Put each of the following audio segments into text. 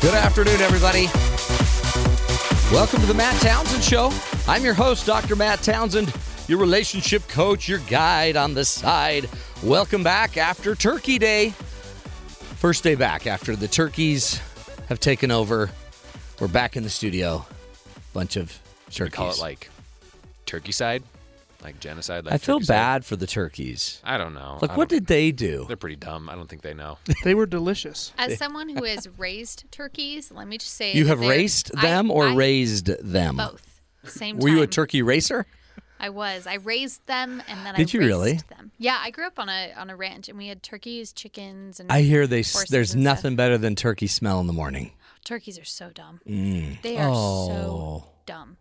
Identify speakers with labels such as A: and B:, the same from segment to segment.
A: Good afternoon, everybody. Welcome to the Matt Townsend Show. I'm your host, Dr. Matt Townsend, your relationship coach, your guide on the side. Welcome back after Turkey Day. First day back after the turkeys have taken over. We're back in the studio. Bunch of turkeys.
B: call it like turkey side, like genocide. Like
A: I feel
B: turkey side?
A: bad for the turkeys.
B: I don't know.
A: Like,
B: I
A: what
B: don't-
A: did they do?
B: They're pretty dumb. I don't think they know.
C: They were delicious.
D: As someone who has raised turkeys, let me just say
A: You
D: that
A: have
D: they're-
A: raced
D: I-
A: them or
D: I-
A: raised them?
D: both. Same.
A: Were you a
D: time.
A: turkey racer?
D: I was. I raised them and then I
A: Did you
D: raced
A: really?
D: them. Yeah, I grew up on a on a ranch and we had turkeys, chickens, and
A: I hear they s
D: horses
A: there's
D: and stuff.
A: nothing better than turkey smell in the morning.
D: Turkeys are so dumb. They are so dumb.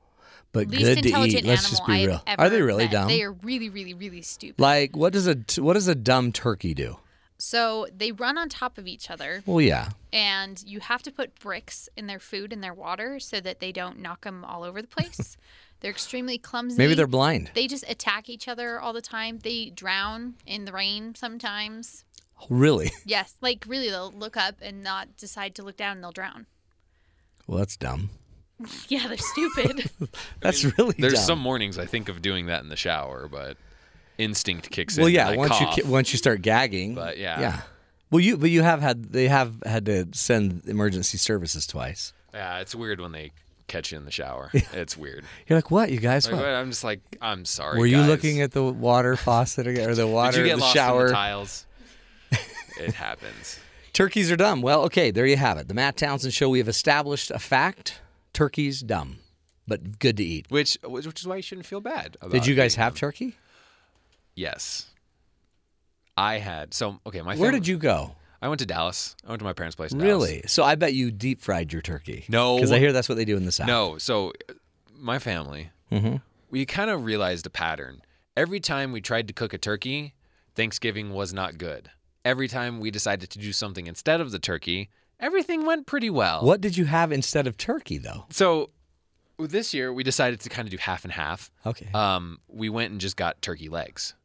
A: But Mm.
D: Least
A: Oh. good to
D: intelligent
A: eat. Let's just
D: animal
A: be
D: I've
A: real.
D: ever
A: Are they really
D: met.
A: dumb?
D: They are really, really, really stupid.
A: Like what does a t- what does a dumb turkey do?
D: so they run on top of each other,
A: Well, yeah.
D: and you have to put bricks in their food and their water so that they don't knock them all over the place. they're extremely clumsy.
A: Maybe they're blind.
D: They just attack each other all the time. They drown in the rain sometimes.
A: Really?
D: Yes, like really, they'll look up and not decide to look down and they'll drown.
A: Well, that's dumb.
D: Yeah, they're stupid.
A: That's really
B: There's
A: dumb.
B: some mornings I think of doing that in the shower, but instinct kicks
A: Well,
B: in.
A: yeah.
B: and I
A: once
B: cough.
A: you ki- once you start gagging.
B: But, yeah.
A: Yeah. Well, you but you have had they have had to send emergency services twice.
B: yeah, it's weird when they catch you in the shower. It's weird.
A: You're like, what? You guys?
B: Like,
A: What?
B: what? I'm just like, I'm sorry.
A: Were you
B: guys.
A: looking at the water faucet again, or the water?
B: Did you get
A: the
B: lost
A: shower?
B: in the tiles? it happens.
A: Turkeys are dumb. Well, okay, there you have it. The Matt Townsend Show. We have established a fact: turkeys dumb, but good to eat.
B: Which which which is why you shouldn't feel bad. About
A: Did you guys
B: being
A: have
B: dumb.
A: turkey?
B: Yes. I had so okay. My
A: Where
B: family-
A: did you go?
B: I went to Dallas. I went to my parents' place. in Dallas.
A: Really? So I bet you deep fried your turkey.
B: No.
A: because I hear that's what they do in the south. Mm-hmm.
B: No. So uh, my family, we kind of realized a pattern. Every time we tried to cook a turkey, Thanksgiving was not good. Every time we decided to do something instead of the turkey, everything went pretty well.
A: What did you have instead of turkey, though?
B: So this year we decided to kind of do half and half.
A: Okay.
B: Um, we went and just got turkey legs.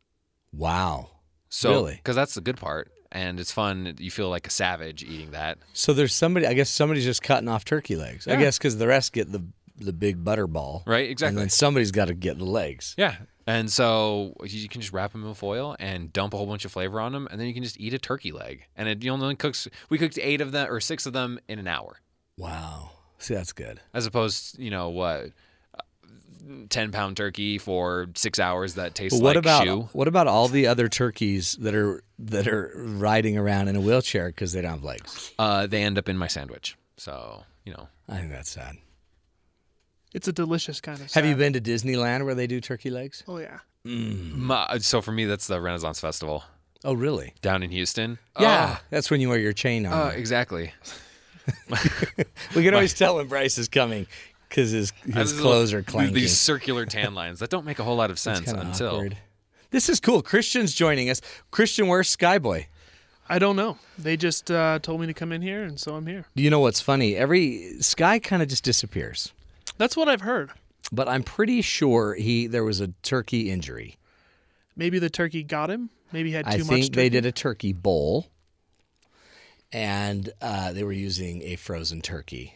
A: wow.
B: So,
A: Really?
B: Because that's the good part, and it's fun. You feel like a savage eating that.
A: So there's somebody. I guess somebody's just cutting off turkey legs. I
B: Yeah.
A: guess because the rest get the the big butter ball.
B: Right,
A: And
B: exactly.
A: then somebody's got to get the legs.
B: Yeah. And so you can just wrap them in foil and dump a whole bunch of flavor on them, and then you can just eat a turkey leg. And it you only cooks. We cooked eight of them or six of them in an hour,
A: Wow. See, that's good.
B: as opposed, you know what, uh, ten pound turkey for six hours that tastes
A: what
B: like
A: about
B: shoe.
A: what about all the other turkeys that are that are riding around in a wheelchair because they don't have legs?
B: Uh, they end up in my sandwich. So you know,
A: I think that's sad.
C: It's a delicious kind of.
A: Have you been
C: salad.
A: to Disneyland where they do turkey legs?
C: Oh yeah.
B: my, so for me that's the Renaissance Festival
A: Oh, really?
B: down in Houston.
A: Yeah, that's when you wear your chain on.
B: Oh, oh, exactly.
A: We can always tell when Bryce is coming because his, his
B: These
A: clothes
B: little-
A: are clanking.
B: These circular tan lines that don't make a whole lot of sense
A: Kinda
B: until
A: awkward. This is cool. Christian's joining us. Christian, where's Skyboy?
C: I don't know. They just uh, told me to come in here, and so I'm here.
A: Do you know what's funny? Every Sky kind of just disappears.
C: That's what I've heard.
A: But I'm pretty sure he there was a turkey injury.
C: Maybe the turkey got him. Maybe he had too
A: I
C: much.
A: think
C: turkey.
A: they did a turkey bowl, and uh, they were using a frozen turkey,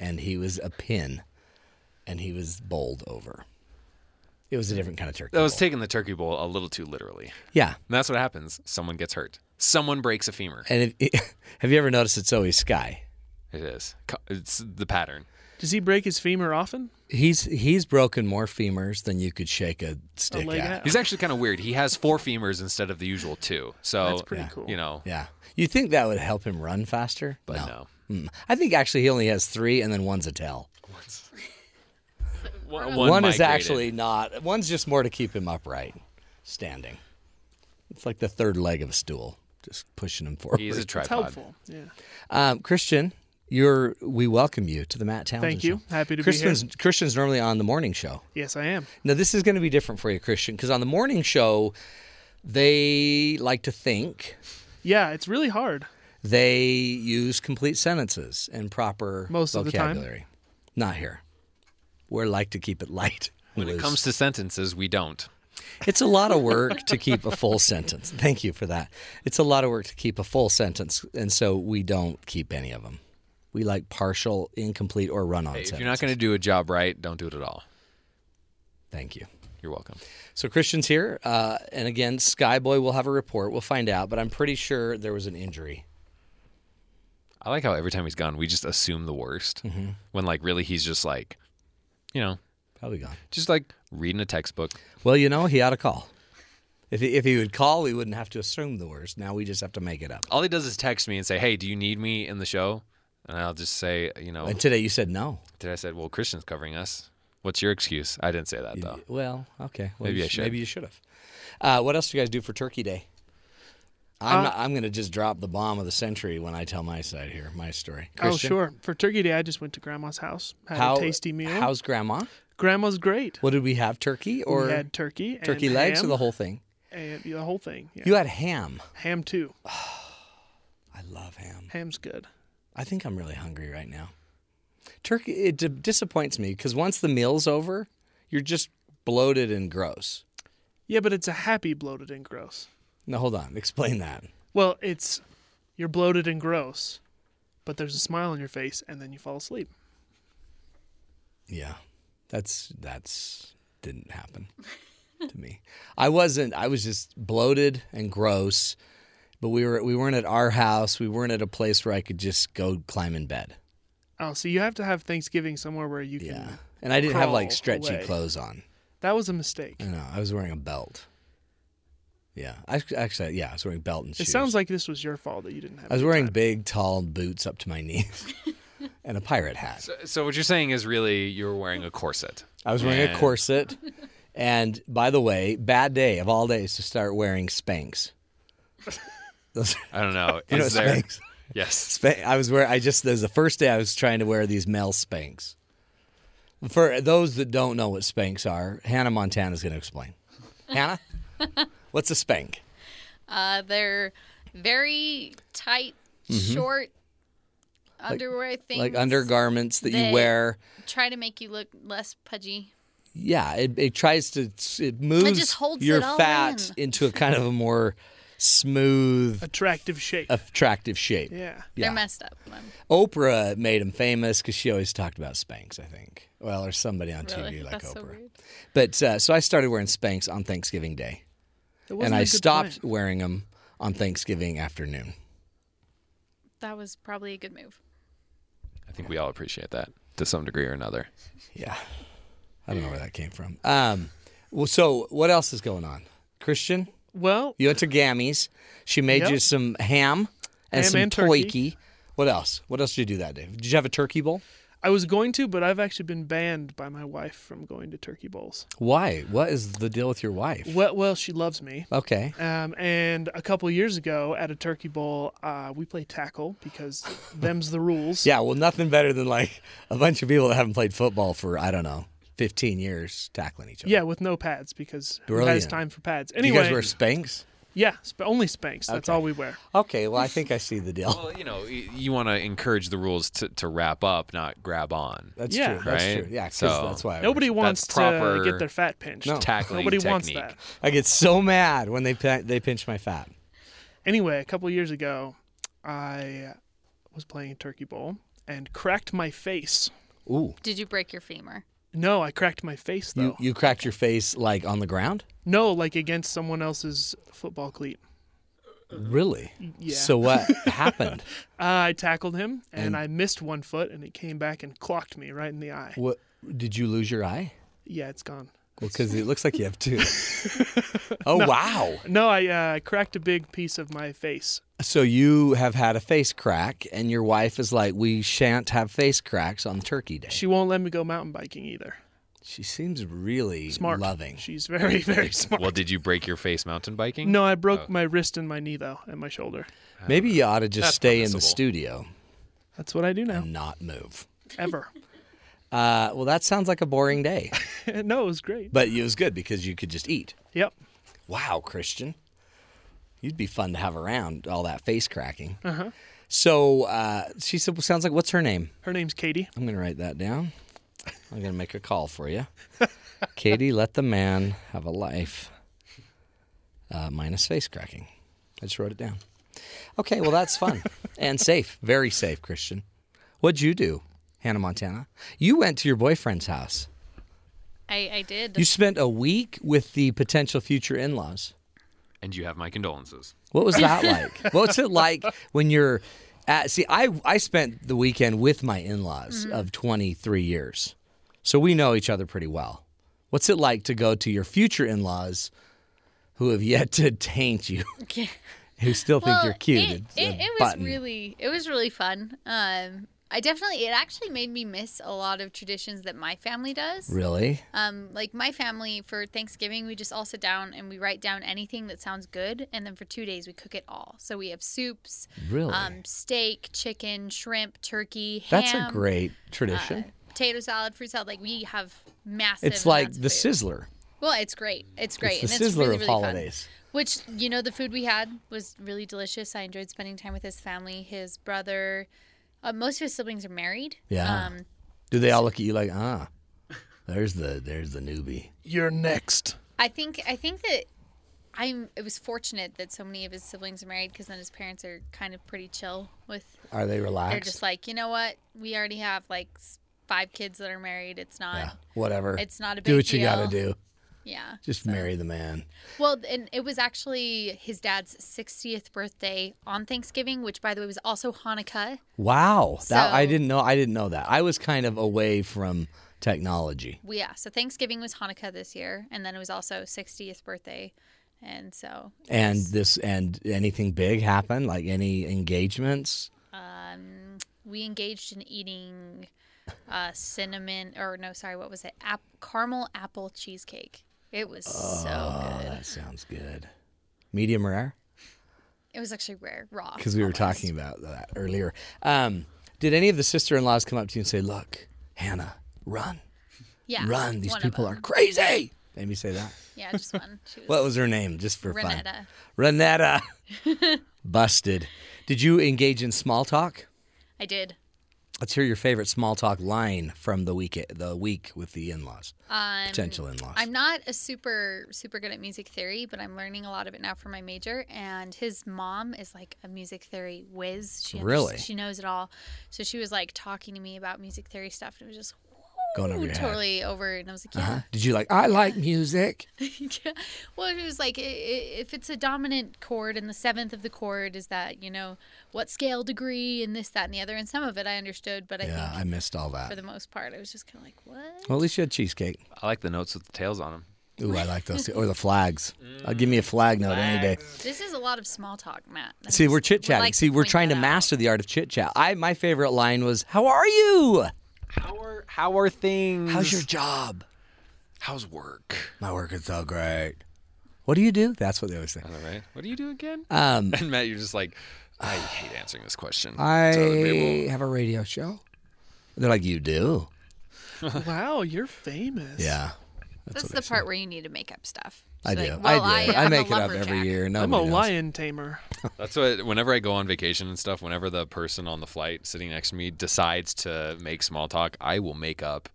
A: and he was a pin, and he was bowled over. It was a different kind of turkey.
B: that was
A: bowl.
B: taking the turkey bowl a little too literally.
A: yeah.
B: And that's what happens. Someone gets hurt. Someone breaks a femur.
A: And if, have you ever noticed it's always Sky?
B: It is. Co- It's the pattern.
C: Does he break his femur often?
A: He's he's broken more femurs than you could shake a stick
C: leg
A: at.
C: out?
B: He's actually kind of weird. He has four femurs instead of the usual two. So
C: That's pretty Yeah. cool.
B: You know,
A: Yeah, you think that would help him run faster?
B: but no.
A: Mm. I think actually he only has three, and then one's a tail.
B: One,
A: One, is
B: migrated.
A: actually not. One's just more to keep him upright, standing. It's like the third leg of a stool, just pushing him forward.
B: He's a
C: It's
B: tripod.
C: helpful. Yeah.
A: um, Christian, you're. We welcome you to the Matt Townsend.
C: Thank you.
A: Show.
C: Happy to
A: Christian's,
C: be
A: Christian's normally on the morning show.
C: here. Yes, I am.
A: Now this is going to be different for you, Christian, because on the morning show, they like to think
C: Yeah, it's really hard. Oh,
A: They use complete sentences and proper
C: Most of the time.
A: vocabulary. Not here. We're like to keep it light.
B: When it
A: Liz.
B: comes to sentences, we don't.
A: It's a lot of work to keep a full sentence. Thank you for that. It's a lot of work to keep a full sentence, and so we don't keep any of them. We like partial, incomplete, or run-on
B: If
A: sentences.
B: you're not going to do a job right, don't do it at all.
A: Thank you.
B: You're welcome.
A: So Christian's here, uh, and again, Skyboy will have a report. We'll find out, but I'm pretty sure there was an injury.
B: I like how every time he's gone, we just assume the worst.
A: Mm-hmm.
B: When like really, he's just like, you know,
A: Probably gone.
B: just like reading a textbook.
A: Well, you know, he ought to call. If he, if he would call, we wouldn't have to assume the worst. Now we just have to make it up.
B: All he does is text me and say, "Hey, do you need me in the show?" And I'll just say, you know,
A: And today you said no.
B: today I said, "Well, Christian's covering us." What's your excuse? I didn't say that though.
A: Well, okay. Well,
B: Maybe
A: you
B: I
A: sh-
B: should.
A: Maybe you should have. Uh, what else do you guys do for Turkey Day? I'm
C: Uh,
A: not, I'm going to just drop the bomb of the century when I tell my side here, my story. Christian,
C: Oh, sure. For Turkey Day, I just went to Grandma's house, had
A: How
C: a tasty meal.
A: How's Grandma?
C: Grandma's great.
A: What did we have? Turkey or
C: we had turkey, and
A: turkey legs
C: ham,
A: or the whole thing?
C: and the whole thing. Yeah.
A: You had ham.
C: ham too.
A: I love ham.
C: Ham's good.
A: I think I'm really hungry right now. Turkey it d- disappoints me because once the meal's over, you're just bloated and gross.
C: Yeah, but it's a happy bloated and gross.
A: Now hold on, explain that.
C: Well, it's you're bloated and gross, but there's a smile on your face, and then you fall asleep.
A: Yeah, that's that's didn't happen to me. I wasn't. I was just bloated and gross. But we were we weren't at our house. We weren't at a place where I could just go climb in bed.
C: Oh, so you have to have Thanksgiving somewhere where you can.
A: Yeah, and I didn't have like
C: Crawl
A: stretchy
C: away.
A: clothes on.
C: That was a mistake.
A: I know. I was wearing a belt. Yeah, I actually yeah I was wearing a belt and
C: It
A: shoes.
C: sounds like this was your fault that you didn't have.
A: I was
C: any
A: wearing
C: time.
A: big, tall boots up to my knees and a pirate hat.
B: So, so what you're saying is really you were wearing a corset.
A: I was wearing a
B: Yeah.
A: corset. And by the way, bad day of all days to start wearing Spanx. Those,
B: I don't know.
A: you know
B: Is there?
A: Spanx?
B: Yes.
A: Spanx. I was wearing. I just there's the first day I was trying to wear these male Spanx. For those that don't know what Spanx are, Hannah Montana is going to explain. Hannah, what's a Spank?
D: Uh, they're very tight, short underwear things.
A: Mm-hmm. Like undergarments that you
D: They-
A: wear.
D: Try to make you look less pudgy.
A: Yeah, it, it tries to it moves
D: holds
A: your
D: it all
A: fat into a kind of a more smooth,
C: attractive shape.
A: attractive shape.
C: yeah.
D: They're
A: Yeah.
D: messed up. Um,
A: Oprah made him famous because she always talked about Spanx, I think. Well, or somebody on
D: Really?
A: TV like
D: That's
A: Oprah.
D: so weird.
A: But uh, so I started wearing Spanx on Thanksgiving Day,
C: It
A: and
C: wasn't a
A: I
C: good
A: stopped
C: plan.
A: wearing them on Thanksgiving afternoon.
D: That was probably a good move.
B: I think we all appreciate that to some degree or another.
A: Yeah, I don't know where that came from. Um, well, so what else is going on, Christian?
C: Well,
A: You went to Gammy's. She made
C: Yep.
A: you some ham and
C: Ham
A: some
C: and turkey.
A: turkey. What else? What else did you do that day? Did you have a turkey bowl?
C: I was going to, but I've actually been banned by my wife from going to turkey bowls.
A: Why? What is the deal with your wife?
C: Well, well, she loves me.
A: Okay.
C: Um, and a couple years ago at a turkey bowl, uh, we play tackle because them's the rules.
A: Yeah, well, nothing better than like a bunch of people that haven't played football for, I don't know, 15 years tackling each other.
C: Yeah, with no pads because who has
A: Brilliant.
C: time for pads?
A: Do
C: Anyway,
A: You guys wear Spanx?
C: yeah, sp- only Spanx. That's all we wear.
A: Okay, well, I think I see the deal.
B: Well, you know, y- you want to encourage the rules to, to wrap up, not grab on.
A: That's
C: yeah.
A: true. That's
B: Right?
A: true. Yeah, 'cause
B: So-
A: that's why I
C: Nobody
A: wear-
C: wants to
B: proper
C: get their fat pinched.
A: No.
B: Tackling
C: Nobody wants
B: technique.
C: that.
A: I get so mad when they pin- they pinch my fat.
C: Anyway, a couple years ago, I was playing turkey bowl and cracked my face.
A: Ooh,
D: Did you break your femur?
C: No, I cracked my face though.
A: you you cracked your face like on the ground?
C: No, like against someone else's football cleat.
A: Really?
C: yeah.
A: So what happened?
C: Uh, I tackled him and, I missed one foot and it came back and clocked me right in the eye.
A: What did you lose your eye?
C: Yeah, it's gone.
A: Well, because it looks like you have two. oh wow!
C: No, I uh, cracked a big piece of my face.
A: So you have had a face crack, and your wife is like, "We shan't have face cracks on Turkey Day."
C: She won't let me go mountain biking either.
A: She seems really
C: Smart.
A: loving.
C: She's very, very smart.
B: Well, did you break your face mountain biking?
C: No, I
B: Oh.
C: broke my wrist and my knee though, and my shoulder.
A: Maybe you ought to just
B: That's
A: stay in the
B: permissible.
A: studio
C: That's what I do now.
A: and not move.
C: Ever.
A: Uh, well, that sounds like a boring day,
C: no, it was great.
A: but it was good because you could just eat.
C: Yep.
A: Wow, Christian, You'd be fun to have around all that face cracking. Uh-huh. So uh, she said, well, sounds like, what's her name?
C: Her name's Katie.
A: I'm going to write that down. I'm going to make a call for you. Katie, let the man have a life uh, minus face cracking. I just wrote it down. Okay, well, that's fun and safe. Very safe, Christian. What'd you do, Hannah Montana? You went to your boyfriend's house.
D: I, I did.
A: You spent a week with the potential future in laws.
B: And you have my condolences.
A: What was that like? What's it like when you're at? See, I I spent the weekend with my in-laws
D: Mm-hmm.
A: of 23 years, so we know each other pretty well. What's it like to go to your future in-laws, who have yet to taint you,
D: Okay.
A: who still think you're cute?
D: It,
A: It's a
D: it, it was
A: button.
D: really it was really fun. Um, I definitely it actually made me miss a lot of traditions that my family does.
A: really.
D: Um, like my family for Thanksgiving, we just all sit down and we write down anything that sounds good, and then for two days we cook it all. So we have soups,
A: Really?
D: um, steak, chicken, shrimp, turkey,
A: That's
D: ham,
A: a great tradition.
D: uh, potato salad, fruit salad. Like we have massive.
A: it's like
D: amounts of
A: the
D: food.
A: sizzler.
D: Well, it's great. It's great.
A: It's the
D: and it's
A: sizzler
D: really,
A: of
D: really Fun.
A: holidays.
D: Which you know, the food we had was really delicious. I enjoyed spending time with his family, his brother. Uh, most of his siblings are married.
A: Yeah.
D: Um,
A: Do they all look at you like, ah, there's the there's the newbie?
C: You're next.
D: I think I think that I'm. It was fortunate that so many of his siblings are married because then his parents are kind of pretty chill with.
A: Are they
D: They're
A: relaxed?
D: just like, you know what? We already have like s- five kids that are married. It's not.
A: yeah, whatever.
D: It's not a
A: do
D: big
A: what you gotta
D: deal.
A: do.
D: yeah.
A: Just marry the man.
D: Well, and it was actually his dad's 60th birthday on Thanksgiving, which, by the way, was also Hanukkah.
A: Wow, that I
D: So-
A: didn't know. I didn't know that. I was kind of away from technology.
D: Well, yeah, so Thanksgiving was Hanukkah this year, and then it was also 60th birthday, and so
A: And this and anything big happened, like any engagements.
D: um, we engaged in eating uh, cinnamon or no, sorry, what was it? App- caramel apple cheesecake. It was so
A: Oh,
D: good.
A: that sounds good. Medium rare,
D: It was actually rare, raw.
A: because we were talking about that earlier. Um, did any of the sister-in-laws come up to you and say, "Look, Hannah, run,
D: yeah,
A: run! These
D: one of
A: people are
D: them.
A: crazy." Maybe say that.
D: Yeah, just one. She was
A: What was her name, just for fun?
D: Renetta.
A: Renetta. Busted. Did you engage in small talk?
D: I did.
A: Let's hear your favorite small talk line from the week the week with the in-laws,
D: Um,
A: potential in-laws.
D: I'm not a super super good at music theory, but I'm learning a lot of it now for my major. And his mom is like a music theory whiz. She under-
A: Really?
D: she knows it all. So she was like talking to me about music theory stuff, and it was just
A: Going over
D: woo,
A: your head. Uh-huh.
D: totally over. And I was like, yeah.
A: Huh? Did you like? I like music.
D: Yeah. Well, it was like i- i- if it's a dominant chord and the seventh of the chord is that you know what scale degree and this that and the other. And some of it I understood, but I
A: Yeah,
D: think
A: I missed all
D: for
A: that.
D: the most part I was just kind of like, what?
A: Well, at least you had cheesecake.
B: I like the notes with the tails on them.
A: Ooh, I like those. Too. Or the flags. I'll give me a flag note any day.
D: This is a lot of small talk, Matt.
A: See,
D: I just
A: we're
D: would
A: chit chatting.
D: like
A: See, we're
D: point
A: trying to
D: that out.
A: master the art of chit chat. I my favorite line was, "How are you?
B: How are how are things?
A: How's your job?
B: how's work?
A: My work is so great. What do you do? That's what they always say.
B: All right. What do you do again?
A: Um,
B: and Matt, you're just like, I hate answering this question. It's other people.
A: I have a radio show. They're like, you do?
C: Wow, you're famous.
A: Yeah.
D: That's, the part where you need to make up stuff.
A: I
D: So,
A: do.
D: like, well,
A: I do. I,
D: am a
A: make it up every
D: lumberjack.
A: year. No,
C: I'm a lion tamer.
B: That's what. Whenever I go on vacation and stuff, whenever the person on the flight sitting next to me decides to make small talk, I will make up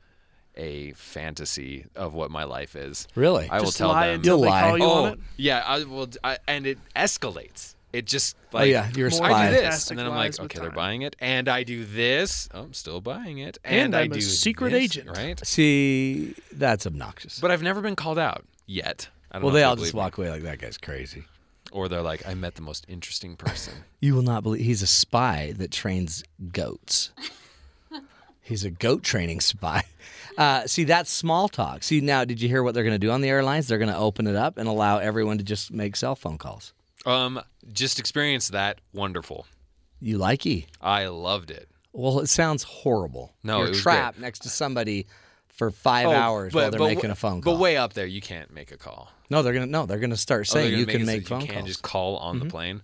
B: a fantasy of what my life is.
A: Really?
B: I will
C: Just
B: tell
C: lie
B: them.
C: until
A: You'll
C: they
A: lie.
C: call you
B: oh,
C: on it.
B: yeah. I will. I, and it escalates. It just like
A: Oh, yeah, you're a
B: I
A: spy.
B: do this,
C: Fantastic
B: and then I'm
C: lies
B: like,
C: with
B: okay, they're
C: time.
B: buying it, and I do this. Oh, I'm still buying it,
C: And
B: and, I
C: I'm a
B: do
C: secret
B: this,
C: agent.
B: right?
A: See, that's obnoxious.
B: But I've never been called out yet. I don't
A: well,
B: know if
A: they all
B: believe
A: just
B: me.
A: walk away like that guy's crazy.
B: or they're like, I met the most interesting person.
A: You will not believe he's a spy that trains goats. he's a goat training spy. Uh, see, that's small talk. See, now, did you hear what they're going to do on the airlines? They're going to open it up and allow everyone to just make cell phone calls.
B: um, just experienced that. Wonderful.
A: You likey.
B: I loved it.
A: Well, it sounds horrible.
B: No,
A: you're
B: it was Oh,
A: trapped next to somebody for five hours while they're
B: but-
A: making a phone call.
B: But way up there, you can't make a call.
A: no, they're gonna no, they're gonna start
B: Oh, they're
A: saying
B: gonna
A: you
B: it
A: can
B: so
A: make phone
B: you can't
A: calls. Mm-hmm.
B: just call on the plane.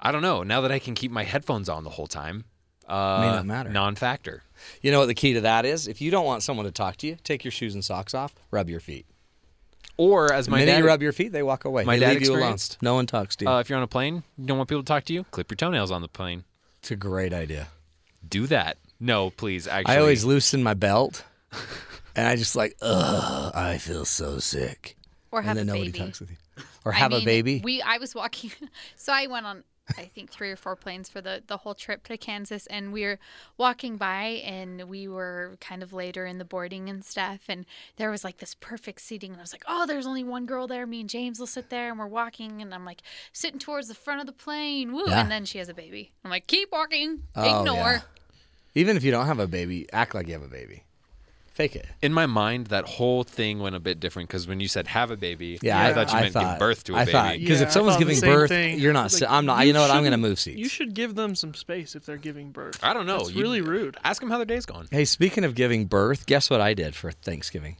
B: I don't know. Now that I can keep my headphones on the whole time, uh,
A: May not matter.
B: Non-factor.
A: You know what the key to that is? If you don't want someone to talk to you, take your shoes and socks off, rub your feet.
B: Or as
A: My
B: my
A: minute
B: dad,
A: you rub your feet, they walk away.
B: my
A: they
B: dad
A: leave you alone.
B: experienced-
A: No one talks to you.
B: uh, if you're on a plane, you don't want people to talk to you. Clip your toenails on the plane.
A: it's a great idea.
B: Do that. No, please. Actually,
A: I always loosen my belt, and I just like, ugh, I feel so sick.
D: Or
A: And
D: have
A: then
D: a
A: nobody
D: baby.
A: talks with you. Or
D: I
A: have a
D: mean,
A: baby.
D: We I was walking, so I went on I think three or four planes for the the whole trip to Kansas, and we were walking by, and we were kind of later in the boarding and stuff, and there was like this perfect seating, and I was like, oh, there's only one girl there. Me and James will sit there, and we're walking, and I'm like sitting towards the front of the plane, woo,
A: Yeah.
D: and then she has a baby. I'm like, keep walking,
A: Oh,
D: ignore.
A: Even if you don't have a baby, act like you have a baby. Fake it.
B: in my mind, that whole thing went a bit different because when you said have a baby,
A: Yeah,
B: I,
A: I
B: thought you
A: I
B: meant
A: thought,
B: give birth to a
A: I
B: baby.
A: thought because
C: Yeah,
A: if
C: I
A: someone's
C: thought the
A: giving
C: same
A: birth,
C: thing.
A: you're not.
C: Like,
A: si- I'm not. You know what? I'm going to
C: shouldn't-
A: move seats.
C: You should give them some space if they're giving birth.
B: I don't know.
C: It's
B: You-
C: really rude.
B: Ask them how their day's going.
A: Hey, speaking of giving birth, guess what I did for Thanksgiving?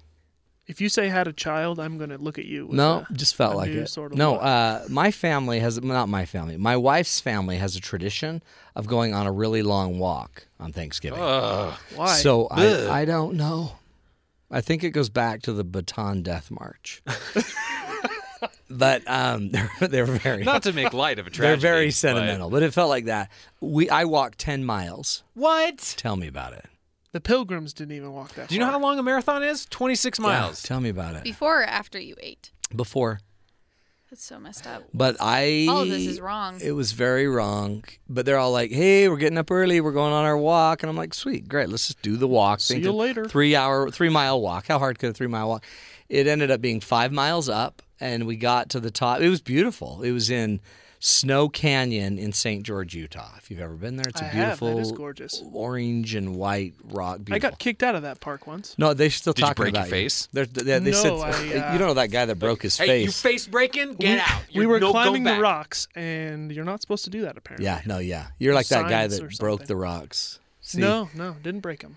C: If you say had a child, I'm gonna look at you. With
A: No,
C: a-
A: just felt
C: a
A: like
C: new
A: it.
C: sort of
A: no,
C: look.
A: uh, my family has not my family. My wife's family has a tradition of going on a really long walk on Thanksgiving.
B: Ugh.
C: Oh, why?
A: So I, I don't know. I think it goes back to the Baton Death March. but um, they're, they're very
B: Not to make light of a
A: they're
B: tragedy.
A: very
B: but-
A: sentimental. But it felt like that. We I walked ten miles.
B: What?
A: Tell me about it.
C: the pilgrims didn't even walk that.
B: Do you know
C: far.
B: how long a marathon is? 26 miles.
A: Yeah, tell me about it
D: Before or after you ate?
A: before.
D: That's so messed up.
A: But I
D: All of Oh, this is wrong.
A: It was very wrong. But they're all like, "Hey, we're getting up early. We're going on our walk." And I'm like, "Sweet, great. Let's just do the walk."
C: See you
A: Thinking
C: later.
A: Three hour, three mile walk. How hard could a three mile walk? It ended up being five miles up, and we got to the top. It was beautiful. It was in Snow Canyon in St. George, Utah. If you've ever been there, it's a
C: I have.
A: beautiful,
C: That is gorgeous.
A: orange and white rock. Beautiful.
C: I got kicked out of that park once.
A: No, they're still
B: Did you
A: talking
B: break your
A: about
B: face?
A: They're, they, they said,
C: No, I, uh,
A: you don't know that guy that broke his
B: Hey, you
A: face.
B: face breaking? Get
C: we,
B: out.
C: We
B: You're
C: were
B: no go
C: climbing the
B: back.
C: rocks, and you're not supposed to do that apparently.
A: yeah, no, yeah. You're like that guy
C: Signs or
A: that broke
C: something.
A: the rocks. See?
C: No, no, didn't break them.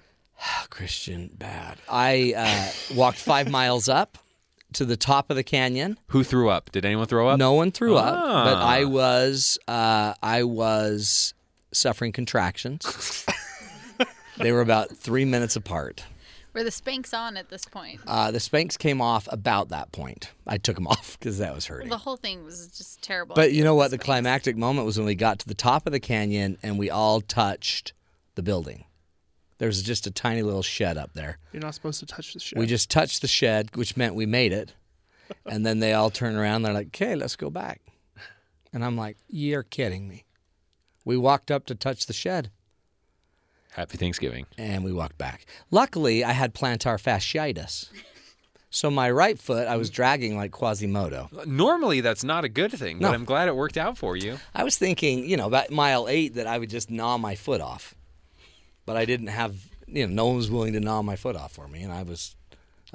A: Christian, bad. I uh, walked five miles up to the top of the canyon.
B: Who threw up? Did anyone throw up?
A: No one threw up, but
B: Ah.
A: I was uh, I was suffering contractions. they were about three minutes apart.
D: Were the spanks on at this point?
A: Uh, the Spanx came off about that point. I took them off because that was hurting.
D: The whole thing was just terrible.
A: But you know what? The climactic moment was when we got to the top of the canyon and we all touched the building. There was just a tiny little shed up there.
C: You're not supposed to touch the shit.
A: We just touched the shed, which meant we made it. And then they all turn around. They're like, okay, let's go back. And I'm like, you're kidding me. We walked up to touch the shed
B: Happy Thanksgiving.
A: and we walked back. Luckily, I had plantar fasciitis. So my right foot, I was dragging like Quasimodo.
B: Uh, Normally, that's not a good thing,
A: No.
B: but I'm glad it worked out for you.
A: I was thinking, you know, about mile eight that I would just gnaw my foot off. But I didn't have, you know, no one was willing to gnaw my foot off for me. And I was,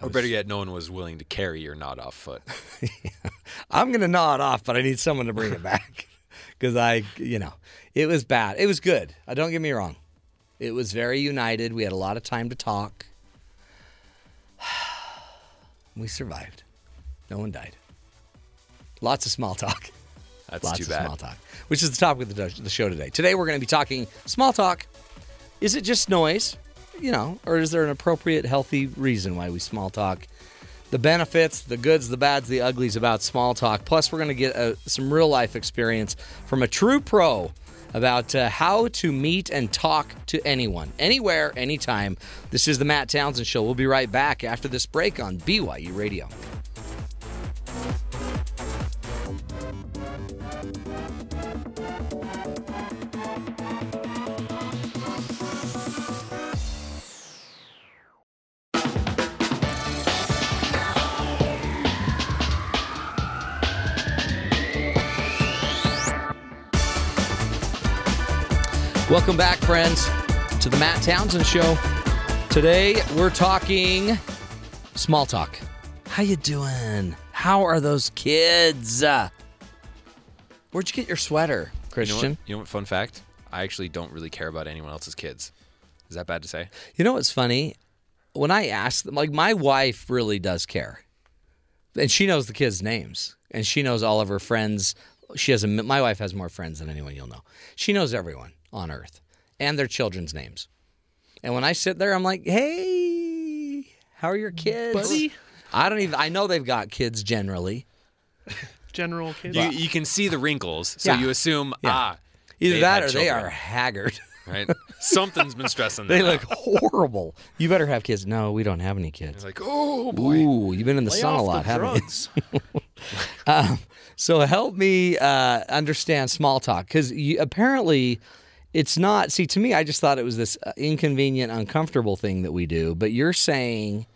B: Or better yet, no one was willing to carry your not off foot.
A: I'm going to gnaw it off, but I need someone to bring it back. Because I, you know, it was bad. It was good. Uh, Don't get me wrong. It was very united. We had a lot of time to talk. We survived. No one died. Lots of small talk.
B: That's
A: Lots
B: too
A: of
B: bad.
A: small talk, which is the topic of the, the show today. Today we're going to be talking small talk. Is it just noise, you know, or is there an appropriate, healthy reason why we small talk? The benefits, the goods, the bads, the uglies about small talk. Plus, we're going to get uh some real life experience from a true pro about uh, how to meet and talk to anyone, anywhere, anytime. This is the Matt Townsend Show. We'll be right back after this break on BYU Radio. Welcome back, friends, to the Matt Townsend Show. Today we're talking small talk. How you doing? How are those kids? Uh, Where'd you get your sweater,
B: You know, what,
A: Christian?
B: you know what? Fun fact? I actually don't really care about anyone else's kids. Is that bad to say?
A: You know what's funny? When I ask them, like my wife really does care, and she knows the kids' names, and she knows all of her friends. She has a my wife has more friends than anyone you'll know. She knows everyone on earth and their children's Mm, names. And when I sit there, I'm like, "Hey, how are your kids,
C: Buddy?
A: I don't even. I know they've got kids generally.
C: General kids.
B: You, you can see the wrinkles, so
A: Yeah.
B: you assume ah,
A: Either
B: they've
A: that or
B: had
A: they
B: children,
A: are haggard.
B: right. Something's been stressing them.
A: they
B: out.
A: look horrible. You better have kids. No, we don't have any
B: It's
A: kids.
B: like oh boy,
A: Ooh, you've been in the sun a lot, haven't you? Um, so help me uh, understand small talk because apparently it's not. See, to me, I just thought it was this uh, inconvenient, uncomfortable thing that we do. But you're saying,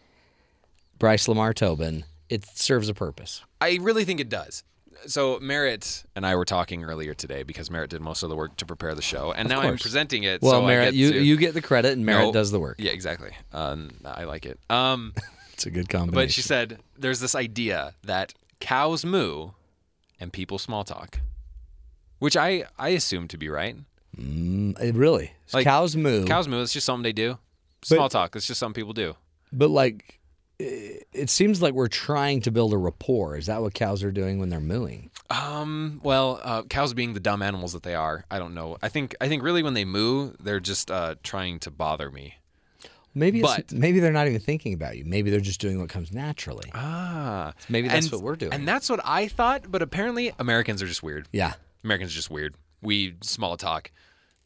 A: Bryce Lamar Tobin, it serves a purpose.
B: I really think it does. So Merritt and I were talking earlier today because Merritt did most of the work to prepare the show, and now I'm
A: course.
B: presenting it.
A: Well,
B: so I
A: Merritt,
B: get
A: you
B: to-
A: you get the credit, and Merritt
B: No.
A: does the work.
B: Yeah, exactly. Um, I like it. Um,
A: It's a good combination.
B: but she said there's this idea that cows moo and people small talk, which I I assume to be right.
A: Mm, it really,
B: Like,
A: cows move,
B: Cows moo. It's just something they do. Small talk. It's just something people do.
A: but like. i- It seems like we're trying to build a rapport. Is that what cows are doing when they're mooing?
B: Um. Well, uh, cows being the dumb animals that they are, I don't know. I think I think really when they moo, they're just uh, trying to bother me.
A: Maybe, it's,
B: But-
A: maybe they're not even thinking about you. Maybe they're just doing what comes naturally.
B: Ah.
A: Maybe that's what we're doing.
B: And that's what I thought, but apparently Americans are just weird.
A: Yeah,
B: Americans are just weird. We small talk.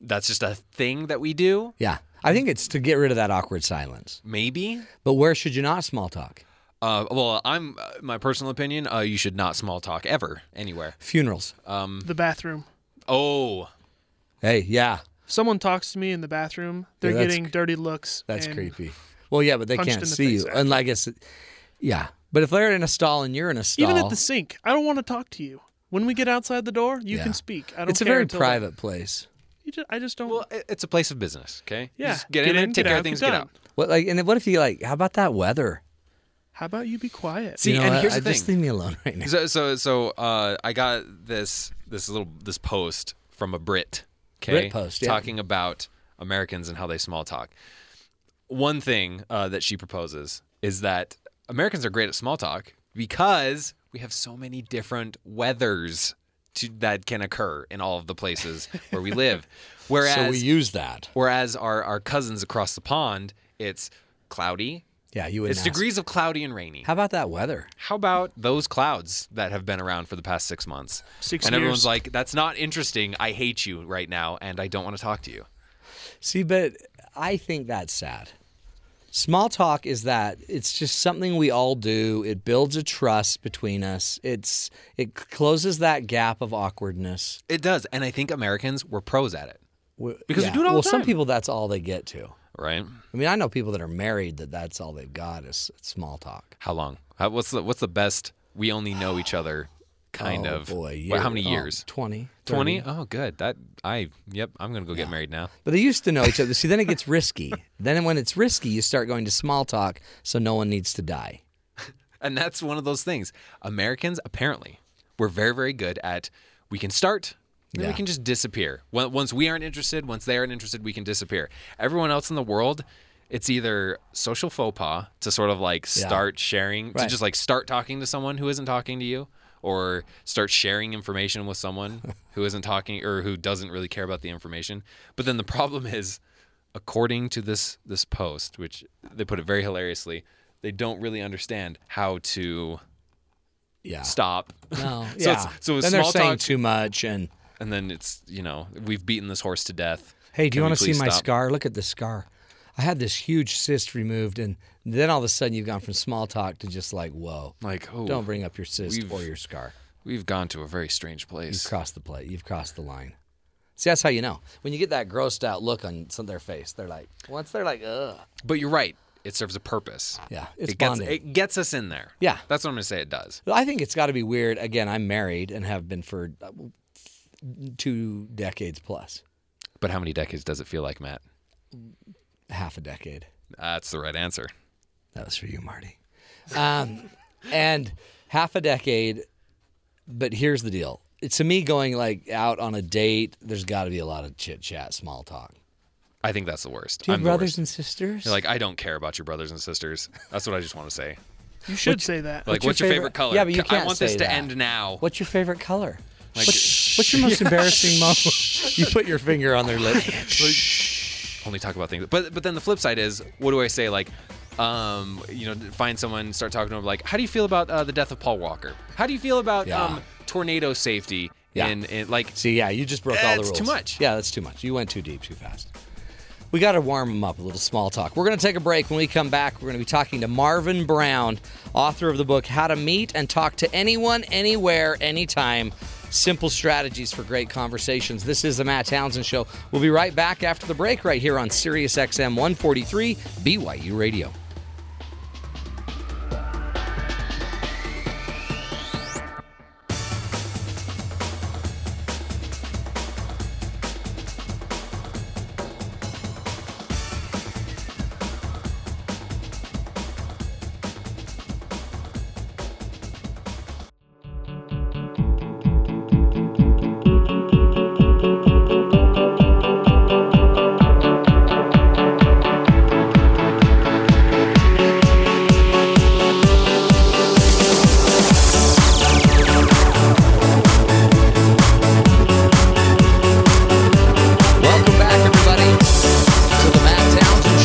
B: That's just a thing that we do.
A: yeah. I think it's to get rid of that awkward silence.
B: Maybe.
A: But where should you not small talk?
B: Uh, well, I'm uh, my personal opinion. Uh, you should not small talk ever anywhere.
A: Funerals.
B: Mm.
C: The bathroom.
B: Oh,
A: Hey, yeah,
C: If someone talks to me in the bathroom, they're
A: Yeah, that's
C: getting
A: cr-
C: dirty looks.
A: that's
C: and
A: creepy. Well, yeah, but they
C: Punched
A: can't
C: in the
A: see
C: face
A: you.
C: after.
A: And I guess, yeah. But if they're in a stall and you're in a stall,
C: Even at the sink, I don't want to talk to you. When we get outside the door, you
A: Yeah.
C: can speak. I don't
A: it's a
C: care
A: very
C: until-
A: private place.
C: You ju- I just don't.
B: well, it- it's a place of business. Okay.
C: yeah.
B: Just get, in, there, take care
C: out,
B: of things,
C: done.
B: get out.
A: What like? And what if you like? How about that weather?
C: How about you be quiet?
B: See,
A: you know
B: and
A: what?
B: here's
A: I,
B: the thing.
A: Just leave me alone right now.
B: So so so uh, I got this this little this post from a Brit, okay,
A: Brit post, yeah.
B: talking about Americans and how they small talk. One thing uh, that she proposes is that Americans are great at small talk because we have so many different weathers to, that can occur in all of the places where we live. Whereas
A: so we use that.
B: whereas our, our cousins across the pond, it's cloudy.
A: Yeah, you would.
B: It's degrees of cloudy and rainy.
A: How about that weather?
B: How about those clouds that have been around for the past six months?
C: Six
B: and everyone's
C: years.
B: like, that's not interesting. I hate you right now, and I don't want to talk to you.
A: See, but I think that's sad. Small talk is that it's just something we all do. It builds a trust between us. It's it closes that gap of awkwardness.
B: It does. And I think Americans were pros at it,
A: We-
B: Because we do it all the
A: well, some
B: time.
A: people that's all they get to.
B: right?
A: I mean, I know people that are married that that's all they've got is small talk.
B: How long? How, what's, the, what's the best? We only know each other kind
A: oh
B: of.
A: boy,
B: Wha-
A: year-
B: how many
A: oh,
B: years?
A: 20, 30.
B: 20? Oh, good. That I, yep, I'm going to go get married now.
A: But they used to know each other. See, then it gets risky. then when it's risky, you start going to small talk, so no one needs to die.
B: And that's one of those things. Americans apparently we're very very good at we can start then
A: Yeah.
B: we can just disappear. When- Once we aren't interested, once they aren't interested, we can disappear. Everyone else in the world, it's either social faux pas to sort of like start sharing, to
A: Right.
B: just like start talking to someone who isn't talking to you, or start sharing information with someone who isn't talking or who doesn't really care about the information. But then the problem is, according to this this post, which they put it very hilariously, they don't really understand how to
A: Yeah.
B: stop.
A: No.
B: So
A: yeah.
B: it's- so it's
A: then they're
B: small
A: saying
B: talk-
A: too much and.
B: and then it's you know we've beaten this horse to death.
A: Hey, do
B: Can
A: you
B: we
A: want to see
B: please
A: my
B: stop?
A: scar? Look at this scar. I had this huge cyst removed, and then all of a sudden you've gone from small talk to just like, whoa,
B: Like oh,
A: don't bring up your cyst
B: We've-
A: or your scar.
B: we've gone to a very strange
A: You've
B: place.
A: crossed the plate. You've crossed the line. See, that's how you know. When you get that grossed out look on some their face, they're like, once they're like, ugh.
B: But you're right; it serves a purpose.
A: Yeah, it's
B: it gets
A: bonding.
B: it gets us in there.
A: Yeah.
B: that's what I'm gonna say. It does.
A: I think it's got to be weird. Again, I'm married and have been for uh, two decades plus,
B: But how many decades does it feel like, Matt?
A: half a decade.
B: That's the right answer.
A: That was for you, Marty. Um, and half a decade. But here's the deal. To me, going like out on a date, there's got to be a lot of chit chat, small talk.
B: I think that's the worst.
A: Do you
B: I'm
A: have
B: the
A: brothers
B: worst.
A: and sisters?
B: You're like I don't care about your brothers and sisters. That's what I just want to say.
C: you should say that.
B: Like,
A: your
B: what's your favorite,
A: favorite-
B: color?
A: Yeah, but you
B: Ca- I
A: can't
B: want
A: say
B: this to
A: that.
B: end now.
A: what's your favorite color?
B: Like,
A: What's, what's your most embarrassing moment? You put your finger on their lip.
B: only talk about things. But but then the flip side is, what do I say? Like, um, you know, find someone, start talking to them, like, how do you feel about uh, the death of Paul Walker? How do you feel about
A: Yeah.
B: um, tornado safety?
A: Yeah.
B: And, and like,
A: See, yeah, you just broke all the
B: That's
A: rules.
B: too much.
A: Yeah, that's too much. You went too deep too fast. We got to warm them up, a little small talk. We're going to take a break. When we come back, we're going to be talking to Marvin Brown, author of the book How to Meet and Talk to Anyone, Anywhere, Anytime Simple Strategies for Great Conversations. This is the Matt Townsend Show. We'll be right back after the break, right here on Sirius XM 143 BYU Radio. Welcome back, everybody, to the Matt Townsend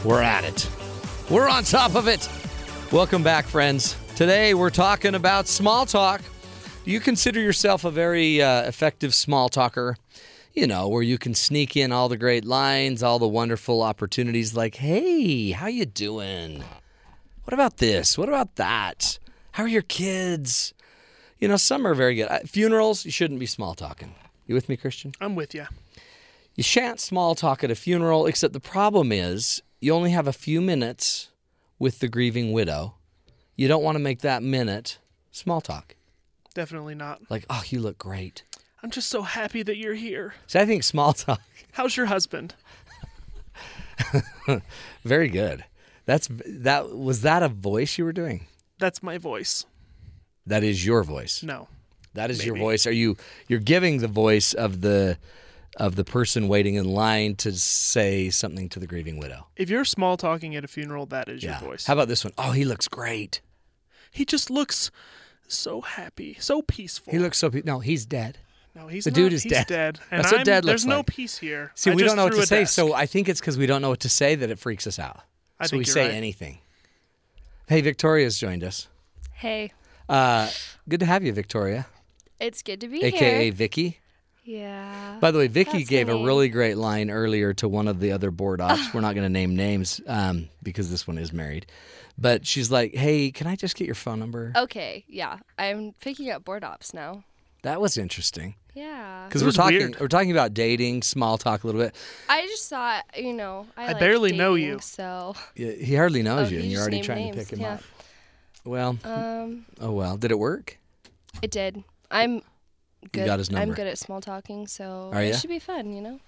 A: Show. We're at it. We're on top of it. Welcome back, friends. Today we're talking about small talk. Do you consider yourself a very uh, effective small talker? You know, where you can sneak in all the great lines, all the wonderful opportunities like, "Hey, how you doing? What about this? What about that? How are your kids?" You know, some are very good. Uh, Funerals, you shouldn't be small talking. You with me, Christian?
C: I'm with you.
A: You shan't small talk at a funeral, except the problem is you only have a few minutes with the grieving widow. You don't want to make that minute small talk.
C: Definitely not.
A: Like, oh, you look great.
C: I'm just so happy that you're here.
A: So I think small talk,
C: How's your husband?
A: very good. That's that was that a voice you were doing?
C: That's my voice.
A: That is your voice.
C: No.
A: That is your voice. Are you you're giving the voice of the of the person waiting in line to say something to the grieving widow?
C: If you're small talking at a funeral, that is
A: Yeah.
C: your voice.
A: How about this one? Oh, he looks great.
C: he just looks so happy, so peaceful.
A: He looks so. Pe- no, he's dead.
C: no, he's
A: the
C: not.
A: dude is
C: he's
A: dead.
C: dead. And
A: That's what
C: I'm,
A: dead looks
C: there's no
A: like.
C: peace here.
A: See,
C: I
A: we
C: just
A: don't know what
C: threw
A: to
C: a
A: say,
C: desk.
A: so I think it's because we don't know what to say that it freaks us out.
C: I
A: so
C: think
A: we
C: you're
A: say
C: right.
A: anything. Hey, Victoria's joined us.
E: Hey,
A: Uh, good to have you, Victoria,
E: it's good to be
A: aka
E: here.
A: Vicky.
E: Yeah.
A: By the way, Vicky
E: That's
A: gave a
E: me.
A: really great line earlier to one of the other board ops. We're not going to name names um, because this one is married, but she's like, "Hey, can I just get your phone
E: Oh.
A: number?"
E: Okay, yeah. I'm picking up board ops now.
A: That was interesting
E: Yeah.
A: because
C: It
A: we're
C: was
A: talking
C: weird.
A: we're talking about dating, small talk a little bit.
E: I just thought, you know, I,
C: I
E: like
C: barely know
E: dating,
C: you.
E: So
A: Y- He hardly knows
E: Oh,
A: you,
E: you
A: and you're
E: just
A: already
E: named
A: trying to
E: names,
A: pick him
E: yeah.
A: up. Well,
E: um,
A: oh well. Did it work?
E: it did. I'm good.
A: got his
E: I'm
A: number.
E: good at small talking, so
A: Are ya?
E: it should be fun, you know.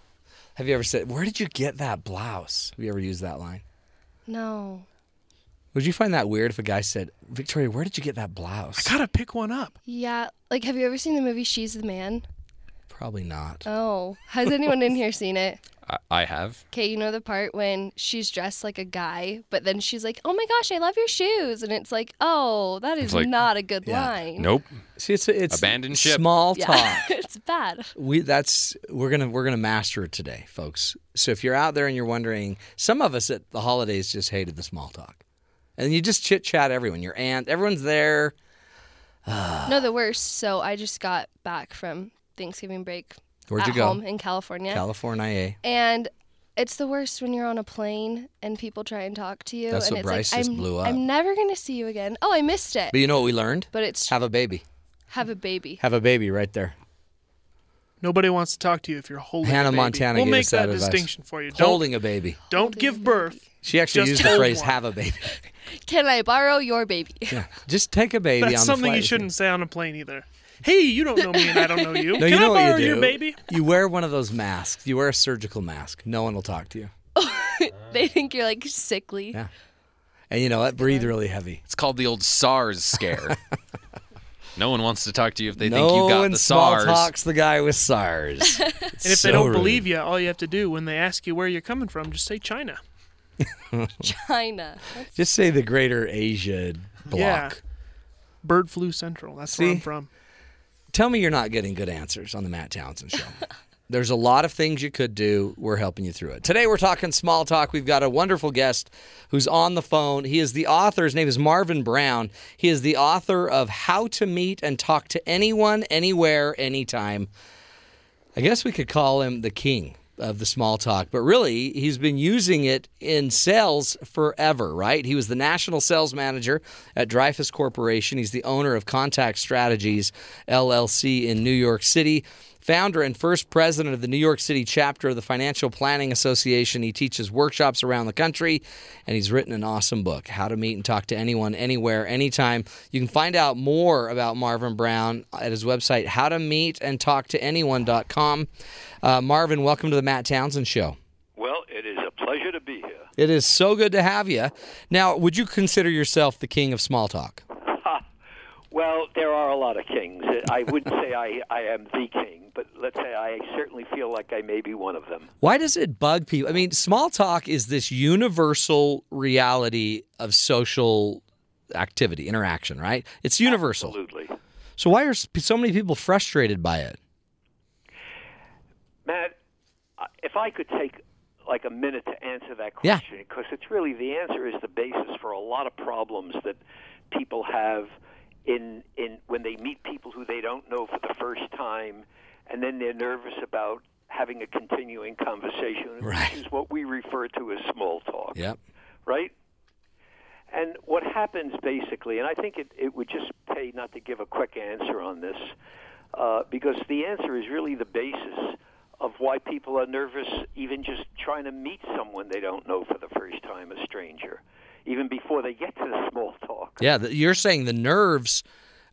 A: Have you ever said, "Where did you get that blouse?" Have you ever used that line?
E: No.
A: Would you find that weird if a guy said, "Victoria, where did you get that blouse?"
C: gotta pick one up.
E: Yeah. Like, have you ever seen the movie She's the Man?
A: Probably not.
E: Oh, has anyone in here seen it?
B: I, I have.
E: Okay, you know the part when she's dressed like a guy, but then she's like, "Oh my gosh, I love your shoes," and it's like, "Oh, that is
B: like,
E: not a good
A: yeah,
E: line."
B: Nope.
A: See, it's it's
B: Abandoned ship.
A: Small
E: Yeah,
A: talk.
E: it's bad.
A: we that's we're gonna we're gonna master it today, folks. So if you're out there and you're wondering, some of us at the holidays just hated the small talk, and you just chit chat everyone, your aunt, everyone's there.
E: No, the worst. So I just got back from Thanksgiving break
A: Where'd
E: at
A: you go?
E: home in California,
A: California. eh?
E: and it's the worst when you're on a plane and people try and talk to you.
A: That's
E: and
A: what
E: it's
A: Bryce
E: like,
A: just
E: I'm,
A: blew up.
E: I'm never gonna see you again. Oh, I missed it.
A: But you know what we learned?
E: But it's
A: Have a baby.
E: have a baby.
A: Have a baby right there.
C: Nobody wants to talk to you if you're holding
A: Hannah
C: a baby.
A: Montana
C: We'll
A: gave
C: make
A: us that
C: that,
A: advice.
C: distinction for you. Don't,
A: Holding a baby.
C: don't give birth.
A: She actually
C: Just
A: used the
C: hold
A: phrase
C: one.
A: "have a baby."
E: Can I borrow your baby?
A: Yeah, just take a baby on
C: That's
A: the
C: something
A: flight
C: you
A: with
C: shouldn't say on a plane either. Hey, you don't know me and I don't know you.
A: No,
C: Can
A: you know
C: I borrow
A: what you do.
C: your baby?
A: You wear one of those masks. You wear a surgical mask. No one will talk to you.
E: they think you're like sickly.
A: Yeah. And you know what? Breathe really heavy.
B: It's called the old SARS scare. no one wants to talk to you if they
A: no
B: think you got
A: one
B: the
A: small
B: SARS.
A: talks the guy with SARS. and
C: And if they don't believe you, all you have to do when they ask you where you're coming from, just say China.
E: China. That's
A: just say the Greater Asia block.
C: Yeah. Bird flu central. That's
A: See?
C: where I'm from.
A: Tell me you're not getting good answers on the Matt Townsend show. There's a lot of things you could do. We're helping you through it. Today, we're talking small talk. We've got a wonderful guest who's on the phone. He is the author. His name is Marvin Brown. He is the author of How to Meet and Talk to Anyone, Anywhere, Anytime. I guess we could call him the king of the small talk, but really, he's been using it in sales forever, right? He was the national sales manager at Dreyfus Corporation. He's the owner of Contact Strategies LLC in New York City. Founder and first president of the New York City chapter of the Financial Planning Association. He teaches workshops around the country and he's written an awesome book, How to Meet and Talk to Anyone, Anywhere, Anytime. You can find out more about Marvin Brown at his website, howtomeetandtalktoanyone.com. Uh, Marvin, welcome to the Matt Townsend Show.
F: Well, it is a pleasure to be here.
A: It is so good to have you. Now, would you consider yourself the king of small talk?
F: Well, there are a lot of kings. Uh, I wouldn't say I, I am the king, but let's say I certainly feel like I may be one of them.
A: Why does it bug people? I mean, small talk is this universal reality of social activity, interaction, right? It's universal.
F: Absolutely.
A: So why are so many people frustrated by it?
F: Matt, uh, if I could take like a minute to answer that
A: Yeah.
F: question, because it's really the answer is the basis for a lot of problems that people have in in when they meet people who they don't know for the first time, and then they're nervous about having a continuing conversation,
A: Right.
F: which is what we refer to as small talk.
A: Yep.
F: right? And what happens basically, and I think it, it would just pay not to give a quick answer on this, uh, because the answer is really the basis of why people are nervous even just trying to meet someone they don't know for the first time, a stranger, even before they get to the small talk.
A: Yeah, the, you're saying the nerves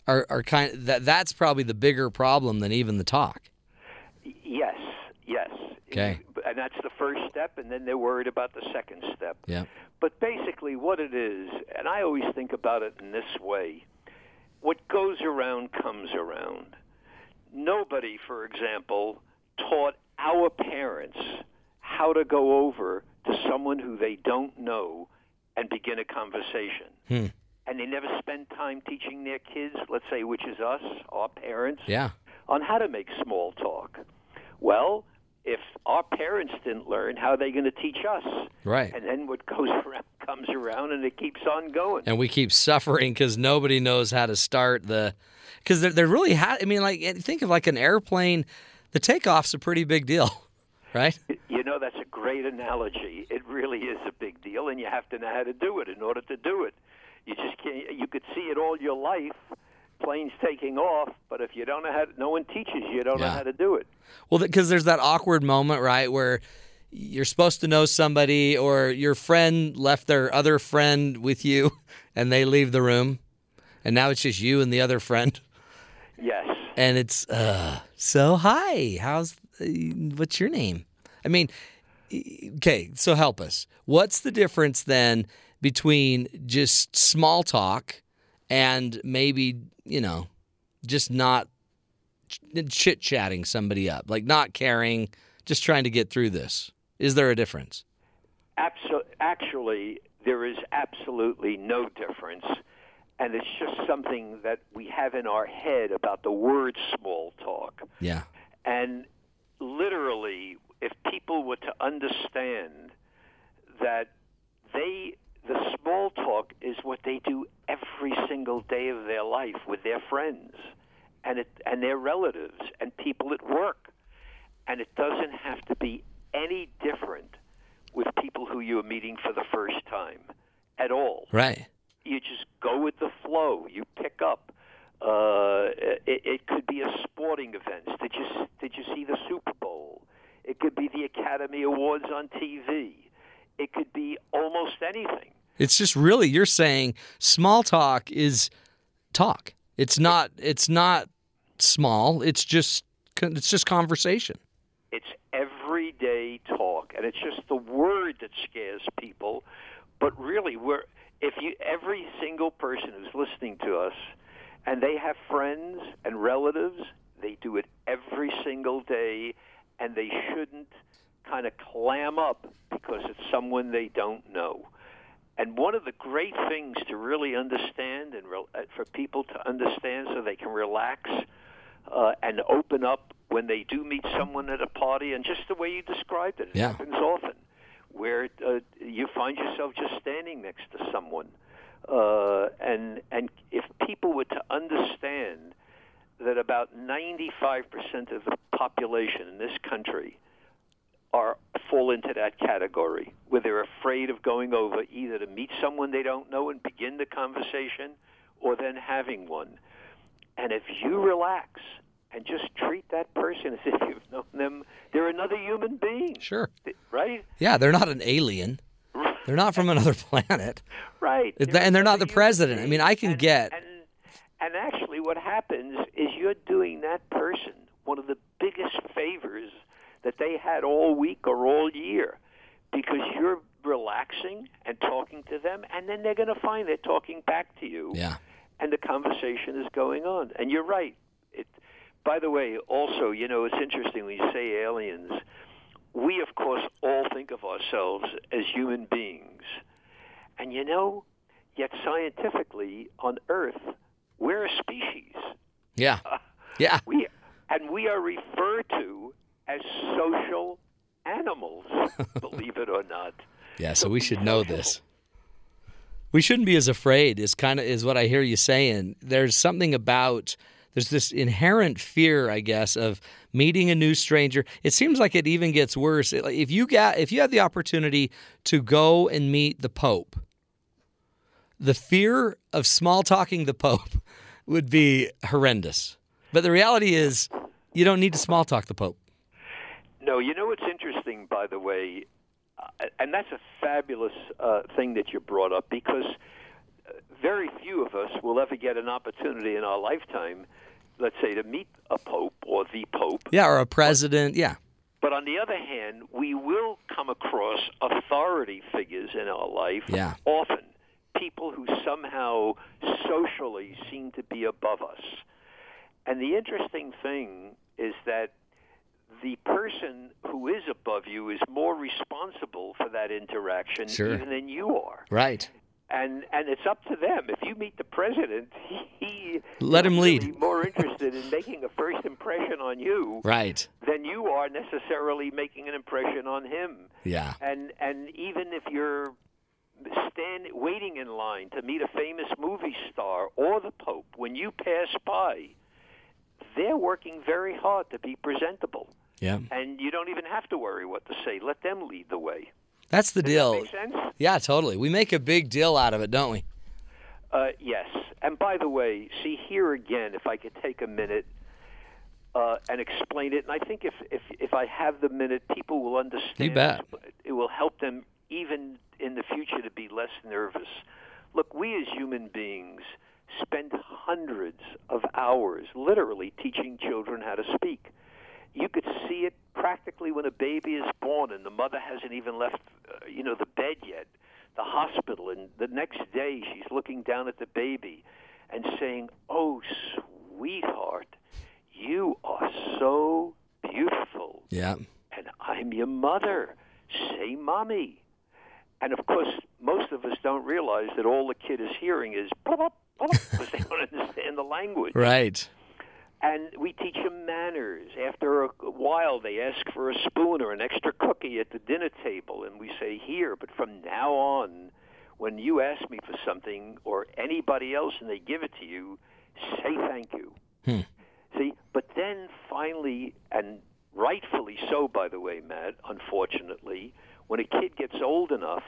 A: are, are kind that that's probably the bigger problem than even the talk.
F: Y- Yes, yes.
A: Okay.
F: And that's the first step, and then they're worried about the second step.
A: Yeah.
F: But basically, what it is, and I always think about it in this way what goes around comes around. Nobody, for example, taught our parents how to go over to someone who they don't know and begin a conversation.
A: Hmm.
F: And they never spend time teaching their kids, let's say, which is us, our parents,
A: Yeah.
F: on how to make small talk. Well, if our parents didn't learn, how are they going to teach us?
A: Right.
F: And then what goes around comes around, and it keeps on going.
A: and we keep suffering because nobody knows how to start the because they're, they're really ha- i mean like eh, think of like an airplane the takeoff's a pretty big deal right
F: You know, that's a great analogy. It really is a big deal, and you have to know how to do it in order to do it. You just can't. You could see it all your life, planes taking off, but if you don't know how, to, no one teaches you. You don't
A: Yeah.
F: know how to do it.
A: well because there's that awkward moment right where you're supposed to know somebody or your friend left their other friend with you and they leave the room and now it's just you and the other friend
F: Yes.
A: and it's uh so hi how's uh, what's your name i mean e- okay so help us what's the difference then between just small talk and maybe you know just not chit chatting somebody up like not caring just trying to get through this is there a difference
F: Abso- actually, there is absolutely no difference, and it's just something that we have in our head about the word small talk.
A: yeah
F: And literally, if people were to understand that they, the small talk is what they do every single day of their life with their friends and, it, and their relatives and people at work. And it doesn't have to be any different with people who you are meeting for the first time at all
A: right
F: you just go with the flow. You pick up. Uh, it, it could be a sporting event. Did you did you see the Super Bowl? It could be the Academy Awards on TV. It could be almost anything.
A: It's just really you're saying small talk is talk. It's not it's not small. It's just it's just conversation.
F: It's everyday talk, and it's just the word that scares people. But really, we're if you every single person who's listening to us, and they have friends and relatives, they do it every single day, and they shouldn't kind of clam up because it's someone they don't know. And one of the great things to really understand and re- uh, for people to understand so they can relax uh, and open up when they do meet someone at a party, and just the way you described it, it
A: Yeah.
F: happens often, where uh, you find yourself just standing next to someone, uh, and and if people were to understand that about 95% of the population in this country are fall into that category where they're afraid of going over either to meet someone they don't know and begin the conversation or then having one. And if you relax and just treat that person as if you've known them, they're another human being,
A: Sure.
F: right?
A: Yeah, they're not an alien. They're not from another planet.
F: Right.
A: Is that- and they're not the
F: another human
A: president. I
F: being.
A: mean, I can
F: And-
A: get-
F: And, and actually, what happens is you're doing that person one of the biggest favors that they had all week or all year because you're relaxing and talking to them, and then they're going to find they're talking back to you.
A: Yeah.
F: and the conversation is going on. And you're right. It, by the way, also, you know, it's interesting when you say aliens. We, of course, all think of ourselves as human beings. And you know, yet scientifically on Earth, we're a species.
A: Yeah. Yeah.
F: We, and we are referred to as social animals, believe it or not.
A: Yeah, so we should know this. We shouldn't be as afraid is kind of is what I hear you saying. There's something about there's this inherent fear, I guess, of meeting a new stranger. It seems like it even gets worse. It- like, If you got if you had the opportunity to go and meet the Pope, the fear of small talking the Pope would be horrendous. But the reality is you don't need to small talk the Pope.
F: No, you know what's interesting, by the way, uh, and that's a fabulous uh, thing that you brought up because uh, very few of us will ever get an opportunity in our lifetime, let's say, to meet a pope or the pope.
A: Yeah, or a president. Yeah.
F: But on the other hand, we will come across authority figures in our life
A: Yeah.
F: often, people who somehow socially seem to be above us. And the interesting thing is that the person who is above you is more responsible for that interaction
A: Sure.
F: even than you are.
A: Right.
F: And and it's up to them. If you meet the president, he
A: Let
F: is
A: him lead.
F: really more interested in making a first impression on you
A: Right.
F: than you are necessarily making an impression on him.
A: Yeah.
F: And and even if you're stand waiting in line to meet a famous movie star or the Pope, when you pass by, they're working very hard to be presentable.
A: Yeah.
F: And you don't even have to worry what to say. Let them lead the way.
A: That's the deal.
F: Make sense?
A: Yeah, totally. We make a big deal out of it, don't we?
F: Uh, yes. And by the way, see here again, if I could take a minute uh, and explain it, and I think if, if if I have the minute, people will understand.
A: You bet.
F: It will help them even in the future to be less nervous. Look, we as human beings spend hundreds of hours literally teaching children how to speak. You could see it practically when a baby is born and the mother hasn't even left, uh, you know, the bed yet, the hospital, and the next day she's looking down at the baby and saying, "Oh, sweetheart, you are so beautiful."
A: Yeah.
F: and I'm your mother. Say mommy. And of course, most of us don't realize that all the kid is hearing is because they don't understand the language.
A: Right.
F: And we teach them manners. After a while, they ask for a spoon or an extra cookie at the dinner table, and we say, here, but from now on, when you ask me for something or anybody else and they give it to you, say thank you. See, but then finally, and rightfully so, by the way, Matt, unfortunately, when a kid gets old enough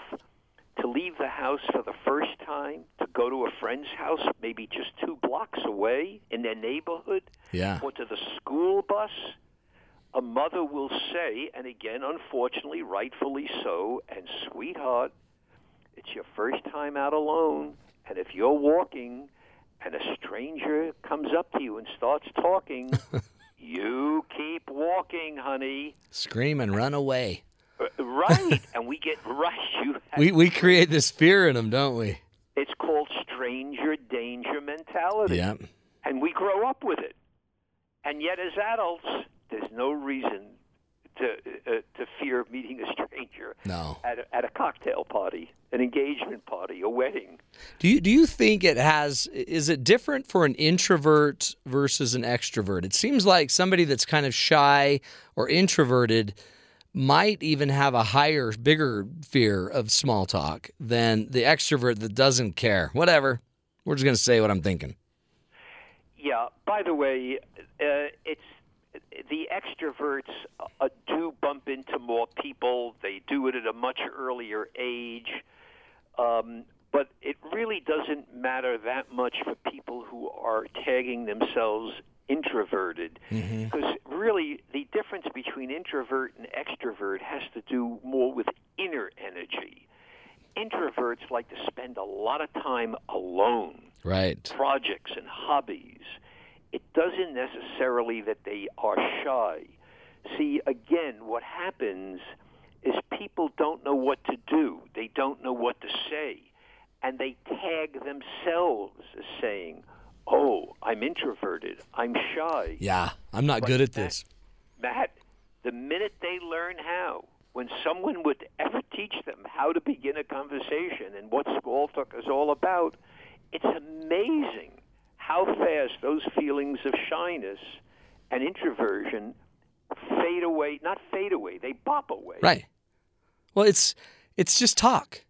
F: to leave the house for the first time, to go to a friend's house, maybe just two blocks away in their neighborhood,
A: Yeah.
F: or to the school bus, a mother will say, and again, unfortunately, rightfully so, and sweetheart, it's your first time out alone, and if you're walking and a stranger comes up to you and starts talking, you keep walking, honey.
A: Scream and run away.
F: Uh, Right. and we get right. You,
A: We we create this fear in them, don't we?
F: it's called stranger danger mentality.
A: Yeah.
F: and we grow up with it. And yet, as adults, there's no reason to uh, to fear meeting a stranger
A: No.
F: at a, at a cocktail party, an engagement party, a wedding.
A: Do you do you think it has is it different for an introvert versus an extrovert? It seems like somebody that's kind of shy or introverted might even have a higher bigger fear of small talk than the extrovert that doesn't care. Whatever. We're just going to say what I'm thinking.
F: Yeah. By the way, uh, it's the extroverts uh, do bump into more people. They do it at a much earlier age, um, but it really doesn't matter that much for people who are tagging themselves introverted, because really the difference between introvert and extrovert has to do more with inner energy. Introverts like to spend a lot of time alone
A: Right.
F: projects and hobbies. It doesn't necessarily that they are shy. See, again, what happens is people don't know what to do, they don't know what to say, and they tag themselves as saying, Oh, I'm introverted, I'm shy.
A: Yeah. I'm not good at this.
F: Matt, the minute they learn how, when someone would ever teach them how to begin a conversation and what small talk is all about, it's amazing how fast those feelings of shyness and introversion fade away. Not fade away, they bop away.
A: Right. Well, it's it's just talk.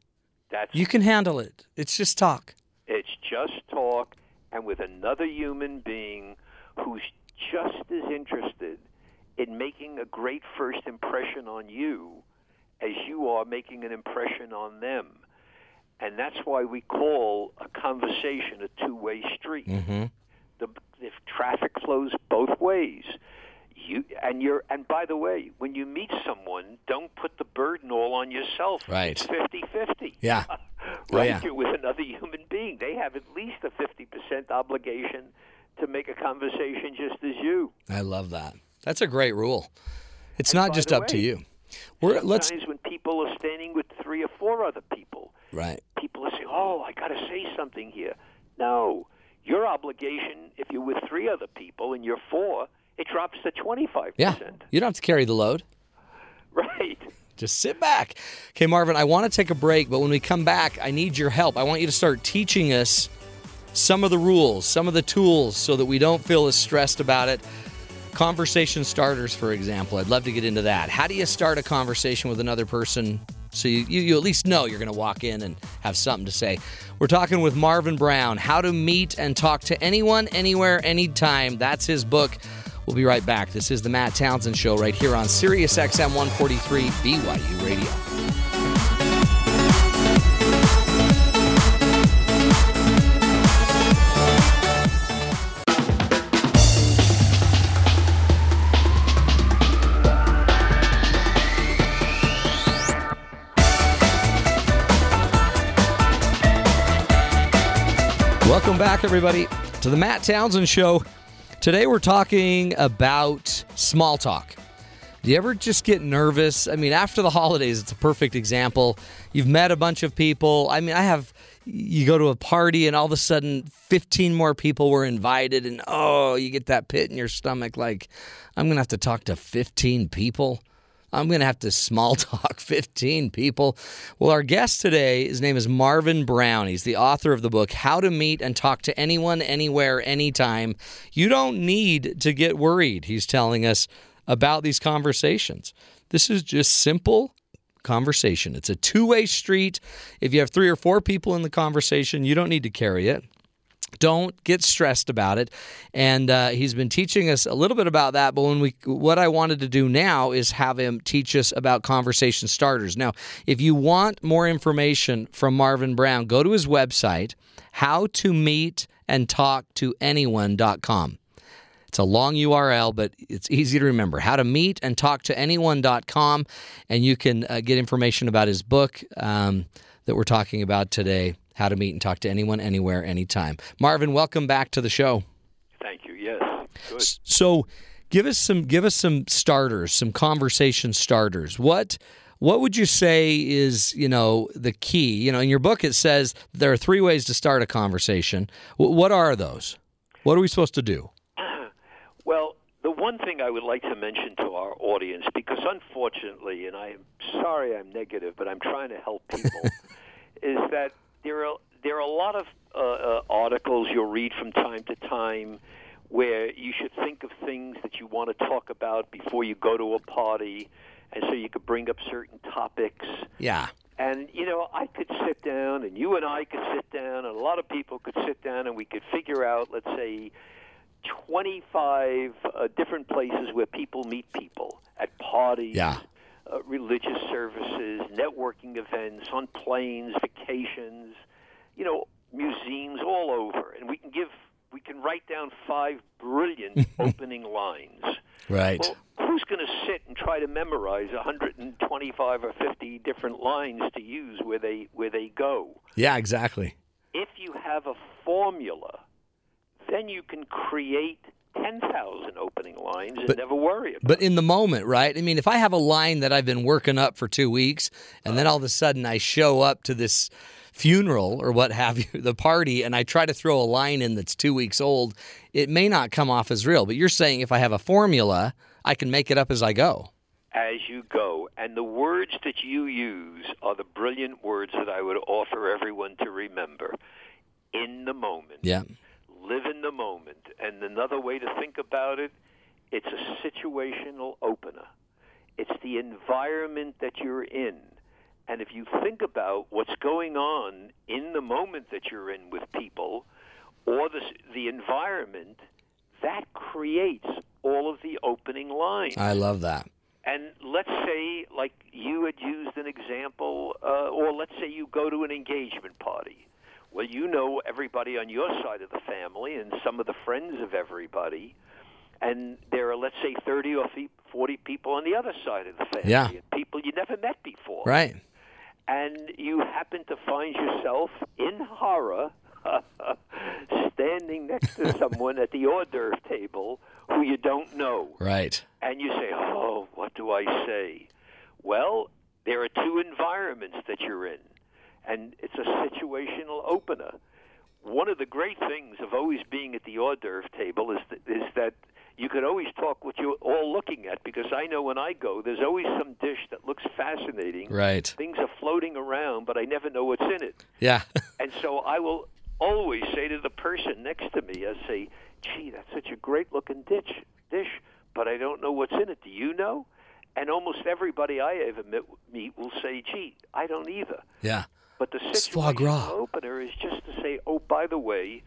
F: That's
A: You can handle it. It's just talk.
F: It's just talk and with another human being who's just as interested in making a great first impression on you as you are making an impression on them. And that's why we call a conversation a two way street.
A: Mm. Mm-hmm.
F: The, if traffic flows both ways, you and you're and by the way, when you meet someone, don't put the burden all on yourself.
A: Right.
F: It's 50-50
A: Yeah. Oh,
F: right
A: yeah.
F: here with another human being. They have at least a 50% obligation to make a conversation just as you.
A: I love that. That's a great rule. It's
F: And
A: not
F: by
A: just
F: the
A: up to
F: way,
A: you. We're Uh, let's
F: Sometimes when people are standing with three or four other people,
A: right.
F: people are saying, oh, I got to say something here. No, your obligation, if you're with three other people and you're four, it drops to 25%.
A: Yeah. You don't have to carry the load.
F: Right.
A: Just sit back. Okay, Marvin, I want to take a break, but when we come back, I need your help. I want you to start teaching us some of the rules, some of the tools, so that we don't feel as stressed about it. Conversation starters, for example. I'd love to get into that. How do you start a conversation with another person so you, you, you at least know you're going to walk in and have something to say? We're talking with Marvin Brown, How to Meet and Talk to Anyone, Anywhere, Anytime. That's his book. We'll be right back. This is the Matt Townsend Show right here on Sirius XM 143 BYU Radio. Welcome back, everybody, to the Matt Townsend Show. Today we're talking about small talk. Do you ever just get nervous? I mean, after the holidays, it's a perfect example. You've met a bunch of people. I mean, I have, you go to a party and all of a sudden 15 more people were invited, and oh, you get that pit in your stomach like, I'm going to have to talk to 15 people. I'm going to have to small talk 15 people. Well, our guest today, his name is Marvin Brown. He's the author of the book, How to Meet and Talk to Anyone, Anywhere, Anytime. You don't need to get worried, he's telling us about these conversations. This is just simple conversation. It's a two way street. If you have three or four people in the conversation, you don't need to carry it don't get stressed about it and uh, he's been teaching us a little bit about that but when we what i wanted to do now is have him teach us about conversation starters now if you want more information from marvin brown go to his website how to meet and talk to anyone.com it's a long URL, but it's easy to remember. How to meet and talk to anyone.com. And you can uh, get information about his book um, that we're talking about today How to Meet and Talk to Anyone, Anywhere, Anytime. Marvin, welcome back to the show.
F: Thank you. Yes. Good.
A: So give us some give us some starters, some conversation starters. What what would you say is, you know, the key? You know, in your book it says there are three ways to start a conversation. W- what are those? What are we supposed to do?
F: Well, the one one thing I would like to mention to our audience, because unfortunately, and I'm sorry I'm negative, but I'm trying to help people, is that there are there are a lot of uh, uh, articles you'll read from time to time where you should think of things that you want to talk about before you go to a party, and so you could bring up certain topics.
A: Yeah.
F: And you know, I could sit down, and you and I could sit down, and a lot of people could sit down, and we could figure out, let's say, 25 uh, different places where people meet people at parties,
A: Yeah.
F: uh, religious services, networking events, on planes, vacations, you know, museums all over, and we can give, we can write down five brilliant opening lines.
A: Right.
F: Well, who's going to sit and try to memorize 125 or 50 different lines to use where they where they go?
A: yeah, exactly.
F: If you have a formula, then you can create 10,000 opening lines and
A: But-
F: never worry about.
A: But in the moment, right? I mean, if I have a line that I've been working up for two weeks, and then all of a sudden I show up to this funeral or what have you, the party, and I try to throw a line in that's two weeks old, it may not come off as real. But you're saying if I have a formula, I can make it up as I go.
F: as you go. And the words that you use are the brilliant words that I would offer everyone to remember. In the moment.
A: Yeah.
F: Live in the moment. And another way to think about it, it's a situational opener. It's the environment that you're in. And if you think about what's going on in the moment that you're in with people or the, s- the environment, that creates all of the opening lines.
A: I love that.
F: And let's say, like you had used an example, uh, or let's say you go to an engagement party. Well, you know everybody on your side of the family and some of the friends of everybody. And there are, let's say, 30 or fe- 40 people on the other side of the family,
A: Yeah.
F: and people you never met before.
A: Right.
F: And you happen to find yourself in horror standing next to someone at the hors d'oeuvre table who you don't know
A: Right.
F: and you say, "Oh, what do I say?" Well, there are two environments that you're in, and it's a situational opener. One of the great things of always being at the hors d'oeuvre table is that, is that you can always talk what you're all looking at because I know when I go, there's always some dish that looks fascinating.
A: Right.
F: Things are floating around, but I never know what's in it.
A: Yeah.
F: And so I will always say to the person next to me, I say, gee, that's such a great looking dish, dish, but I don't know what's in it. Do you know? And almost everybody I ever met, meet will say, gee, I don't either.
A: Yeah.
F: But the
A: It's foie
F: situation
A: gras.
F: opener is just to say, oh, by the way,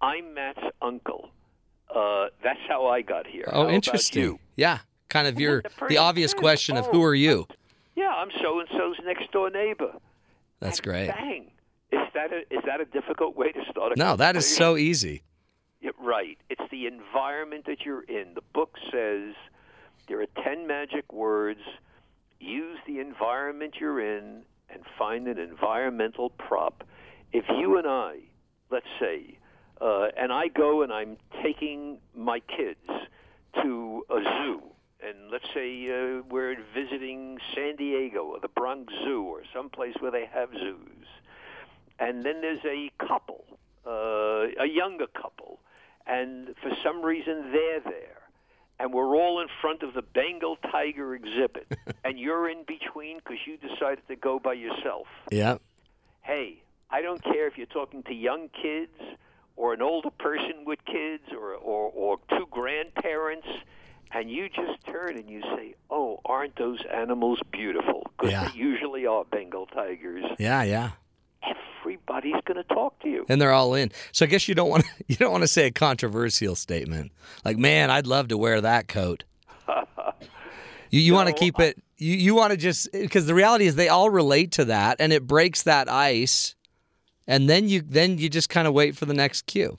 F: I'm Matt's uncle. Uh, that's how I got here. How
A: Oh,
F: about
A: interesting.
F: you?
A: Yeah. Kind of your
F: the
A: the
F: person
A: obvious
F: says,
A: question of
F: "Oh,
A: who are you?
F: Yeah, I'm so and so's next door neighbor.
A: That's
F: And
A: great.
F: Bang. Is that, a, is that a difficult way to start a
A: No, that is
F: conversation?
A: so easy.
F: Yeah, right. It's the environment that you're in. The book says there are 10 magic words. Use the environment you're in and find an environmental prop. If you and I, let's say, uh, and I go and I'm taking my kids to a zoo, and let's say uh, we're visiting San Diego or the Bronx Zoo or someplace where they have zoos and then there's a couple, uh, a younger couple, and for some reason they're there, and we're all in front of the Bengal tiger exhibit, and you're in between because you decided to go by yourself.
A: Yeah.
F: Hey, I don't care if you're talking to young kids or an older person with kids or, or, or two grandparents. And you just turn and you say, "Oh, aren't those animals beautiful?" Because
A: Yeah.
F: they usually are Bengal tigers.
A: Yeah. Yeah.
F: Everybody's going to talk to you.
A: and they're all in. So I guess you don't want to, you don't want to say a controversial statement like, "Man, I'd love to wear that coat." you you want to keep it. You you want to just because the reality is they all relate to that, and it breaks that ice, and then you then you just kind of wait for the next cue.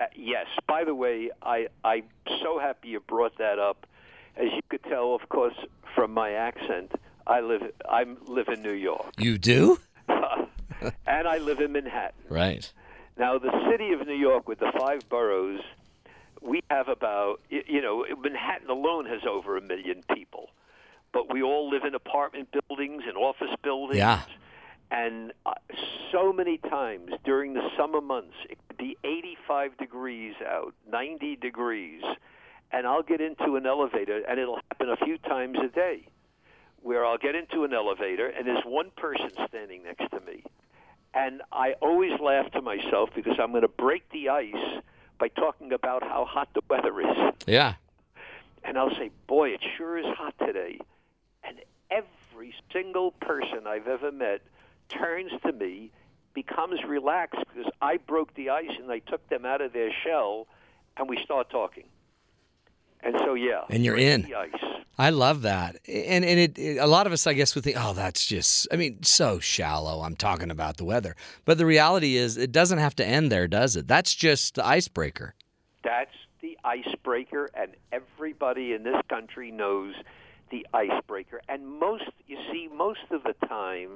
F: Uh, yes. By the way, I I'm so happy you brought that up. As you could tell, of course, from my accent, I live I live in New York,
A: You do
F: and I live in Manhattan.
A: right.
F: Now, the city of New York with the five boroughs, we have about y- you know Manhattan alone has over a million people, but we all live in apartment buildings and office buildings.
A: Yeah.
F: And uh, so many times during the summer months, it could be 85 degrees out, 90 degrees, and I'll get into an elevator, and it'll happen a few times a day, where I'll get into an elevator, and there's one person standing next to me. And I always laugh to myself because I'm going to break the ice by talking about how hot the weather is.
A: Yeah.
F: And I'll say, boy, it sure is hot today. And every single person I've ever met turns to me, becomes relaxed because I broke the ice and I took them out of their shell, and we start talking. And so, yeah.
A: And you're
F: break
A: in.
F: The ice.
A: I love that, and and it, it- a lot of us, I guess, would think, oh, that's just, I mean, so shallow. I'm talking about the weather, but the reality is, it doesn't have to end there, does it? That's just the icebreaker.
F: That's the icebreaker, and everybody in this country knows the icebreaker. And most, you see, most of the time,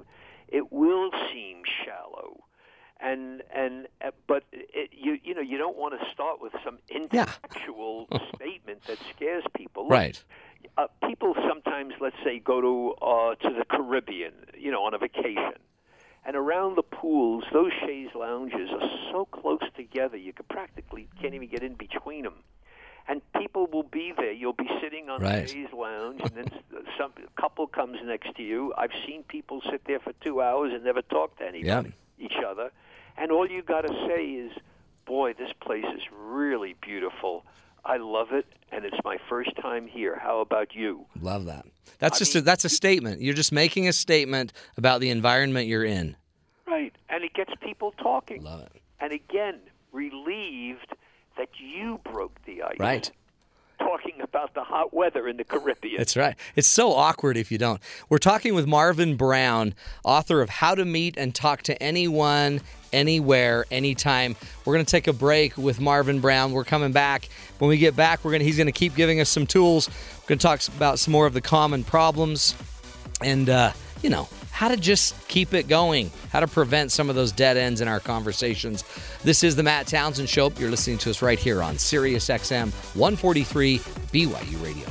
F: it will seem shallow, and and uh, but it, you you know you don't want to start with some intellectual statement that scares people. Look,
A: Right.
F: uh, people sometimes, let's say, go to uh, to the Caribbean, you know, on a vacation, and around the pools, those chaise lounges are so close together you could practically can't even get in between them. And people will be there. You'll be sitting on
A: Right.
F: the chaise lounge, and then s- some a couple comes next to you. I've seen people sit there for two hours and never talk to anybody, each other, and all you got to say is, "Boy, this place is really beautiful. I love it, and it's my first time here. How about you?"
A: Love that. That's just a, that's a statement. You're just making a statement about the environment you're in.
F: Right, and it gets people talking.
A: Love it.
F: and again relieved that you broke the ice.
A: Right.
F: Talking about the hot weather in the Caribbean.
A: That's right. It's so awkward if you don't. We're talking with Marvin Brown, author of How to Meet and Talk to Anyone, Anywhere, Anytime. We're going to take a break with Marvin Brown. We're coming back. When we get back, we're going to, he's going to keep giving us some tools. We're going to talk about some more of the common problems and, uh, you know, how to just keep it going, how to prevent some of those dead ends in our conversations. This is the Matt Townsend Show. You're listening to us right here on Sirius XM 143 BYU Radio.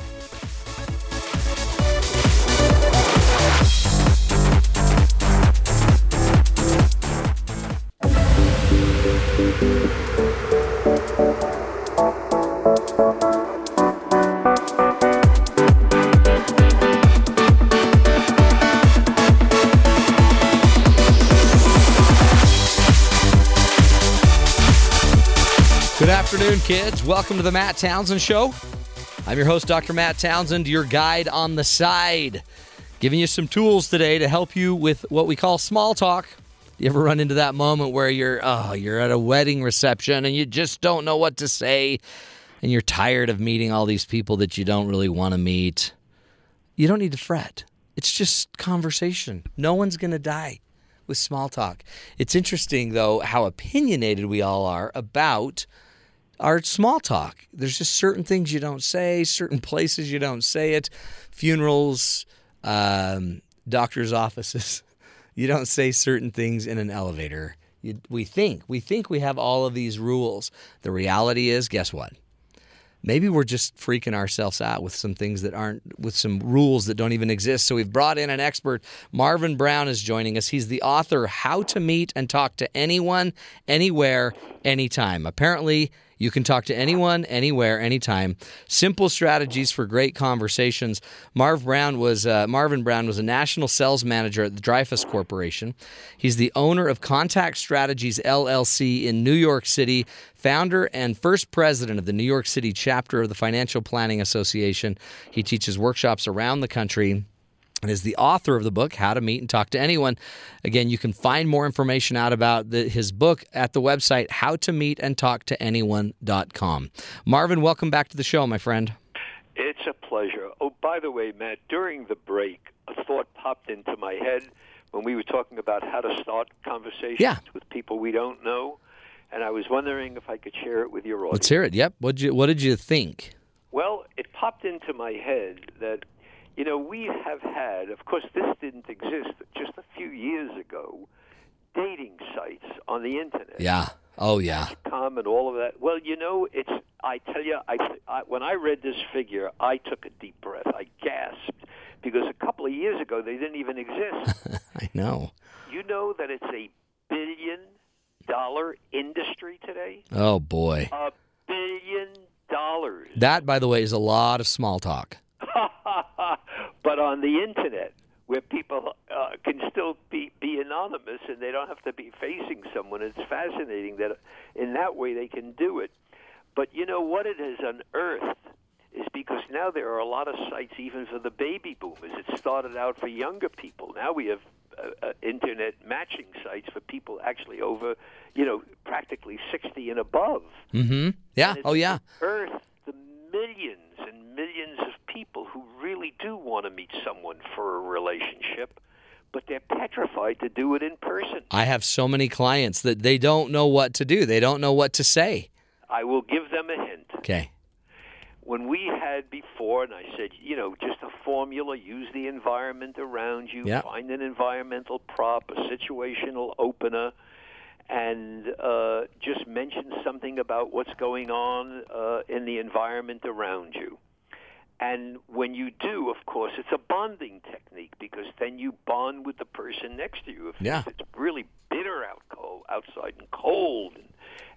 A: Good afternoon, kids. Welcome to the Matt Townsend Show. I'm your host, Dr. Matt Townsend, your guide on the side, giving you some tools today to help you with what we call small talk. You ever run into that moment where you're oh, you're at a wedding reception and you just don't know what to say and you're tired of meeting all these people that you don't really want to meet? You don't need to fret. It's just conversation. No one's going to die with small talk. It's interesting though how opinionated we all are about our small talk. There's just certain things you don't say, certain places you don't say it. Funerals, um, doctors' offices. You don't say certain things in an elevator. You, we think we think we have all of these rules. The reality is, guess what? Maybe we're just freaking ourselves out with some things that aren't, with some rules that don't even exist. So we've brought in an expert. Marvin Brown is joining us. He's the author, How to Meet and Talk to Anyone, Anywhere, Anytime. Apparently, you can talk to anyone, anywhere, anytime. Simple strategies for great conversations. Marv Brown was uh, Marvin Brown was a national sales manager at the Dreyfus Corporation. He's the owner of Contact Strategies LLC in New York City, founder and first president of the New York City chapter of the Financial Planning Association. He teaches workshops around the country and is the author of the book how to meet and talk to anyone again you can find more information out about the, his book at the website how to meet and talk to anyone.com marvin welcome back to the show my friend
F: It's a pleasure. Oh, by the way, Matt, during the break, a thought popped into my head when we were talking about how to start conversations
A: Yeah.
F: with people we don't know, and I was wondering if I could share it with your audience.
A: let's hear it yep what you what did you think
F: Well, it popped into my head that, you know, we have had, of course, this didn't exist just a few years ago, dating sites on the internet.
A: yeah oh yeah
F: Tom and all of that. Well, you know, it's. I tell you, I, I when I read this figure, I took a deep breath. I gasped because a couple of years ago they didn't even exist.
A: i know
F: you know that it's a billion dollar industry today.
A: oh boy
F: A billion dollars.
A: That, by the way, is a lot of small talk.
F: but on the internet, where people uh, can still be, be anonymous and they don't have to be facing someone, it's fascinating that in that way they can do it. But you know what it has unearthed is because now there are a lot of sites even for the baby boomers. It started out for younger people. Now we have uh, uh, internet matching sites for people actually over, you know, practically 60 and above.
A: Mm-hmm. Yeah.
F: And it's
A: Oh, yeah.
F: Earth, the millions and millions of people who really do want to meet someone for a relationship, but they're petrified to do it in person.
A: I have so many clients that they don't know what to do. They don't know what to say.
F: I will give them a hint.
A: Okay.
F: When we had before, and I said, you know, just a formula, use the environment around you,
A: Yeah.
F: find an environmental prop, a situational opener, and uh, just mention something about what's going on uh, in the environment around you. And when you do, of course, it's a bonding technique because then you bond with the person next to you. If
A: Yeah.
F: it's really bitter out cold, outside and cold, and,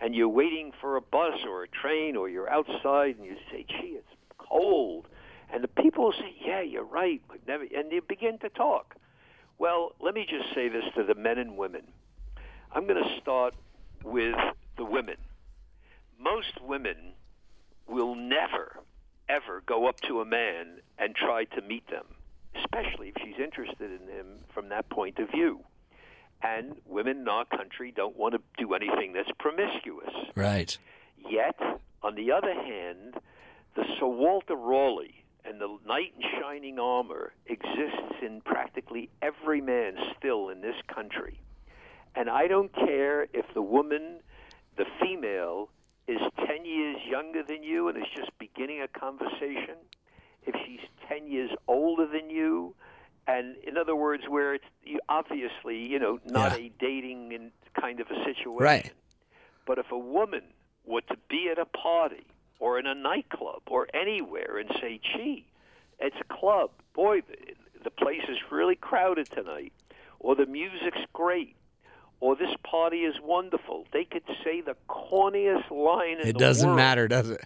F: and you're waiting for a bus or a train, or you're outside and you say, "Gee, it's cold," and the people will say, "Yeah, you're right," but never, and they begin to talk. Well, let me just say this to the men and women. I'm going to start with the women. Most women will never, ever go up to a man and try to meet them, especially if she's interested in him from that point of view. And women in our country don't want to do anything that's promiscuous.
A: Right.
F: Yet, on the other hand, the Sir Walter Raleigh and the knight in shining armor exists in practically every man still in this country. And I don't care if the woman, the female, is 10 years younger than you and is just beginning a conversation, if she's 10 years older than you, and in other words, where it's you obviously, you know, not
A: Yeah.
F: a dating and kind of a situation.
A: Right.
F: But if a woman were to be at a party or in a nightclub or anywhere and say, gee, it's a club, boy, the- the place is really crowded tonight, or the music's great, or this party is wonderful, they could say the corniest line in
A: It
F: the
A: doesn't
F: world,
A: matter, does it?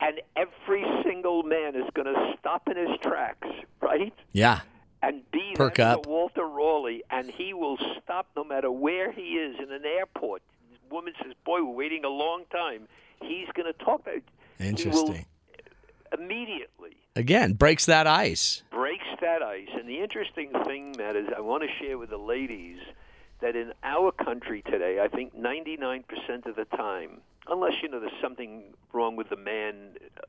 F: And every single man is going to stop in his tracks, right?
A: Yeah.
F: and be
A: Perk
F: that
A: up.
F: Sir Walter Raleigh, and he will stop no matter where he is in an airport. This woman says, "Boy, we're waiting a long time." He's going to talk. About
A: Interesting.
F: immediately
A: Again, breaks that ice.
F: breaks that ice. And the interesting thing, Matt, is I want to share with the ladies that in our country today, I think 99% of the time, unless you know there's something wrong with the man,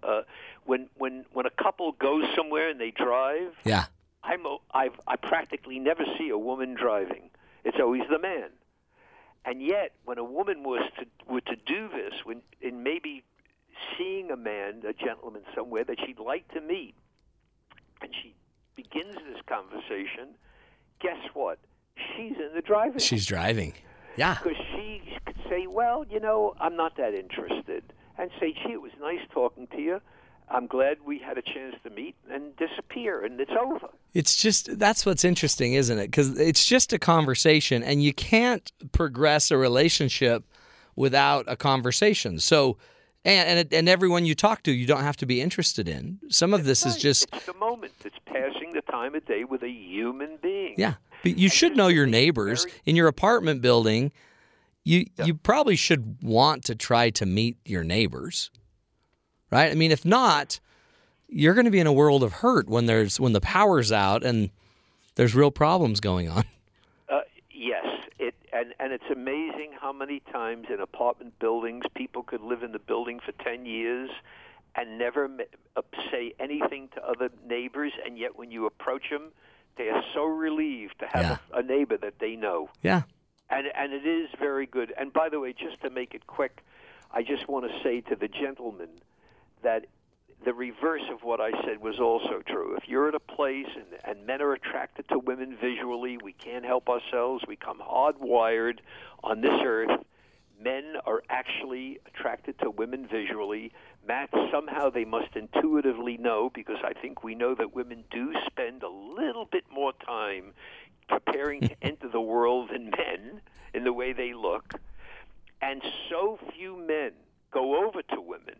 F: uh, when when when a couple goes somewhere and they drive.
A: Yeah.
F: I'm a, I've, I practically never see a woman driving. It's always the man. And yet, when a woman was to were to do this, when in maybe seeing a man, a gentleman somewhere that she'd like to meet, and she begins this conversation, guess what? She's in the driving seat
A: She's driving. Yeah.
F: because she could say, "Well, you know, I'm not that interested," and say, "Gee, it was nice talking to you. I'm glad we had a chance to meet," and disappear, and it's over.
A: It's just that's what's interesting, isn't it? Because it's just a conversation, and you can't progress a relationship without a conversation. So, and and, it, and everyone you talk to, you don't have to be interested in. Some of this is
F: Right.
A: just
F: It's the moment. It's passing the time of day with a human being.
A: yeah. But you should
F: just
A: know your
F: being
A: neighbors
F: very-
A: in your apartment building. You you probably should want to try to meet your neighbors, right? I mean, if not, you're going to be in a world of hurt when there's when the power's out and there's real problems going on.
F: Uh, yes. It and and it's amazing how many times in apartment buildings people could live in the building for ten years and never ma- uh, say anything to other neighbors, and yet when you approach them, they are so relieved to have a, a neighbor that they know.
A: Yeah.
F: and and it is very good. And by the way, just to make it quick, I just want to say to the gentleman that the reverse of what I said was also true. If you're at a place and, and men are attracted to women visually, we can't help ourselves. We come hardwired on this earth. Men are actually attracted to women visually. Matt, somehow they must intuitively know because I think we know that women do spend a little bit more time preparing to enter the world than men in the way they look. And so few men go over to women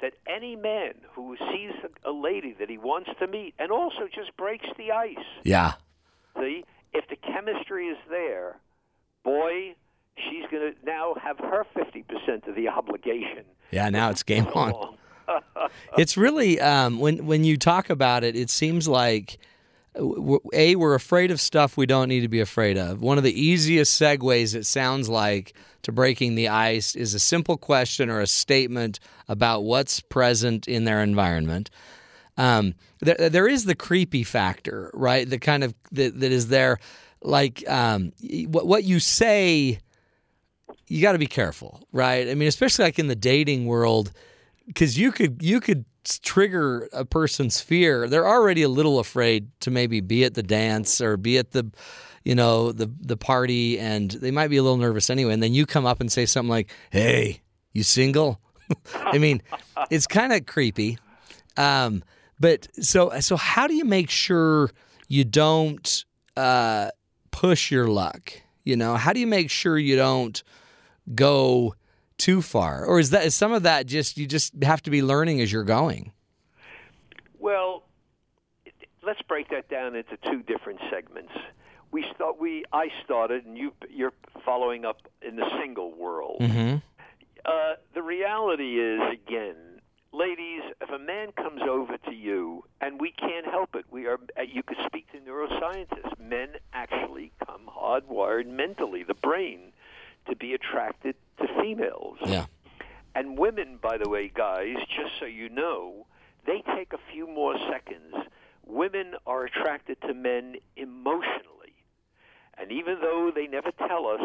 F: that any man who sees a lady that he wants to meet and also just breaks the ice,
A: Yeah.
F: see, if the chemistry is there, boy, she's going to now have her 50% of the obligation.
A: Yeah, now it's game on.
F: along.
A: It's really um, when when you talk about it, it seems like uh, w- w- a we're afraid of stuff we don't need to be afraid of. One of the easiest segues it sounds like to breaking the ice is a simple question or a statement about what's present in their environment. Um, there, there is the creepy factor, right? The kind of that, that is there, like um, y- what what you say you got to be careful, right? I mean, especially like in the dating world, because you could you could trigger a person's fear. They're already a little afraid to maybe be at the dance or be at the, you know, the the party, and they might be a little nervous anyway. And then you come up and say something like, "Hey, you single?" I mean, it's kind of creepy. Um, but so so how do you make sure you don't uh, push your luck? You know, how do you make sure you don't go too far? Or is that is some of that just you just have to be learning as you're going?
F: Well, it- let's break that down into two different segments. We start. We I started, and you you're following up in the single world.
A: Mm-hmm.
F: Uh, the reality is, again, ladies, if a man comes over to you, and we can't help it, we are. uh, You could speak to neuroscientists. Men actually come hardwired mentally, the brain, to be attracted to females.
A: Yeah.
F: And women, by the way, guys, just so you know, they take a few more seconds. Women are attracted to men emotionally. And even though they never tell us,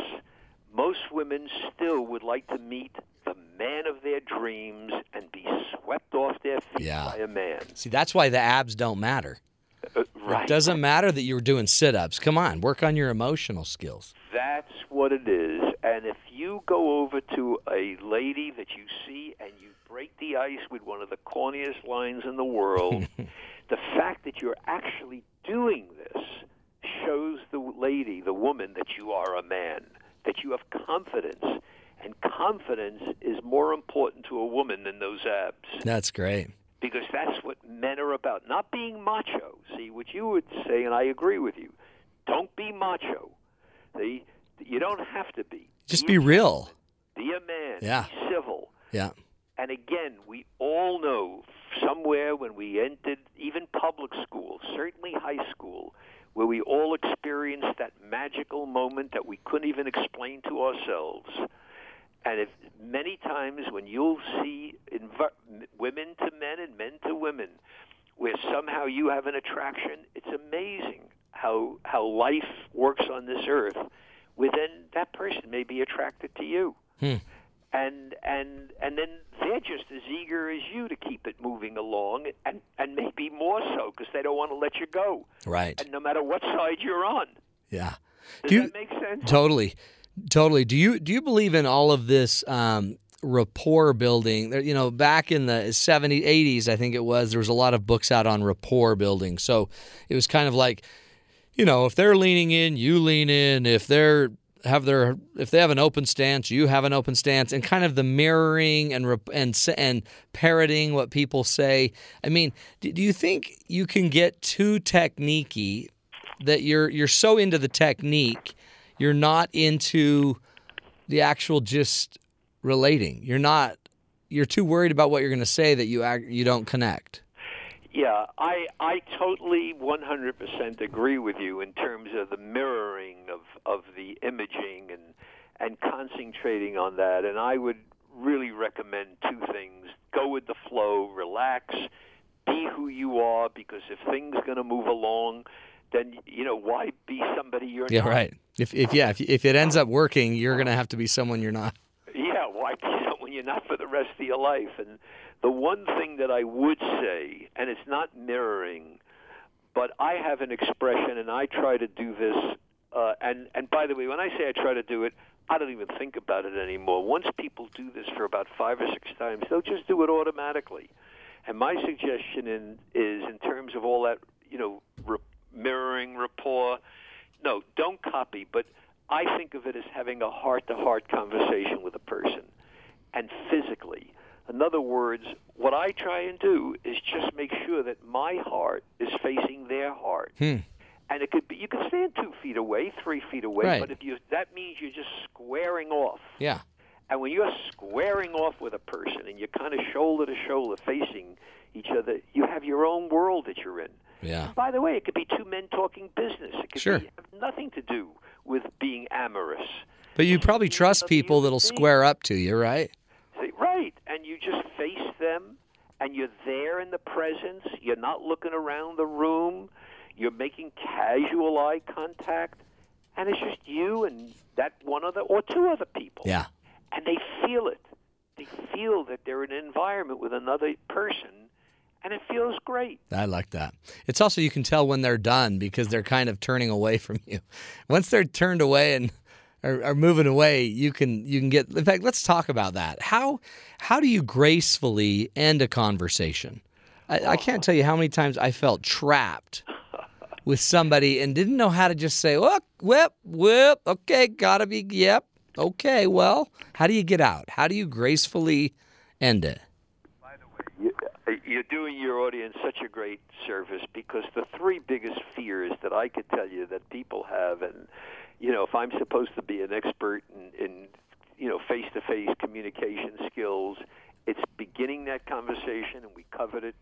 F: most women still would like to meet the man of their dreams and be swept off their feet
A: Yeah.
F: by a man.
A: See, that's why the abs don't matter.
F: Uh,
A: It
F: right.
A: doesn't matter that you were doing sit ups. Come on, work on your emotional skills.
F: That's what it is. And if you go over to a lady that you see and you break the ice with one of the corniest lines in the world, the fact that you're actually doing this shows the lady, the woman, that you are a man, that you have confidence. And confidence is more important to a woman than those abs
A: That's great.
F: because that's what men are about. Not being macho. See, what you would say, and I agree with you, don't be macho. See, you don't have to be.
A: Just be real.
F: Be a man.
A: Yeah.
F: Be civil.
A: Yeah.
F: And again, we all know somewhere when we entered even public school, certainly high school, where we all experienced that magical moment that we couldn't even explain to ourselves. And if many times when you'll see inv- women to men and men to women, where somehow you have an attraction, it's amazing how how life works on this earth. Within that person may be attracted to you and and and then they're just as eager as you to keep it moving along, and and maybe more so because they don't want to let you go,
A: Right.
F: and no matter what side you're on.
A: Yeah.
F: Does
A: Do you-
F: that make sense?
A: Totally, totally. Do you do you believe in all of this um, rapport building? There- You know, back in the 70s, 80s, I think it was, there was a lot of books out on rapport building. So it was kind of like, you know, if they're leaning in, you lean in. If they're have their if they have an open stance, you have an open stance, and kind of the mirroring and rep- and s- and parroting what people say. I mean, do, do you think you can get too techniquey that you're you're so into the technique you're not into the actual just relating you're not you're too worried about what you're going to say that you act, you don't connect
F: Yeah, I I totally 100% agree with you in terms of the mirroring of of the imaging and and concentrating on that. And I would really recommend two things: go with the flow, relax, be who you are, because if things going to move along, then you know why be somebody you're
A: yeah
F: not.
A: right if, if yeah if, if it ends up working you're going to have to be someone you're not
F: Yeah, why can't when you're not for the rest of your life? And the one thing that I would say, and it's not mirroring, but I have an expression, and I try to do this. Uh, and and by the way, when I say I try to do it, I don't even think about it anymore. Once people do this for about five or six times, they'll just do it automatically. And my suggestion in, is, in terms of all that, you know, re- mirroring rapport, no, don't copy, but I think of it as having a heart to heart conversation with a person and physically. In other words, what I try and do is just make sure that my heart is facing their heart. And it could be you could stand two feet away, three feet away,
A: Right.
F: but if you that means you're just squaring off.
A: Yeah.
F: And when you're squaring off with a person and you're kind of shoulder to shoulder facing each other, you have your own world that you're in.
A: Yeah.
F: By the way, it could be two men talking business. It could
A: Sure.
F: be, have nothing to do with being amorous.
A: But you probably trust people that'll square up to you, right?
F: See, right, and you just face them, and you're there in the presence. You're not looking around the room. You're making casual eye contact, and it's just you and that one other or two other people.
A: Yeah.
F: and they feel it. They feel that they're in an environment with another person, and it feels great.
A: I like that. It's also you can tell when they're done because they're kind of turning away from you. Once they're turned away and are, are moving away, you can you can get. In fact, let's talk about that. How how do you gracefully end a conversation? I, I can't tell you how many times I felt trapped with somebody and didn't know how to just say, "Look, whip, whip, okay, gotta be, yep, okay." Well, how do you get out? How do you gracefully end it?
F: You- uh, You're doing your audience such a great service because the three biggest fears that I could tell you that people have, and you know, if I'm supposed to be an expert in, in you know face-to-face communication skills, it's beginning that conversation, and we covered it,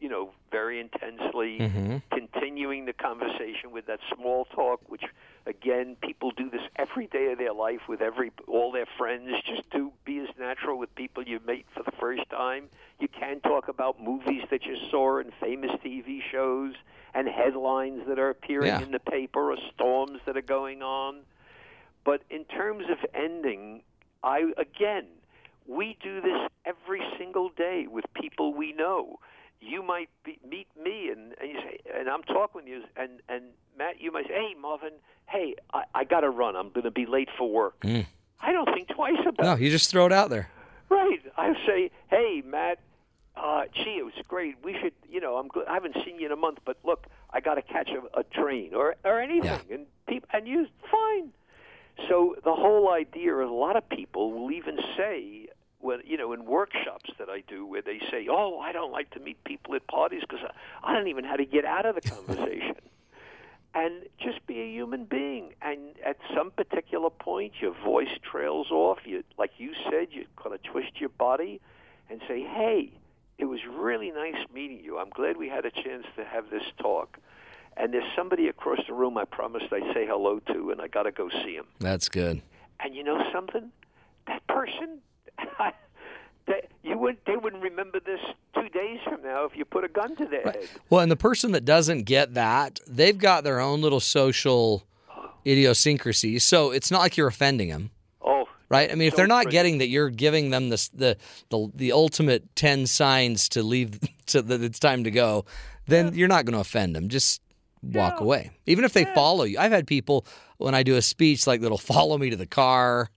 F: you know, very intensely.
A: Mm-hmm.
F: Continuing the conversation with that small talk, which again, people do this every day of their life with every all their friends. Just do be as natural with people you meet for the first time. You can talk about movies that you saw and famous TV shows and headlines that are appearing
A: Yeah.
F: in the paper or storms that are going on. But in terms of ending, I again, we do this every single day with people we know. You might be, meet me and, and you say, and I'm talking to you, and and Matt, you might say, hey Marvin, hey, I, I got to run. I'm going to be late for work. I don't think twice about
A: No, you just throw it out there.
F: Right. I say, hey, Matt. Uh, gee, it was great. We should, you know, I'm. Gl- I haven't seen you in a month, but look, I got to catch a, a train or or anything, and peop- and you fine. So the whole idea, a lot of people will even say, when you know, in workshops that I do, where they say, oh, I don't like to meet people at parties because I, I don't even know how to get out of the conversation and just be a human being. And at some particular point, your voice trails off. You, like you said, you're going to twist your body and say, "Hey, it was really nice meeting you. I'm glad we had a chance to have this talk." And there's somebody across the room I promised I'd say hello to, and I got to go see him.
A: That's good.
F: And you know something? That person, that you would they wouldn't remember this two days from now if you put a gun to their head.
A: Well, and the person that doesn't get that, they've got their own little social idiosyncrasy. So it's not like you're offending them,
F: Oh,
A: right? I mean, if they're not getting that you're giving them this, the, the the ultimate ten signs to leave, to that it's time to go, then you're not going to offend them. Just walk away, even if they follow you. I've had people when I do a speech like that'll follow me to the car.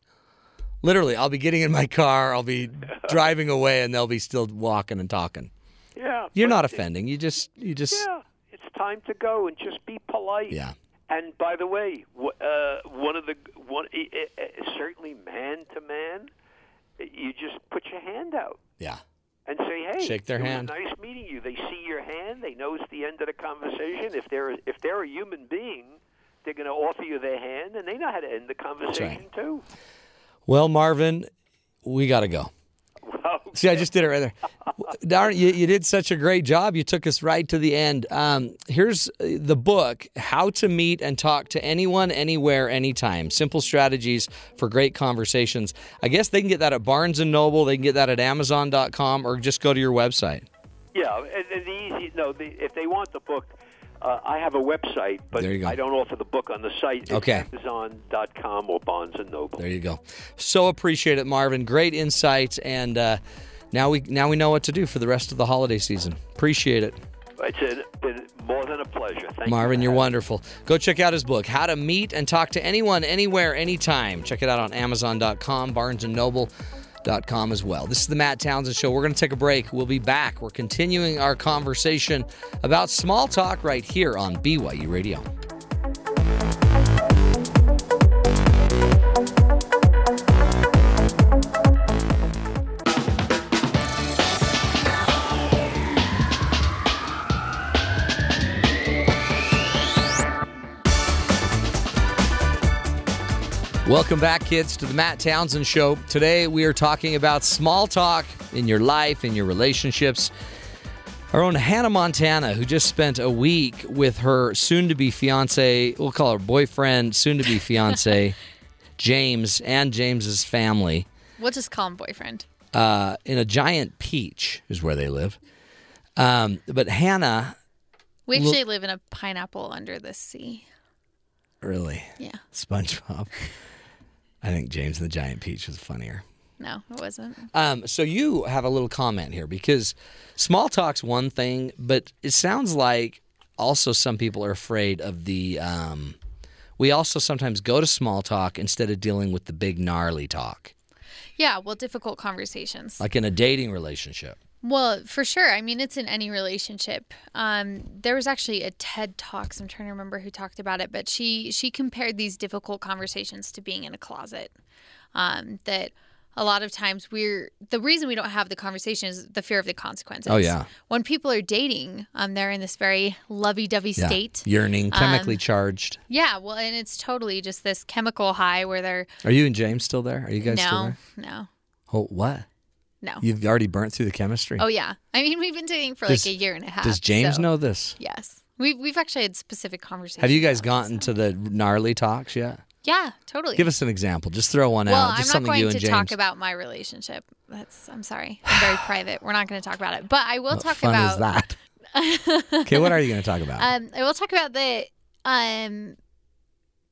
A: Literally, I'll be getting in my car, I'll be driving away, and they'll be still walking and talking.
F: yeah.
A: You're
F: but
A: not
F: it-
A: offending. You just, you just,
F: Yeah, it's time to go and just be polite.
A: Yeah.
F: And by the way, w- uh, one of the one i i i- certainly man to man, you just put your hand out
A: yeah.
F: and say, "Hey,
A: Shake their
F: it was
A: hand.
F: nice meeting you." They see your hand. They know it's the end of the conversation. If they're if they're a human being, they're going to offer you their hand, and they know how to end the conversation too.
A: Well, Marvin, we got to go.
F: Wow.
A: See, I just did it right there. Darn, you, you did such a great job. You took us right to the end. Um, here's uh, the book How to Meet and Talk to Anyone, Anywhere, Anytime Simple Strategies for Great Conversations. I guess they can get that at Barnes and Noble, they can get that at Amazon.com, or just go to your website.
F: Yeah, and, and the easy no. The, if they want the book, uh, I have a website, but
A: There you go.
F: I don't offer the book on the site. It's
A: Okay.
F: Amazon.com or Barnes and Noble.
A: There you go. So appreciate it, Marvin. Great insights. And uh, now, we, now we know what to do for the rest of the holiday season. Appreciate it.
F: It's a, been more than a pleasure. Thank
A: Marvin,
F: you
A: you're wonderful. Go check out his book, How to Meet and Talk to Anyone, Anywhere, Anytime. Check it out on Amazon.com, BarnesandNoble.com as well. This is the Matt Townsend Show. We're going to take a break. We'll be back. We're continuing our conversation about small talk right here on BYU Radio. Welcome back, kids, to the Matt Townsend Show. Today we are talking about small talk in your life, in your relationships. Our own Hannah Montana, who just spent a week with her soon to be fiance, we'll call her boyfriend, soon to be fiance, James, and James's family
D: We'll just call him boyfriend.
A: uh, in a giant peach, is where they live. Um, but Hannah,
D: We actually live in a pineapple under the sea.
A: really,
D: Yeah.
A: SpongeBob. I think James and the Giant Peach was funnier.
D: No, it wasn't.
A: Um, so you have a little comment here because small talk's one thing, but it sounds like also some people are afraid of the. Um, we also sometimes go to small talk instead of dealing with the big gnarly talk,
D: Yeah, well, difficult conversations.
A: like in a dating relationship.
D: Well, for sure. I mean, it's in any relationship. Um, there was actually a TED Talks. I'm trying to remember who talked about it, but she she compared these difficult conversations to being in a closet. Um, that a lot of times we're the reason we don't have the conversation is the fear of the consequences.
A: Oh, yeah.
D: When people are dating, um, they're in this very lovey-dovey
A: Yeah.
D: state. Um,
A: yearning, chemically charged.
D: Yeah. Well, and it's totally just this chemical high where they're
A: Are you and James still there? Are you guys still
D: no,
A: there?
D: no,
A: Oh, what?
D: no.
A: You've already burnt through the chemistry.
D: Oh yeah. I mean, we've been dating for
A: Does-
D: like a year and a half.
A: Does James
D: so-
A: know this?
D: Yes. We've, we've actually had specific conversations.
A: Have you guys
D: about
A: gotten
D: this.
A: to the gnarly talks yet?
D: Yeah, totally.
A: Give us an example. Just throw one
D: well,
A: out.
D: I'm
A: Just
D: not
A: something you
D: going
A: and
D: to
A: James.
D: talk about my relationship. That's I'm sorry. I'm very private. We're not going to talk about it. But I will
A: what
D: talk
A: fun
D: about
A: is that? Okay, what are you going to talk about?
D: Um, I will talk about the um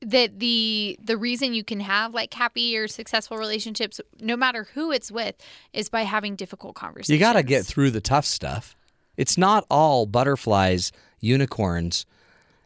D: that the the reason you can have like happy or successful relationships, no matter who it's with, is by having difficult conversations.
A: you got to get through the tough stuff. It's not all butterflies, unicorns,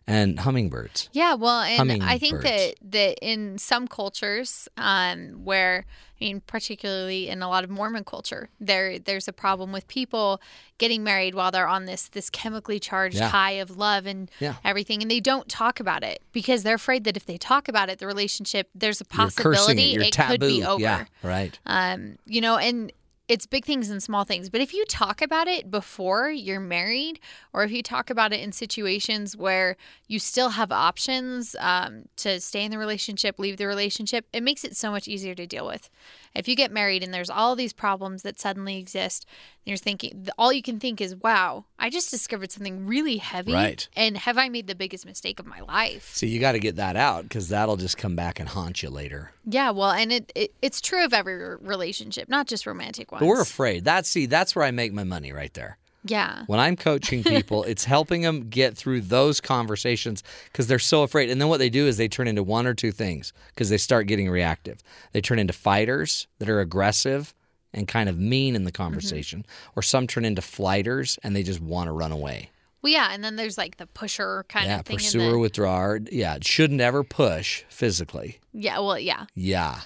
A: and hummingbirds.
D: Yeah, well, and I think
A: Hummingbirds.
D: that that in some cultures, um, where I mean, particularly in a lot of Mormon culture, there there's a problem with people getting married while they're on this this chemically charged
A: Yeah.
D: high of love and
A: Yeah.
D: everything, and they don't talk about it because they're afraid that if they talk about it, the relationship there's a
A: You're cursing
D: possibility
A: it. You're taboo.
D: could be over.
A: Yeah, right.
D: Um, you know, and it's big things and small things. But if you talk about it before you're married, or if you talk about it in situations where you still have options um, to stay in the relationship, leave the relationship, it makes it so much easier to deal with. If you get married and there's all these problems that suddenly exist, and you're thinking, all you can think is, wow, I just discovered something really heavy.
A: Right.
D: And have I made the biggest mistake of my life?
A: So you got to get that out because that'll just come back and haunt you later.
D: Yeah, well, and it, it it's true of every r- relationship, not just romantic ones.
A: But we're afraid. That's see, that's where I make my money right there.
D: yeah.
A: When I'm coaching people, it's helping them get through those conversations because they're so afraid. And then what they do is they turn into one or two things because they start getting reactive. They turn into fighters that are aggressive and kind of mean in the
D: Mm-hmm.
A: conversation, or some turn into flighters and they just want to run away.
D: Well, yeah, and then there's like the pusher kind
A: yeah,
D: of thing. and
A: pursuer,
D: the-
A: withdrawer. Yeah, should never push physically.
D: yeah, well, yeah,
A: Yeah.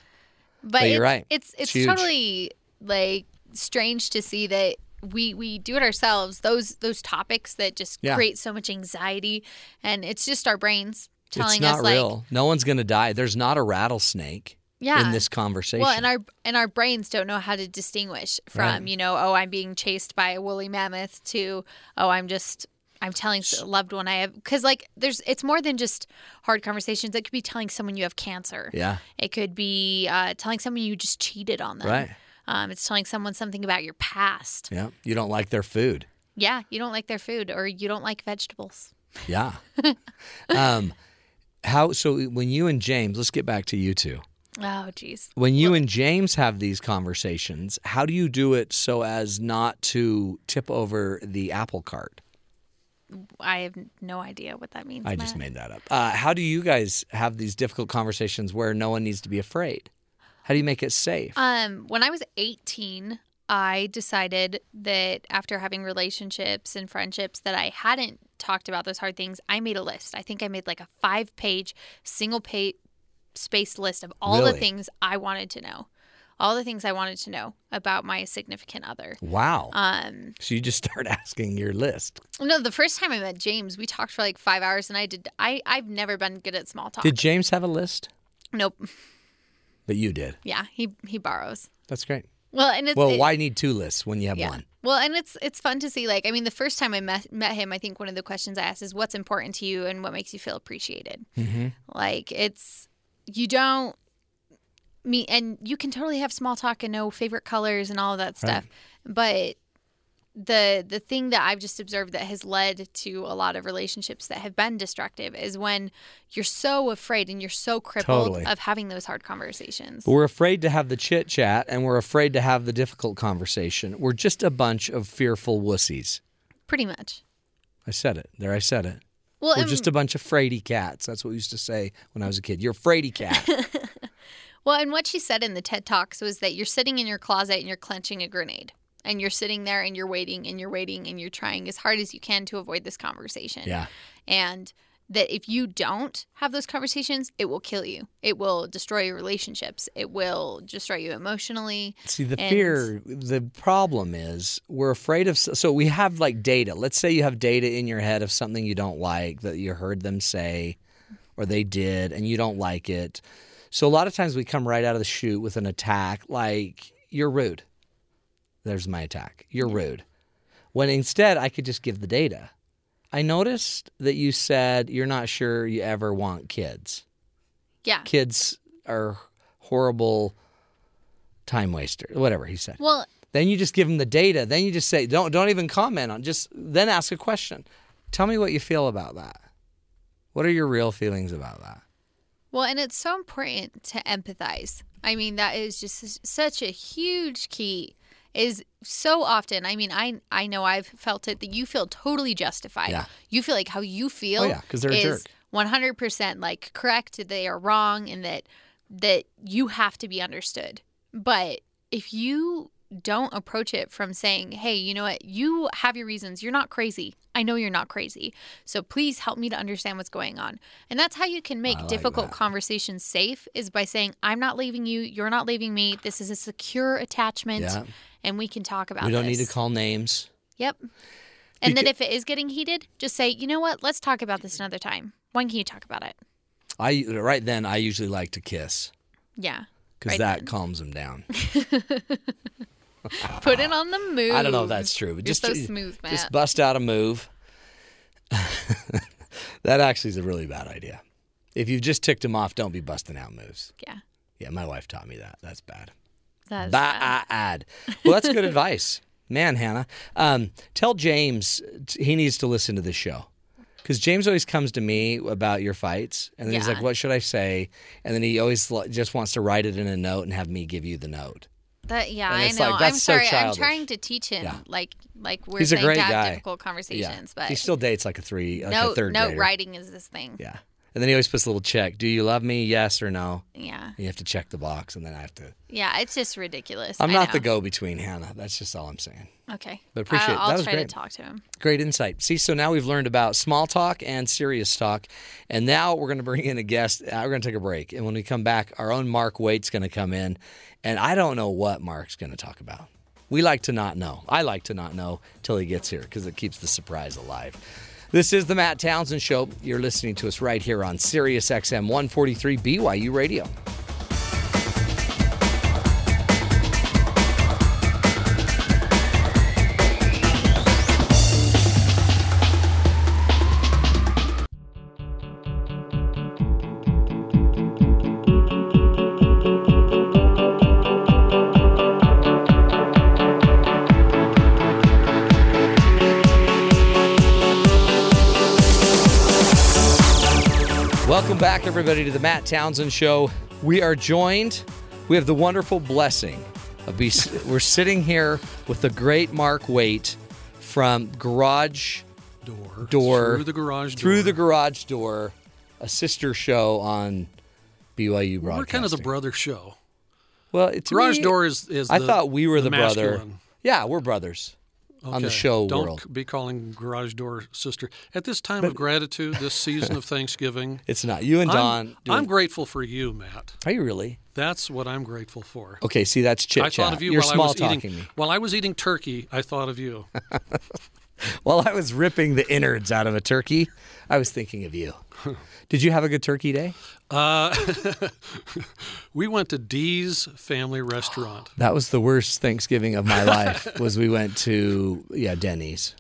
D: but,
A: you're
D: it's,
A: right.
D: It's
A: It's
D: it's,
A: huge.
D: totally like strange to see that we we do it ourselves. Those those topics that just
A: Yeah.
D: create so much anxiety, and it's just our brains telling
A: It's not
D: us
A: real.
D: like,
A: no one's going to die. There's not a rattlesnake
D: yeah,
A: in this conversation.
D: well, and our and our brains don't know how to distinguish from
A: Right.
D: you know, oh, I'm being chased by a woolly mammoth to oh, I'm just. I'm telling a loved one I have because like there's it's more than just hard conversations. It could be telling someone you have cancer.
A: yeah,
D: It could be uh, telling someone you just cheated on them.
A: right.
D: Um, it's telling someone something about your past.
A: Yeah. You don't like their food.
D: Yeah, you don't like their food or you don't like vegetables.
A: Yeah. um, how so? When you and James, let's get back to you two.
D: Oh, geez.
A: When you and James have these conversations, how do you do it so as not to tip over the apple cart?
D: I have no idea what that means.
A: I just
D: Matt.
A: made that up. Uh, how do you guys have these difficult conversations where no one needs to be afraid? How do you make it safe?
D: Um, when I was 18, I decided that after having relationships and friendships that I hadn't talked about those hard things, I made a list. I think I made like a five page, single page spaced list of all
A: Really?
D: the things I wanted to know. All the things I wanted to know about my significant other.
A: wow.
D: Um,
A: so you just start asking your list.
D: no, the first time I met James, we talked for like five hours, and I did. I I've never been good at small talk.
A: Did James have a list?
D: nope.
A: But you did.
D: Yeah, he he borrows.
A: That's great.
D: Well, and it's
A: Well,
D: it-
A: why need two lists when you have
D: Yeah.
A: one?
D: Well, and it's it's fun to see. Like, I mean, the first time I met, met him, I think one of the questions I asked is, "What's important to you, and what makes you feel appreciated?"
A: Mm-hmm.
D: Like, it's you don't me and you can totally have small talk and know favorite colors and all that stuff but the the thing that i've just observed that has led to a lot of relationships that have been destructive is when you're so afraid and you're so crippled
A: Totally.
D: of having those hard conversations
A: But we're afraid to have the chit chat and we're afraid to have the difficult conversation. We're just a bunch of fearful wussies.
D: pretty much
A: I said it. There, I said it.
D: well
A: we're
D: and-
A: just a bunch of fraidy cats. That's what we used to say when I was a kid. You're a fraidy cat.
D: Well, and what she said in the TED Talks was that you're sitting in your closet and you're clenching a grenade. And you're sitting there and you're waiting and you're waiting and you're trying as hard as you can to avoid this conversation.
A: yeah.
D: And that if you don't have those conversations, it will kill you. It will destroy your relationships. It will destroy you emotionally.
A: See, the
D: And-
A: fear, the problem is we're afraid of. So we have like data. Let's say you have data in your head of something you don't like that you heard them say or they did and you don't like it. So a lot of times we come right out of the chute with an attack like, you're rude. There's my attack. You're rude. When instead I could just give the data. I noticed that you said you're not sure you ever want kids
D: Yeah.
A: kids are horrible time waster whatever he said
D: Well,
A: then you just give him the data then you just say don't don't even comment on just then ask a question tell me what you feel about that what are your real feelings about that
D: Well, and it's so important to empathize. I mean, that is just s- such a huge key. Is so often. I mean, I I know I've felt it that you feel totally justified.
A: Yeah.
D: You feel like how you feel.
A: Oh, yeah, 'cause they're a
D: is
A: jerk.
D: One hundred percent like correct. They are wrong, and that that you have to be understood. But if you don't approach it from saying, hey, you know what? You have your reasons. You're not crazy. I know you're not crazy. So please help me to understand what's going on. And that's how you can make
A: I like
D: difficult
A: that.
D: conversations safe is by saying, I'm not leaving you. You're not leaving me. This is a secure attachment.
A: Yeah.
D: And we can talk about
A: we don't need
D: this."
A: to call names
D: Yep. And then
A: Beca-
D: if it is getting heated, just say, you know what? Let's talk about this another time. When can you talk about it?
A: i right then i usually like to kiss
D: Yeah.
A: because
D: Right
A: that
D: then.
A: calms them down
D: Put it on the move.
A: I don't know if that's true, but
D: You're
A: just
D: so smooth, Matt.
A: Just bust out a move. that actually is a really bad idea. If you've just ticked him off, don't be busting out moves.
D: yeah.
A: Yeah, my wife taught me that. That's bad.
D: That's
A: Bad. Well, that's good advice, man, Hannah. Um, tell James t- he needs to listen to this show. Because James always comes to me about your fights, and then he's
D: Yeah.
A: like, "What should I say?" And then he always li- just wants to write it in a note and have me give you the note.
D: That yeah,
A: And
D: I
A: it's
D: know.
A: like,
D: I'm
A: that's so
D: sorry. I'm
A: childish.
D: trying to teach him
A: Yeah.
D: like like we're
A: He's a
D: saying
A: great
D: to have
A: guy.
D: difficult conversations, but
A: he still dates like a three, like
D: no
A: a third
D: no
A: grader.
D: writing is this thing. Yeah.
A: Yeah. And then he always puts a little check. Do you love me? Yes or no? And you have to check the box, and then I have to.
D: Yeah, it's just ridiculous.
A: I'm
D: I
A: not
D: know.
A: the go-between, Hannah. That's just all I'm saying.
D: Okay.
A: But appreciate it.
D: I'll, I'll
A: That was
D: try
A: great.
D: to talk to him.
A: Great insight. See, so now we've learned about small talk and serious talk, and now we're going to bring in a guest. Uh, We're going to take a break, and when we come back, our own Mark Waite's going to come in, and I don't know what Mark's going to talk about. We like to not know. I like to not know till he gets here because it keeps the surprise alive. This is the Matt Townsend Show. You're listening to us right here on Sirius XM 143 BYU Radio. Welcome back, everybody, to the Matt Townsend Show. We are joined. We have the wonderful blessing of be. we're sitting here with the great Mark Waite from Garage
G: door.
A: Door
G: Through the garage door.
A: Through the Garage Door, a sister show on BYU Broadcasting.
G: We're kind of the brother show.
A: Well, it- to
G: Garage
A: me,
G: door is, is
A: I
G: the,
A: thought we were the, brother.
G: masculine.
A: Yeah, we're brothers on the
G: Okay.
A: show
G: Don't
A: world.
G: c- be calling garage door sister. At this time of gratitude, this season of Thanksgiving,
A: It's not you and Don.
G: I'm,
A: doing-
G: I'm grateful for you, Matt.
A: are you really?
G: That's what I'm grateful for.
A: Okay, see that's chit
G: I
A: chat.
G: thought of you
A: You're
G: while I
A: small
G: was
A: talking
G: eating
A: me.
G: while I was eating turkey. I thought of you.
A: While I was ripping the innards out of a turkey, I was thinking of you. Did you have a good turkey day?
G: Uh, we went to Dee's Family Restaurant.
A: That was the worst Thanksgiving of my life. Was we went to yeah Denny's.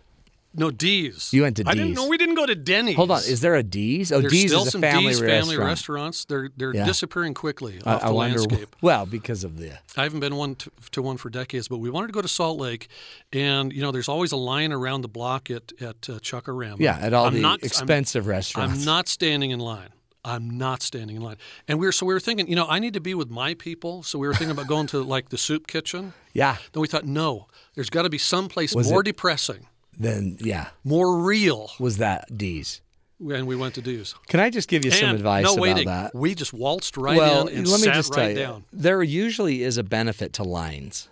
G: No, D's.
A: You went to
G: I didn't
A: D's.
G: know we didn't go to Denny's.
A: Hold on, is there a D's? Oh,
G: There's
A: D's
G: still
A: is a
G: some
A: family
G: D's
A: restaurant.
G: family restaurants. They're they're
A: Yeah.
G: disappearing quickly
A: I,
G: off
A: I
G: the
A: wonder.
G: landscape.
A: Well, because of the
G: I haven't been one to, to one for decades, but we wanted to go to Salt Lake, and you know, there's always a line around the block at at uh, Chuckarama.
A: yeah, at all
G: I'm
A: the
G: not- I'm-
A: expensive restaurants.
G: I'm not standing in line. I'm not standing in line. And we were so we were thinking, you know, I need to be with my people. So we were thinking about going to like the soup kitchen.
A: Yeah.
G: Then we thought, no, there's got to be someplace
A: Was
G: more
A: it-
G: depressing,
A: Then yeah,
G: more real.
A: was that D's?
G: And we went to Dew's.
A: Can I just give you some
G: And
A: advice
G: no
A: about
G: waiting.
A: that?
G: We just waltzed right
A: well,
G: in and
A: let me
G: sat
A: just
G: right
A: tell you,
G: down.
A: there usually is a benefit to lines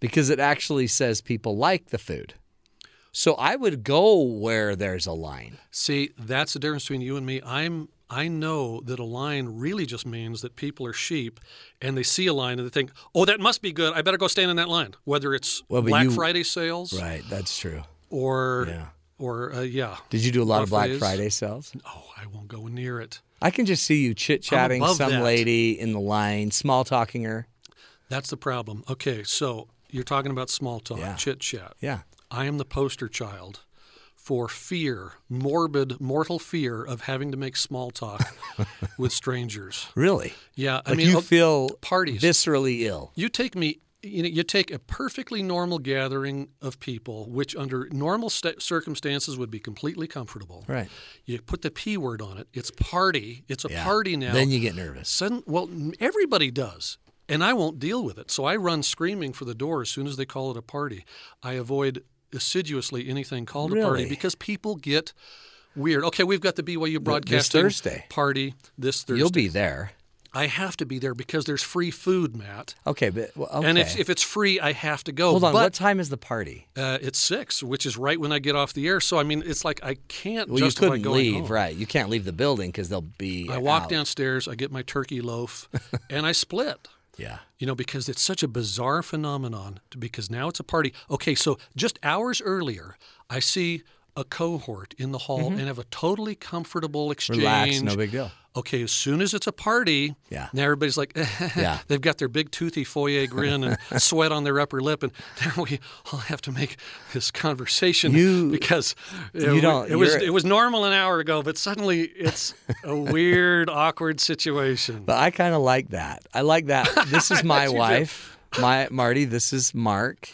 A: because it actually says people like the food. So I would go where there's a line.
G: See, that's the difference between you and me. I'm I know that a line really just means that people are sheep and they see a line and they think, "Oh, that must be good. I better go stand in that line." Whether it's
A: Well, but
G: Black
A: you-
G: Friday sales
A: Right, that's true.
G: or
A: Yeah.
G: or uh, yeah.
A: Did you do a lot of Black
G: Buffets.
A: Friday sales?
G: Oh, I won't go near it.
A: I can just see you chit chatting
G: above
A: some
G: that.
A: lady in the line, small talking her.
G: That's the problem. Okay, so you're talking about small talk,
A: Yeah.
G: chit chat.
A: Yeah.
G: I am the poster child for fear, morbid, mortal fear of having to make small talk with strangers.
A: Really?
G: Yeah, I
A: like
G: mean,
A: you
G: oh,
A: feel
G: parties.
A: viscerally ill.
G: You take me. You know, you take a perfectly normal gathering of people, which under normal st- circumstances would be completely comfortable.
A: Right.
G: You put the p word on it. It's party. It's a
A: Yeah.
G: party now.
A: Then you get nervous.
G: Sudden, well, n- everybody does, and I won't deal with it. So I run screaming for the door as soon as they call it a party. I avoid assiduously anything called a party
A: Really?
G: because people get weird. Okay, we've got the BYU broadcasting
A: Thursday.
G: party this Thursday.
A: You'll be there.
G: I have to be there because there's free food, Matt.
A: Okay, but well, okay.
G: And if, if it's free, I have to go.
A: Hold on,
G: but,
A: what time is the party?
G: Uh, it's six, which is right when I get off the air. So I mean, it's like I can't
A: Well, you
G: justify
A: couldn't
G: going
A: leave,
G: home.
A: right? You can't leave the building because they'll be.
G: I walk
A: out.
G: downstairs, I get my turkey loaf, and I split.
A: Yeah.
G: You know, because it's such a bizarre phenomenon to- because now it's a party. Okay, so just hours earlier, I see a cohort in the hall and have a totally comfortable exchange.
A: Mm-hmm. Relax, no big deal.
G: Okay, as soon as it's a party,
A: Yeah.
G: now everybody's like,
A: Yeah.
G: they've got their big toothy foyer grin and sweat on their upper lip, and now we all have to make this conversation
A: You-
G: because it,
A: you don't-
G: it was
A: you're-
G: it was normal an hour ago, but suddenly it's a weird, awkward situation.
A: But I kind of like that. I like that. This is my
G: You do.
A: wife, my Marty. This is Mark,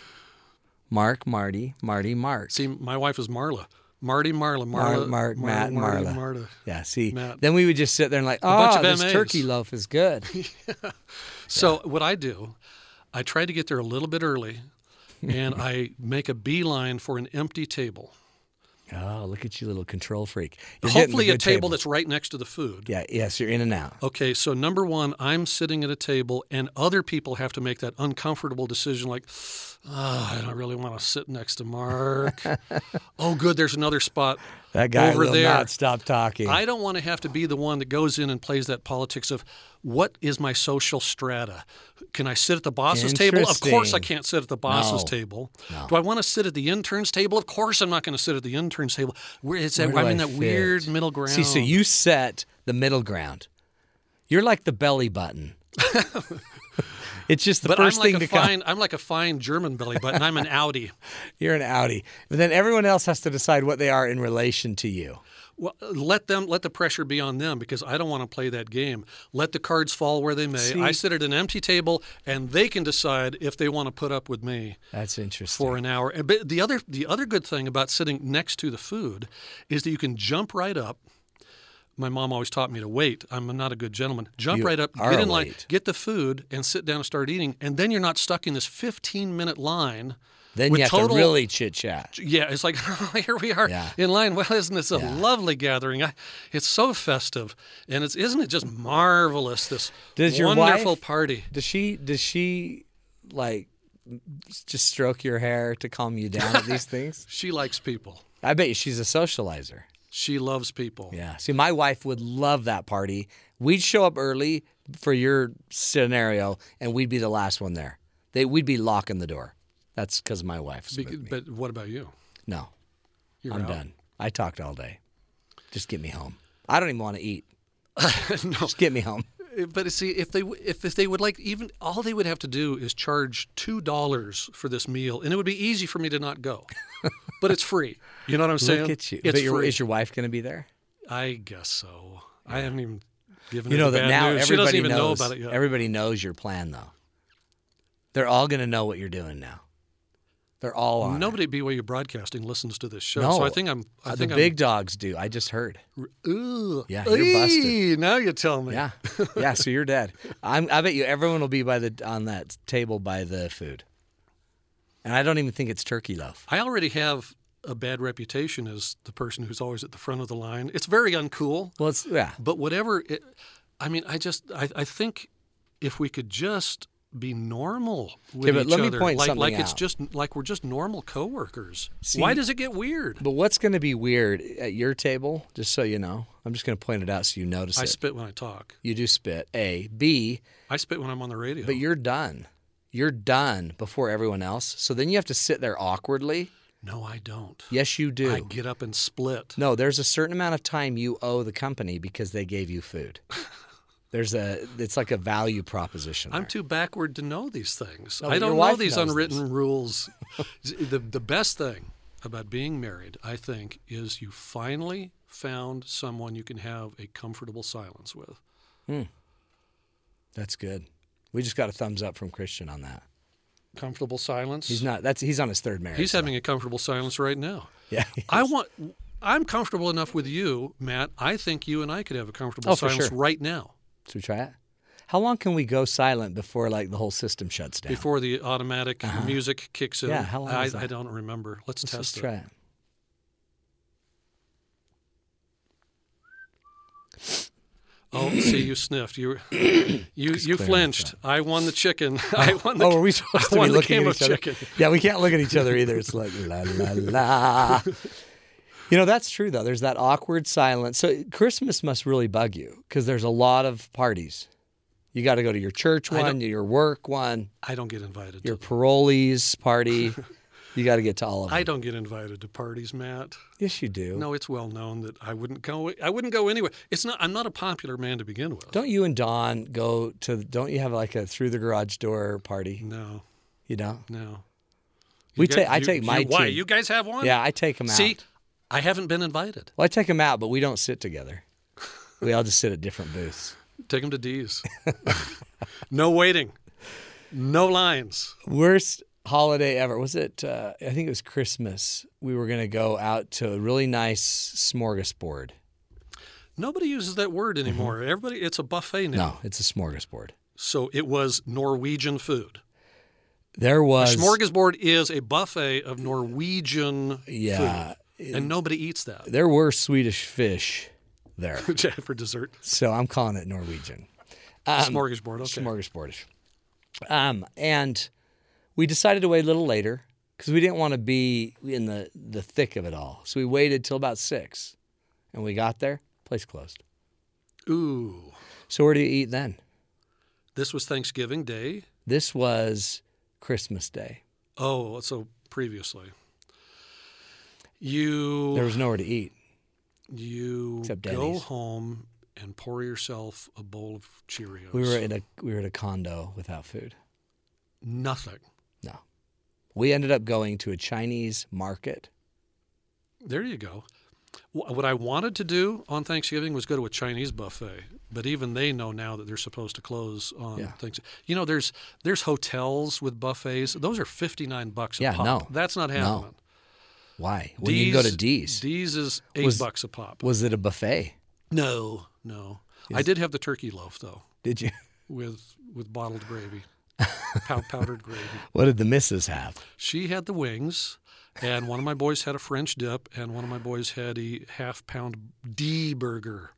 A: Mark, Marty, Marty, Mark.
G: See, my wife is Marla. Marty, Marla,
A: Mar-
G: Marla,
A: Mark,
G: Marla,
A: Matt, and
G: Marty,
A: Marla.
G: Marta.
A: Yeah. See,
G: Matt.
A: then we would just sit there and like,
G: bunch
A: oh,
G: of
A: this
G: MAs.
A: turkey loaf is good.
G: So what I do, I try to get there a little bit early, and I make a beeline for an empty table.
A: oh, look at you, little control freak. You're getting the
G: Hopefully, a
A: good
G: table, that's right next to the food.
A: Yeah. Yes, you're in and out.
G: Okay, so number one, I'm sitting at a table, and other people have to make that uncomfortable decision, like, oh, I don't really want to sit next to Mark. oh, good, there's another spot
A: That guy
G: over
A: will
G: there.
A: not stop talking.
G: I don't want to have to be the one that goes in and plays that politics of what is my social strata? Can I sit at the boss's table? Of course, I
A: Interesting.
G: can't sit at the boss's
A: No.
G: table. Do I want to sit at the intern's table? Of course, I'm not going to sit at the intern's table. Where it's that,
A: Where do
G: I'm in
A: I
G: that
A: fit?
G: weird middle ground.
A: See, so you set the middle ground. You're like the belly button. it's just the
G: but I'm
A: first
G: like
A: thing
G: a
A: to come.
G: fine. I'm like a fine German belly button. I'm an Audi.
A: You're an Audi, but then everyone else has to decide what they are in relation to you.
G: Well, let them let the pressure be on them because I don't want to play that game. Let the cards fall where they may.
A: See-
G: I sit at an empty table, and they can decide if they want to put up with me.
A: That's interesting.
G: for an hour. And- But the other the other good thing about sitting next to the food is that you can jump right up. My mom always taught me to wait. I'm not a good gentleman. Jump
A: You
G: right up,
A: are
G: get in line,
A: late.
G: get the food, and sit down and start eating. And then you're not stuck in this 15 minute line.
A: then
G: with
A: you have
G: total-
A: to really chit chat.
G: Yeah, it's like here we are
A: Yeah.
G: in line. Well, isn't this a
A: Yeah.
G: lovely gathering? I, it's so festive, and it's isn't it just marvelous? This
A: Does your
G: wonderful
A: wife-
G: party.
A: Does she? Does she like just stroke your hair to calm you down at these things?
G: She likes people.
A: I bet you she's a socializer.
G: She loves people.
A: Yeah. See, my wife would love that party. We'd show up early for your scenario, and we'd be the last one there. They we'd be locking the door. That's because my wife's.
G: Be-
A: with me.
G: but what about you?
A: no,
G: You're
A: I'm
G: out.
A: done. I talked all day. Just get me home. I don't even want to eat. Just get me home.
G: Eh, But see, if they w- if, if they would like, even all they would have to do is charge two dollars for this meal, and it would be easy for me to not go. but it's free. You know what I'm saying?
A: Look at you.
G: It's
A: but your,
G: free.
A: is your wife going to be there?
G: I guess so. I haven't even given
A: You
G: her
A: know
G: the
A: that
G: bad
A: now
G: news. She
A: everybody
G: doesn't even
A: knows.
G: know about it yet.
A: Everybody knows your plan, though. They're all going to know what you're doing now. They're all on. it.
G: Nobody at BYU Broadcasting listens to this show,
A: No,
G: so I think I'm. I
A: Uh,
G: think
A: the big dogs do. I just heard.
G: I'm, ooh,
A: Yeah, you're busted.
G: Eee, Now you tell me.
A: Yeah, yeah. So you're dead. I'm, I bet you everyone will be by the on that table by the food. And I don't even think it's turkey loaf.
G: I already have a bad reputation as the person who's always at the front of the line. It's very uncool.
A: Well, it's yeah.
G: But whatever, it, I mean, I just, I, I think if we could just be normal with
A: Okay, but
G: each
A: let me
G: other,
A: point
G: like,
A: something
G: like it's
A: out.
G: just like we're just normal coworkers.
A: See-
G: Why does it get weird?
A: But what's going to be weird at your table? Just so you know, I'm just going to point it out so you notice
G: I
A: it.
G: spit when I talk.
A: you do spit. A B.
G: I spit when I'm on the radio.
A: But you're done. You're done before everyone else. So then you have to sit there awkwardly.
G: no, I don't.
A: Yes, you do.
G: I get up and split.
A: No, there's a certain amount of time you owe the company because they gave you food. There's a it's like a value proposition.
G: I'm
A: there.
G: too backward to know these things.
A: No, but
G: I
A: your
G: don't know
A: wife
G: these
A: knows
G: unwritten
A: this.
G: rules. the, the best thing about being married, I think, is you finally found someone you can have a comfortable silence with.
A: That's good. We just got a thumbs up from Christian on that.
G: Comfortable silence?
A: He's not that's he's on his third marriage.
G: He's
A: so-
G: having a comfortable silence right now.
A: yeah.
G: I want. I'm comfortable enough with you, Matt. I think you and I could have a comfortable
A: Oh, for
G: silence
A: sure.
G: right now
A: Should we try it? How long can we go silent before like the whole system shuts down?
G: before the automatic music kicks in.
A: Uh-huh. Yeah, how long
G: I,
A: is that?
G: I don't remember. Let's,
A: Let's
G: test
A: just
G: it.
A: try it.
G: Oh, see, you sniffed. You, you, you
A: clearing
G: flinched. I won the chicken. I won the.
A: oh, are we supposed
G: I
A: to be
G: won the
A: looking
G: game
A: at
G: of
A: each other?
G: chicken.
A: Yeah, we can't look at each other either. It's like la la la. You know that's true though. There's that awkward silence. So Christmas must really bug you because there's a lot of parties. You got to go to your church
G: I
A: one,
G: don't-
A: your work one,
G: I don't get invited.
A: your
G: to,
A: parolees party. you got to get to all of them.
G: I don't get invited to parties, Matt.
A: yes, you do.
G: No, it's well known that I wouldn't go. I wouldn't go anywhere. It's not. I'm not a popular man to begin with.
A: Don't you and Don go to? Don't you have like a through the garage door party?
G: No,
A: You don't.
G: no.
A: We
G: guys-
A: take. I
G: you-
A: take
G: you-
A: my
G: Why
A: team.
G: you guys have one?
A: yeah, I take them out.
G: See, I haven't been invited.
A: Well, I take them out, but we don't sit together. We all just sit at different booths.
G: Take them to D's. no waiting. No lines.
A: Worst holiday ever. Was it? Uh, I think it was Christmas. We were going to go out to a really nice smorgasbord.
G: Nobody uses that word anymore. Everybody, it's a buffet now.
A: No, it's a smorgasbord.
G: So it was Norwegian food.
A: There
G: A
A: was.
G: smorgasbord is a buffet of Norwegian
A: Yeah.
G: food, and nobody eats that
A: There were Swedish fish there.
G: for dessert.
A: so I'm calling it Norwegian. Um,
G: smorgasbord, okay.
A: Smorgasbordish. Um, and we decided to wait a little later because we didn't want to be in the, the thick of it all. So we waited till about six and we got there, place closed.
G: Ooh,
A: So where do you eat then?
G: this was Thanksgiving Day.
A: This was Christmas Day.
G: Oh, so previously, you
A: There was nowhere to eat.
G: you
A: Except
G: go
A: Denny's.
G: home and pour yourself a bowl of Cheerios.
A: We were in a we were at a condo without food.
G: nothing.
A: No. We ended up going to a Chinese market.
G: There you go. Wh- What I wanted to do on Thanksgiving was go to a Chinese buffet, but even they know now that they're supposed to close on
A: Yeah.
G: Thanksgiving. You know, there's there's hotels with buffets. Those are fifty nine bucks a
A: Yeah,
G: pop.
A: no.
G: that's not
A: No.
G: happening.
A: Why? When you go to D's.
G: D's is eight
A: Was-
G: bucks a pop.
A: Was it a buffet?
G: no, no. I did have the turkey loaf though,
A: Did you?
G: with with bottled gravy, pow- powdered gravy.
A: What did the missus have?
G: She had the wings, and one of my boys had a French dip, and one of my boys had a half pound D burger.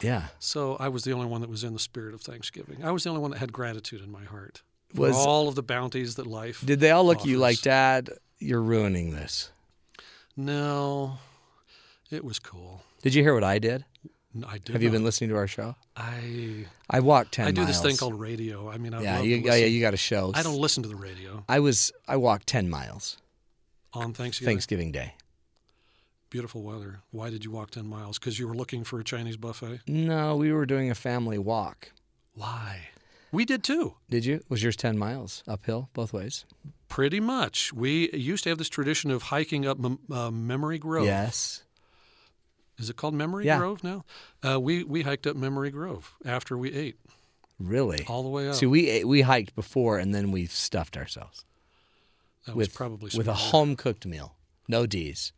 A: Yeah.
G: So I was the only one that was in the spirit of Thanksgiving. I was the only one that had gratitude in my heart for
A: Was-
G: all of the bounties that life.
A: Did they all look at you like,
G: offers.
A: Dad, you're ruining this?
G: No, it was cool.
A: Did you hear what I did?
G: No, I did.
A: Have you
G: not-
A: been listening to our show?
G: I
A: I walked 10
G: I do
A: miles.
G: this thing called radio. I mean, I
A: Yeah,
G: love
A: you,
G: to
A: oh, yeah,
G: listen.
A: you got a show.
G: I don't listen to the radio
A: I was, I walked 10 miles
G: on Thanksgiving.
A: Thanksgiving Day.
G: Beautiful weather. Why did you walk ten miles? Because you were looking for a Chinese buffet.
A: No, we were doing a family walk.
G: Why? We did too.
A: Did you? Was yours 10 miles uphill both ways?
G: Pretty much. We used to have this tradition of hiking up Mem- uh, Memory Grove.
A: Yes.
G: Is it called Memory
A: Yeah.
G: Grove now? Uh, we we hiked up Memory Grove after we ate
A: Really?
G: all the way up.
A: See, we we hiked before and then we stuffed ourselves
G: that was
A: with
G: probably
A: with a
G: smarter.
A: home cooked meal. No D's.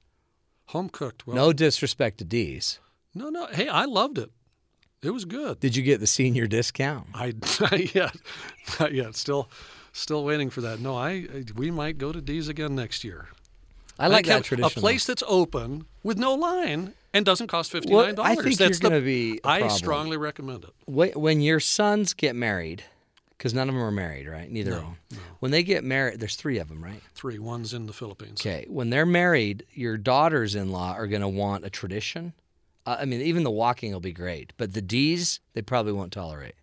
G: home cooked. Well,
A: no disrespect to D's.
G: no, no. Hey, I loved it. It was good.
A: Did you get the senior discount?
G: I not yet, not yet. Still, still waiting for that. No, I we might go to D's again next year.
A: I like
G: have
A: that tradition.
G: A
A: though.
G: place that's open with no line and doesn't cost fifty
A: Well,
G: nine dollars.
A: I think
G: that's
A: you're
G: the-
A: gonna be a
G: I
A: problem.
G: strongly recommend it.
A: Wh- when your sons get married, because none of them are married, right? Neither of them. When they get married, there's three of them, right?
G: Three ones in the Philippines.
A: Okay. When they're married, your daughters-in-law are going to want a tradition. Uh, I mean, even the walking will be great, but the D's they probably won't tolerate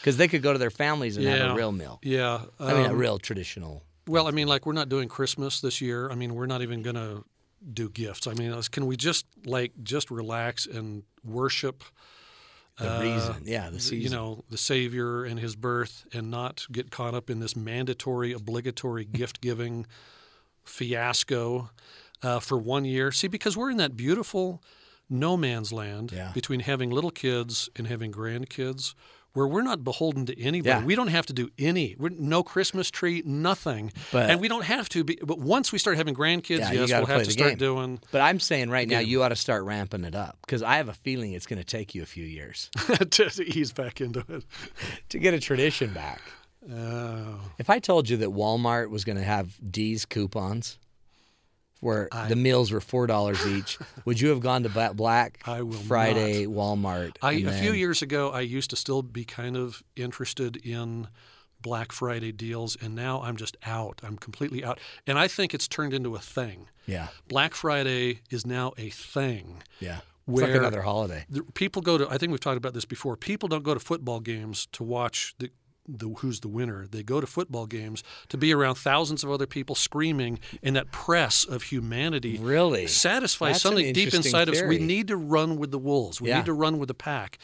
A: because they could go to their families and have a
G: Yeah.
A: real meal.
G: Yeah.
A: I mean, a
G: um,
A: real traditional.
G: Well, I mean, like we're not doing Christmas this year. I mean, we're not even gonna do gifts. I mean, let's- can we just like just relax and worship?
A: The reason, yeah, the
G: th- uh, you
A: season.
G: know, the Savior and His birth, and not get caught up in this mandatory, obligatory gift giving fiasco uh, for one year. See, because we're in that beautiful no man's land
A: Yeah.
G: between having little kids and having grandkids. Where we're not beholden to anybody,
A: Yeah.
G: we don't have to do any. We're, no Christmas tree, nothing,
A: But-
G: and we don't have to. Be, but once we start having grandkids,
A: Yeah, you
G: yes,
A: gotta
G: we'll have
A: play
G: to
A: the
G: start
A: game.
G: doing.
A: But I'm saying right now, you ought to start ramping it up because I have a feeling it's going to take you a few years
G: to to ease back into it.
A: to get a tradition back.
G: Oh.
A: If I told you that Walmart was going to have D's coupons, where the meals were four dollars each, would you have gone to Ba- Black
G: I will
A: Friday Walmart?
G: I,
A: and
G: a few
A: then-
G: years ago, I used to still be kind of interested in Black Friday deals, and now I'm just out. I'm completely out. And I think it's turned into a thing.
A: Yeah,
G: Black Friday is now a thing.
A: yeah. it's like
G: Where-
A: another holiday.
G: The- People go to, I think we've talked about this before, people don't go to football games to watch the, the who's the winner. They go to football games to be around thousands of other people screaming and that press of humanity
A: Really?
G: satisfies
A: That's an
G: something deep
A: interesting
G: inside of us. We
A: theory.
G: need to run with the wolves. We
A: Yeah.
G: need to run with the pack.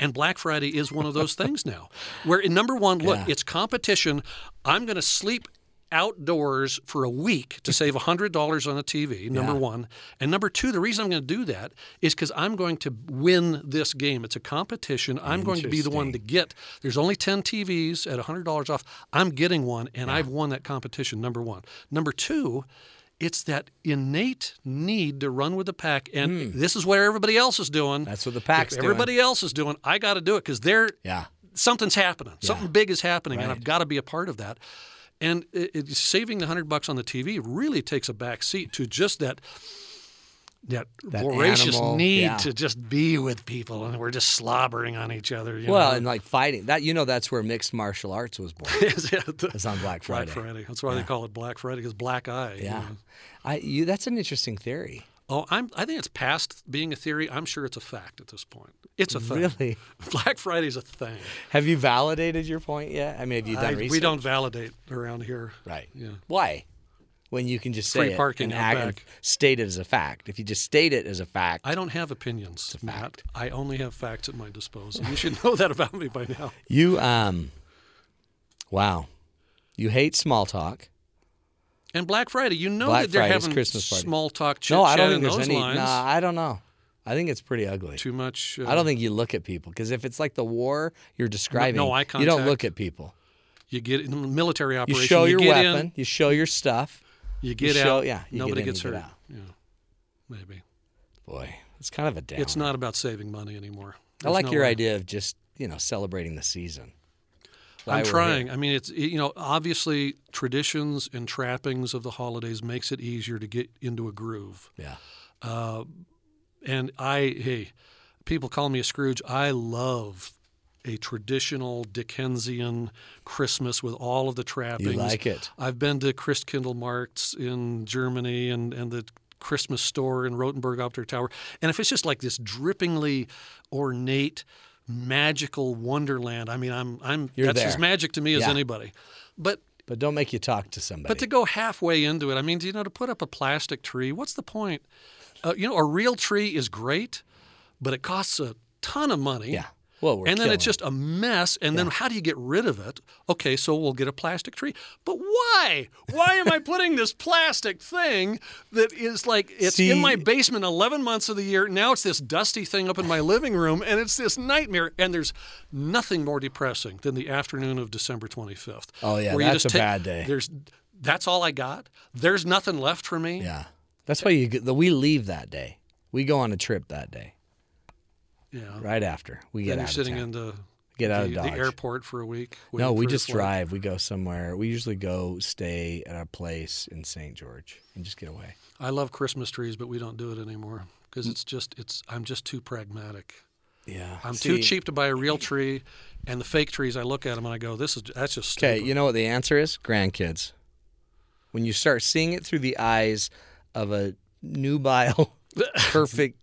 G: And Black Friday is one of those things now. Where in number one, look,
A: Yeah.
G: it's competition. I'm going to sleep outdoors for a week to save $100 on a TV, number
A: Yeah.
G: one. And number two, the reason I'm going to do that is because I'm going to win this game. It's a competition. I'm going to be the one to get. There's only 10 TVs at $100 off. I'm getting one, and I've won that competition, number one. Number two, it's that innate need to run with the pack. And
A: Hmm.
G: this is what everybody else is doing.
A: That's what the pack's
G: If
A: doing.
G: everybody else is doing, I got to do it because they're
A: Yeah,
G: something's happening. Something big is happening, and
A: Right.
G: I've got to be a part of that. And it, it, saving the hundred bucks on the TV really takes a back seat to just that that,
A: That
G: voracious
A: animal,
G: need
A: yeah.
G: to just be with people, and we're just slobbering on each other. You
A: well,
G: know?
A: and like fighting that. You know, that's where mixed martial arts was born.
G: Is it the-
A: It's on Black Friday.
G: Black Friday. That's why they call it Black Friday because black eye. you
A: Yeah,
G: know.
A: I you. That's an interesting theory.
G: Oh, I'm. I think it's past being a theory. I'm sure it's a fact at this point. It's a thing.
A: Really?
G: Black Friday's a thing.
A: Have you validated your point yet? I mean, have you done
G: I-
A: research?
G: we don't validate around here.
A: Right.
G: Yeah.
A: Why? When you can just say
G: Free
A: it
G: parking
A: and,
G: out
A: act, and
G: back.
A: state it as a fact. If you just state it as a fact,
G: I don't have opinions,
A: a fact.
G: Matt. I only have facts at my disposal. You should know that about me by now.
A: you um, wow, you hate small talk.
G: And Black Friday, you know
A: Black
G: that they're
A: Friday's
G: having
A: Christmas party.
G: small talk, chit
A: No, I
G: chat
A: don't
G: in
A: think
G: those
A: there's any.
G: lines.
A: Nah, I don't know. I think it's pretty ugly.
G: Too much. Uh,
A: I don't think you look at people because if it's like the war you're describing,
G: eye
A: you don't
G: contact.
A: look at people.
G: you get in a military
A: You
G: operation.
A: show your
G: get
A: weapon,
G: in,
A: you show your stuff.
G: you get
A: show-
G: out.
A: yeah, you get
G: nobody
A: in,
G: gets
A: you
G: hurt.
A: get out.
G: Yeah, maybe
A: Boy, it's kind of a down.
G: it's not about saving money anymore.
A: I
G: There's
A: like
G: no
A: your
G: way.
A: idea of just you know celebrating the season. Why
G: I'm
A: we're here.
G: trying. I mean, it's you know, obviously traditions and trappings of the holidays makes it easier to get into a groove.
A: Yeah.
G: and I hey, people call me a Scrooge. I love a traditional Dickensian Christmas with all of the trappings.
A: like it.
G: I've been to Christkindlmarkts in Germany and and the Christmas store in Rotenburg up der Tower. And if it's just like this drippingly ornate magical wonderland, I mean I'm I'm
A: You're
G: that's as
A: there.
G: magic to me as
A: Yeah.
G: anybody. But
A: But don't make you talk to somebody.
G: but to go halfway into it, I mean, do you know, to put up a plastic tree, what's the point? Uh, you know, a real tree is great, but it costs a ton of money.
A: Yeah. Well, we're
G: and then
A: killing
G: it's just a mess. And then how do you get rid of it? Okay, so we'll get a plastic tree. But why? Why am I putting this plastic thing that is like it's
A: See-
G: in my basement 11 months of the year. Now it's this dusty thing up in my living room and it's this nightmare. And there's nothing more depressing than the afternoon of December 25th.
A: Oh, yeah,
G: where you
A: that's
G: just
A: a
G: take-
A: bad day.
G: There's that's all I got. There's nothing left for me.
A: Yeah. That's why you the, we leave that day. We go on a trip that day.
G: Yeah.
A: Right after we get
G: Oh. Then you're
A: out of
G: sitting
A: town.
G: in the
A: Get out of
G: the, the
A: Dodge.
G: airport for a week.
A: no,
G: waiting
A: we
G: for
A: just
G: the flight.
A: drive. We go somewhere. We usually go stay at a place in St. George and just get away.
G: I love Christmas trees, but we don't do it anymore because it's just it's I'm just too pragmatic.
A: Yeah.
G: I'm too cheap to buy a real tree, and the fake trees I look at them and I go, this is that's just
A: Okay,
G: stupid.
A: you know what the answer is? Grandkids. When you start seeing it through the eyes of a nubile, perfect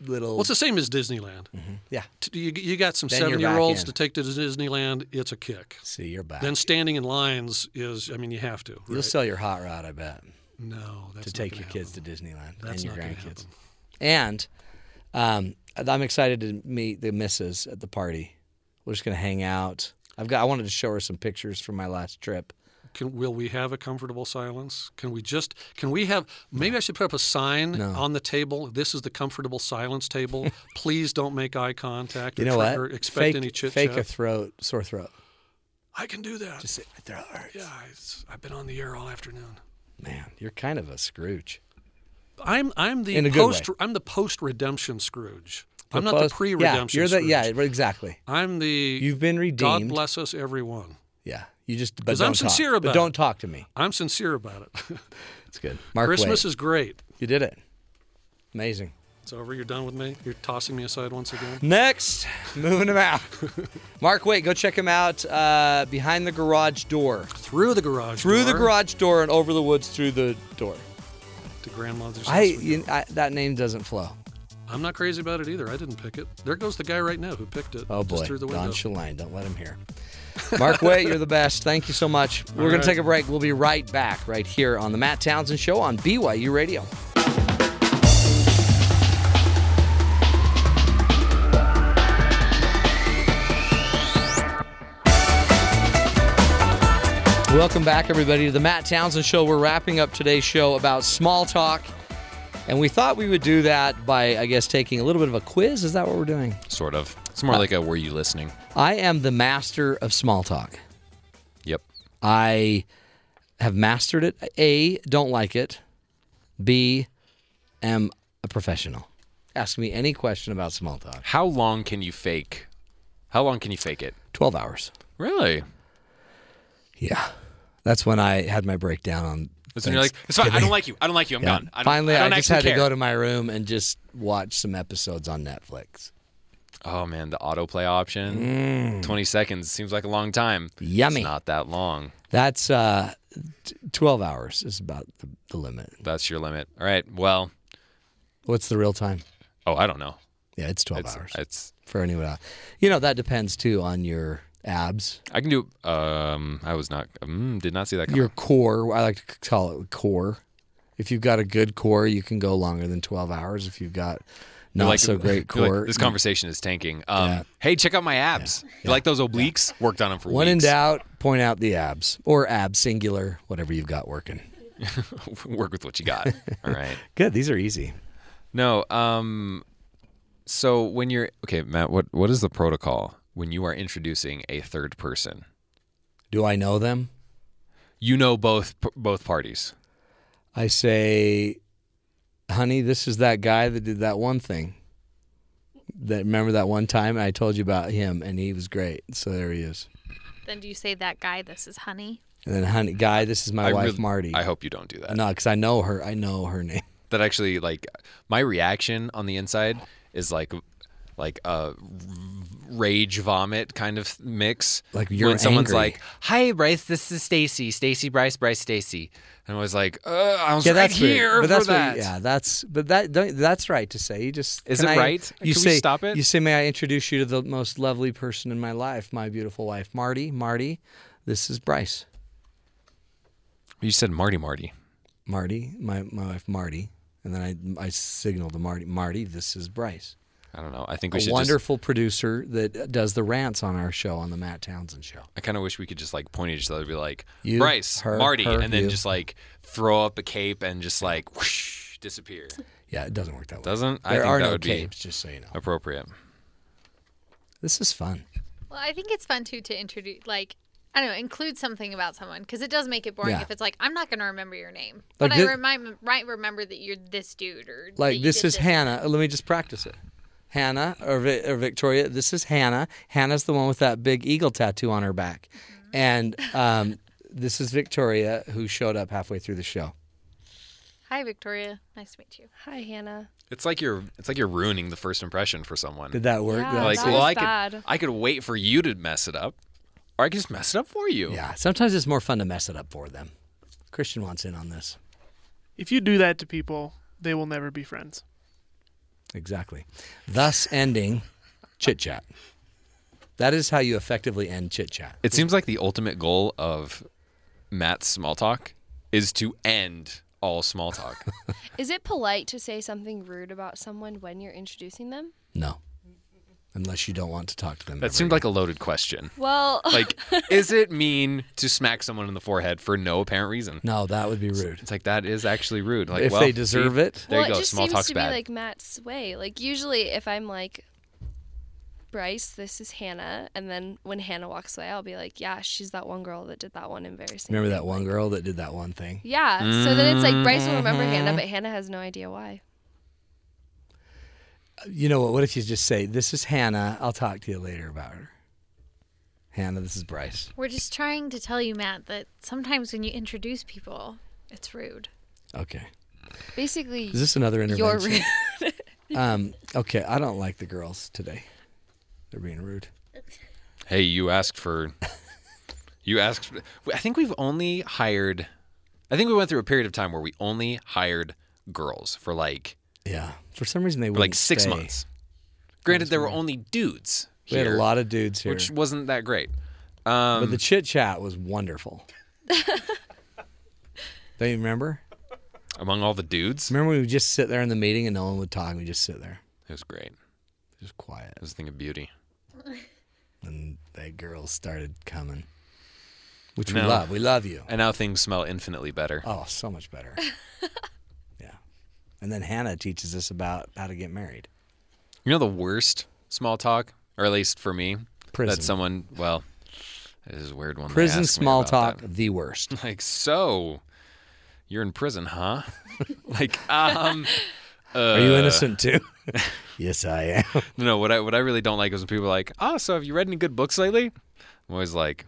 A: little.
G: well, it's the same as Disneyland.
A: Mm-hmm. yeah.
G: T- You, you got some
A: Then you're
G: seven year olds
A: back in.
G: to take to Disneyland, it's a kick.
A: See, you're back.
G: Then standing in lines is, I mean, you have to.
A: You'll
G: right?
A: sell your hot rod, I bet,
G: no, that's
A: to
G: not
A: take
G: gonna
A: your kids
G: happen.
A: to Disneyland
G: That's
A: and your
G: not gonna
A: grandkids.
G: happen.
A: And um, I'm excited to meet the missus at the party. We're just gonna hang out. I've got. I wanted to show her some pictures from my last trip.
G: Can, will we have a comfortable silence? Can we just? Can we have? Maybe I should put up a sign
A: No.
G: on the table. This is the comfortable silence table. Please don't make eye contact.
A: You
G: or
A: know
G: tr-
A: what?
G: Or expect
A: fake,
G: any chit
A: Fake a
G: chat.
A: throat, sore throat.
G: I can do that.
A: Just say my throat hurts.
G: yeah, I, have been on the air all afternoon.
A: Man, you're kind of a Scrooge.
G: I'm I'm the
A: In a good
G: post
A: way.
G: I'm the post redemption Scrooge. I'm not
A: Propose-
G: the pre redemption.
A: Yeah, you're the yeah, exactly.
G: I'm the.
A: You've been
G: God
A: redeemed.
G: bless us, everyone.
A: Yeah, you just but
G: 'Cause
A: don't
G: I'm sincere
A: talk.
G: about
A: but
G: it.
A: don't talk to me.
G: I'm sincere about it.
A: It's good. Mark
G: Christmas is great.
A: you did it. Amazing.
G: It's over. You're done with me. You're tossing me aside once again.
A: Next, moving him out. Mark Wait, go check him out uh, behind the garage door,
G: Through the garage.
A: through the
G: door
A: garage door, and over the woods through the door.
G: to grandmother's.
A: I,
G: house we go.
A: you, I that name doesn't flow.
G: I'm not crazy about it either. I didn't pick it. There goes the guy right now who picked it.
A: Oh boy,
G: just through the window.
A: Don Shaline, don't let him hear. Mark Wait, you're the best. Thank you so much. We're gonna
G: right.
A: take a break. We'll be right back right here on the Matt Townsend Show on BYU Radio. Welcome back, everybody, to the Matt Townsend Show. We're wrapping up today's show about small talk, and we thought we would do that by, I guess, taking a little bit of a quiz. Is that what we're doing?
B: Sort of. It's
A: Uh,
B: more like a were you listening?
A: I am the master of small talk.
B: Yep.
A: I have mastered it. A, don't like it. B, am a professional. Ask me any question about small talk.
B: How long can you fake? How long can you fake it?
A: 12 hours.
B: Really?
A: Yeah. That's when I had my breakdown on.
B: That's when you're like, it's fine. I don't like you. I don't like you. I'm
A: Yeah.
B: gone. I don't,
A: Finally,
B: I,
A: I,
B: don't
A: just
B: actually
A: had to
B: care.
A: go to my room and just watch some episodes on Netflix.
B: Oh man, the autoplay option. 20 seconds seems like a long time.
A: Mm. Yummy.
B: It's not that long.
A: That's uh, t- 12 hours is about the, the limit.
B: That's your limit. All right. Well,
A: What's the real time?
B: oh, I don't know.
A: Yeah, it's 12
B: It's,
A: hours
B: it's
A: for anyone else. You know, that depends too on your abs.
B: I can do um I was not mm, did not see that coming.
A: your core. I like to call it core. If you've got a good core, you can go longer than twelve hours. If you've got
B: You're
A: not so great
B: you're like,
A: core,
B: this conversation is tanking. Um,
A: Yeah.
B: Hey, check out my abs. You like those obliques? Worked on them for
A: when in
B: weeks.
A: doubt, point out the abs or ab singular, whatever you've got working.
B: Work with what you got. All right.
A: Good. These are easy.
B: No. Um. So when you're okay, Matt, what what is the protocol when you are introducing a third person?
A: Do I know them?
B: You know both both parties.
A: I say, honey, this is that guy that did that one thing. That remember that one time I told you about him, and he was great. So there he is.
D: Then do you say that guy? This is honey.
A: And then, honey, guy, this is my
B: I
A: wife,
B: really-
A: Marty.
B: I hope you don't do that.
A: no, because I know her. I know her name.
B: That actually, like, my reaction on the inside is like, like a rage vomit kind of mix.
A: Like, you're
B: when someone's
A: angry.
B: like, "Hi, Bryce. This is Stacy. Stacy, Bryce, Bryce, Stacy." And I was like, uh, "I was right
A: weird.
B: here
A: But that's
B: for that."
A: What, yeah, that's but that don't, that's right to say. You just
B: Is
A: can
B: it
A: I-
B: right?
A: You
B: Can we
A: say
B: stop it?
A: You say, "May I introduce you to the most lovely person in my life, my beautiful wife, Marty? Marty, this is Bryce.
B: You said Marty, Marty.
A: Marty, my my wife, Marty." And then I I signal to Marty, Marty, this is Bryce.
B: I don't know. I think we
A: A
B: should. Just,
A: wonderful producer that does the rants on our show on the Matt Townsend show.
B: I kind of wish we could just like point at each other, and be like
A: You,
B: Bryce,
A: her,
B: Marty,
A: her,
B: and then
A: you.
B: just like throw up a cape and just like whoosh, disappear.
A: Yeah, it doesn't work that way.
B: Doesn't I
A: there
B: think
A: are
B: that
A: no
B: would
A: capes, just so you know.
B: be appropriate?
A: This is fun.
D: Well, I think it's fun too to introduce, like, I don't know, include something about someone because it does make it boring
A: Yeah.
D: if it's like I'm not going to remember your name,
A: Like
D: but
A: thi-
D: I remind, might remember that you're this dude or that
A: Like
D: you
A: this
D: did
A: is Hannah. Let me just practice it. Hannah or, Vi- or Victoria. This is Hannah. Hannah's the one with that big eagle tattoo on her back,
E: Mm-hmm.
A: and um, this is Victoria who showed up halfway through the show.
D: Hi, Victoria. Nice to meet you.
E: Hi, Hannah.
B: It's like you're it's like you're ruining the first impression for someone.
A: Did that work?
E: Yeah,
A: That
E: that
B: like,
A: was
E: was
A: good?
B: well, I could
E: bad.
B: I could wait for you to mess it up, or I could just mess it up for you.
A: yeah. Sometimes it's more fun to mess it up for them. Christian wants in on this.
C: If you do that to people, they will never be friends.
A: Exactly. Thus ending chit chat. That is how you effectively end chit chat.
B: It seems like the ultimate goal of Matt's small talk is to end all small talk.
E: Is it polite to say something rude about someone when you're introducing them?
A: No. Unless you don't want to talk to them.
B: that seemed like a loaded question.
E: Well,
B: Like, is it mean to smack someone in the forehead for no apparent reason?
A: No, that would be rude.
B: It's like that is actually rude. Like,
A: If
B: well,
A: they deserve
B: see,
A: it.
B: there
E: well,
B: you go.
E: it just
B: small
E: seems
B: talk's
E: to
B: bad.
E: be like Matt's way. Like usually, if I'm like, Bryce, this is Hannah, and then when Hannah walks away, I'll be like, yeah, she's that one girl that did that one embarrassing.
A: Remember
E: thing."
A: that one girl that did that one thing?
E: Yeah. So then it's like Bryce will remember
B: Mm-hmm.
E: Hannah, but Hannah has no idea why.
A: You know what? What if you just say, This is Hannah. I'll talk to you later about her. Hannah, this is Bryce.
D: We're just trying to tell you, Matt, that sometimes when you introduce people, it's rude.
A: Okay.
E: Basically,
A: Is this another
E: you're
A: intervention?
E: rude.
A: Um, okay. I don't like the girls today. They're being rude.
B: hey, you asked for. You asked. I think we've only hired. I think we went through a period of time where we only hired girls for like
A: Yeah. For some reason, they
B: for
A: were
B: like six months. Granted, there were only dudes
A: We
B: here,
A: had a lot of dudes here.
B: which wasn't that great. Um,
A: But the chit chat was wonderful. Don't you remember?
B: among all the dudes,
A: Remember we would just sit there in the meeting and no one would talk. We just sit there,
B: it was great.
A: just quiet.
B: It was a thing of beauty.
A: And the girls started coming, which we
B: No.
A: love. We love you.
B: And now things smell infinitely better.
A: Oh, so much better. yeah. And then Hannah teaches us about how to get married.
B: You know the worst small talk, or at least for me,
A: Prison.
B: that someone. Well, this is a weird one. they
A: Prison
B: asked me
A: small
B: about
A: talk,
B: that.
A: the worst.
B: Like so, you're in prison, huh? like um,
A: Are
B: Uh,
A: you innocent too? yes, I am.
B: no. What I what I really don't like is when people are like, oh, so have you read any good books lately? I'm always like,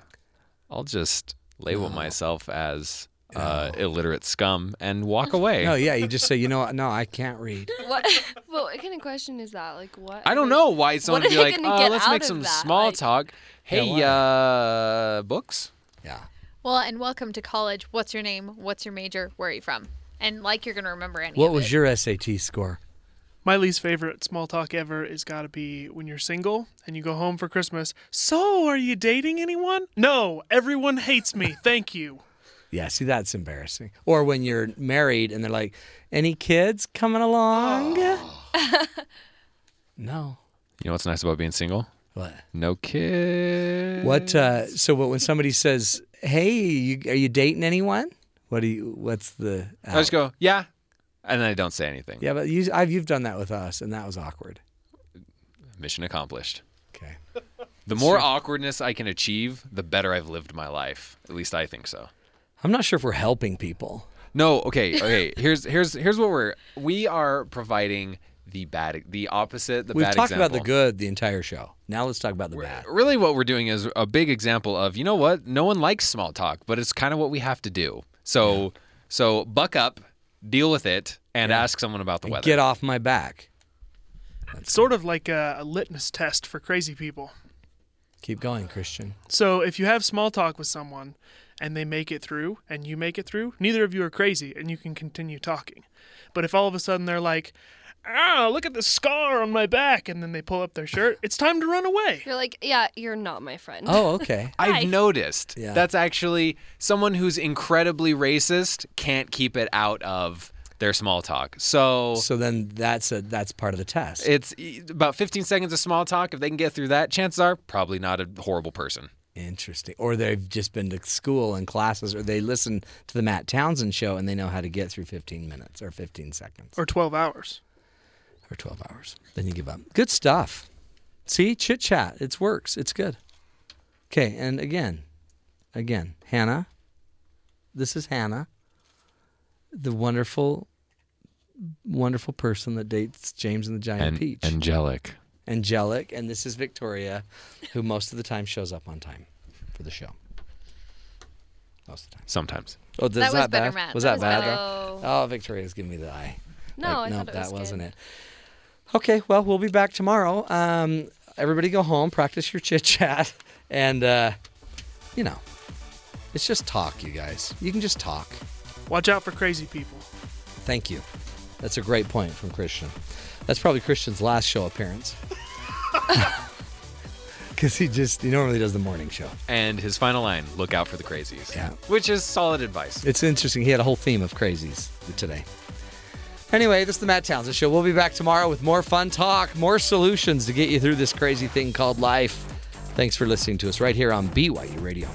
B: I'll just label myself as uh, illiterate scum and walk away.
A: no, yeah. You just say, you know what? No, I can't read.
E: what? Well, what kind of question is that? Like what?
B: I don't know why someone
E: are
B: would be
E: they
B: like,
E: gonna
B: oh,
E: get
B: let's
E: out
B: make
E: of
B: some
E: that?
B: small
E: Like-
B: talk. Hey,
A: why?
B: uh, books?
A: Yeah.
D: Well, and welcome to college. What's your name? What's your major? Where are you from? And like you're going to remember any
A: What
D: of
A: was
D: it.
A: your SAT score?
C: My least favorite small talk ever is got to be when you're single and you go home for Christmas. So, are you dating anyone? No, everyone hates me. Thank you.
A: Yeah, see, that's embarrassing. Or when you're married and they're like, any kids coming along?
B: Oh.
A: no.
B: You know what's nice about being single?
A: What?
B: No kids.
A: What? Uh, so what, when somebody says, hey, you, are you dating anyone? What do you, what's the.
B: I just
A: out?
B: go, yeah. And then I don't say anything.
A: Yeah, but you, I've, you've done that with us, and that was awkward.
B: Mission accomplished.
A: Okay.
B: The more awkwardness I can achieve, the better I've lived my life. At least I think so.
A: I'm not sure if we're helping people.
B: No, okay, okay. Here's here's here's what we're we are providing the bad the opposite the
A: We've
B: bad
A: talked
B: example.
A: about the good the entire show. Now let's talk about the bad.
B: Really, what we're doing is a big example of you know what? No one likes small talk, but it's kind of what we have to do. So, so buck up, deal with it, and ask someone about the weather.
A: Get off my back.
C: It's sort of like a, a litmus test for crazy people.
A: Keep going, Christian.
C: So, if you have small talk with someone and they make it through and you make it through, neither of you are crazy and you can continue talking. But if all of a sudden they're like, ah, look at the scar on my back, and then they pull up their shirt, it's time to run away.
E: You're like, yeah, you're not my friend.
A: Oh, okay.
B: I've noticed
A: Yeah.
B: that's actually someone who's incredibly racist can't keep it out of their small talk. So,
A: So then that's a that's part of the test.
B: it's e- about 15 seconds of small talk. If they can get through that, chances are probably not a horrible person.
A: Interesting. Or they've just been to school and classes, or they listen to the Matt Townsend show and they know how to get through 15 minutes or 15 seconds
C: or 12 hours.
A: or 12 hours. Then you give up. Good stuff. See, chit chat. It works. It's good. Okay. And again, again, Hannah. This is Hannah, the wonderful, wonderful person that dates James and the Giant Peach.
B: angelic.
A: Angelic. And this is Victoria, who most of the time shows up on time for the show. Most of the time.
B: Sometimes.
A: Oh, that
D: was
A: that
D: better,
A: bad?
D: Matt.
A: Was that,
D: That
A: bad?
D: was
A: though? Oh, Victoria's giving me the eye.
E: No,
A: Like,
E: I
A: nope,
E: thought it was
A: that
E: good.
A: wasn't it. Okay, well, we'll be back tomorrow. Um, everybody go home, practice your chit chat, and uh, you know, it's just talk, you guys. You can just talk.
C: Watch out for crazy people.
A: Thank you. That's a great point from Christian. That's probably Christian's last show appearance. Because he just, he normally does the morning show.
B: And his final line look out for the crazies.
A: Yeah.
B: Which is solid advice.
A: It's interesting. He had a whole theme of crazies today. Anyway, this is the Matt Townsend Show. We'll be back tomorrow with more fun talk, more solutions to get you through this crazy thing called life. Thanks for listening to us right here on BYU Radio.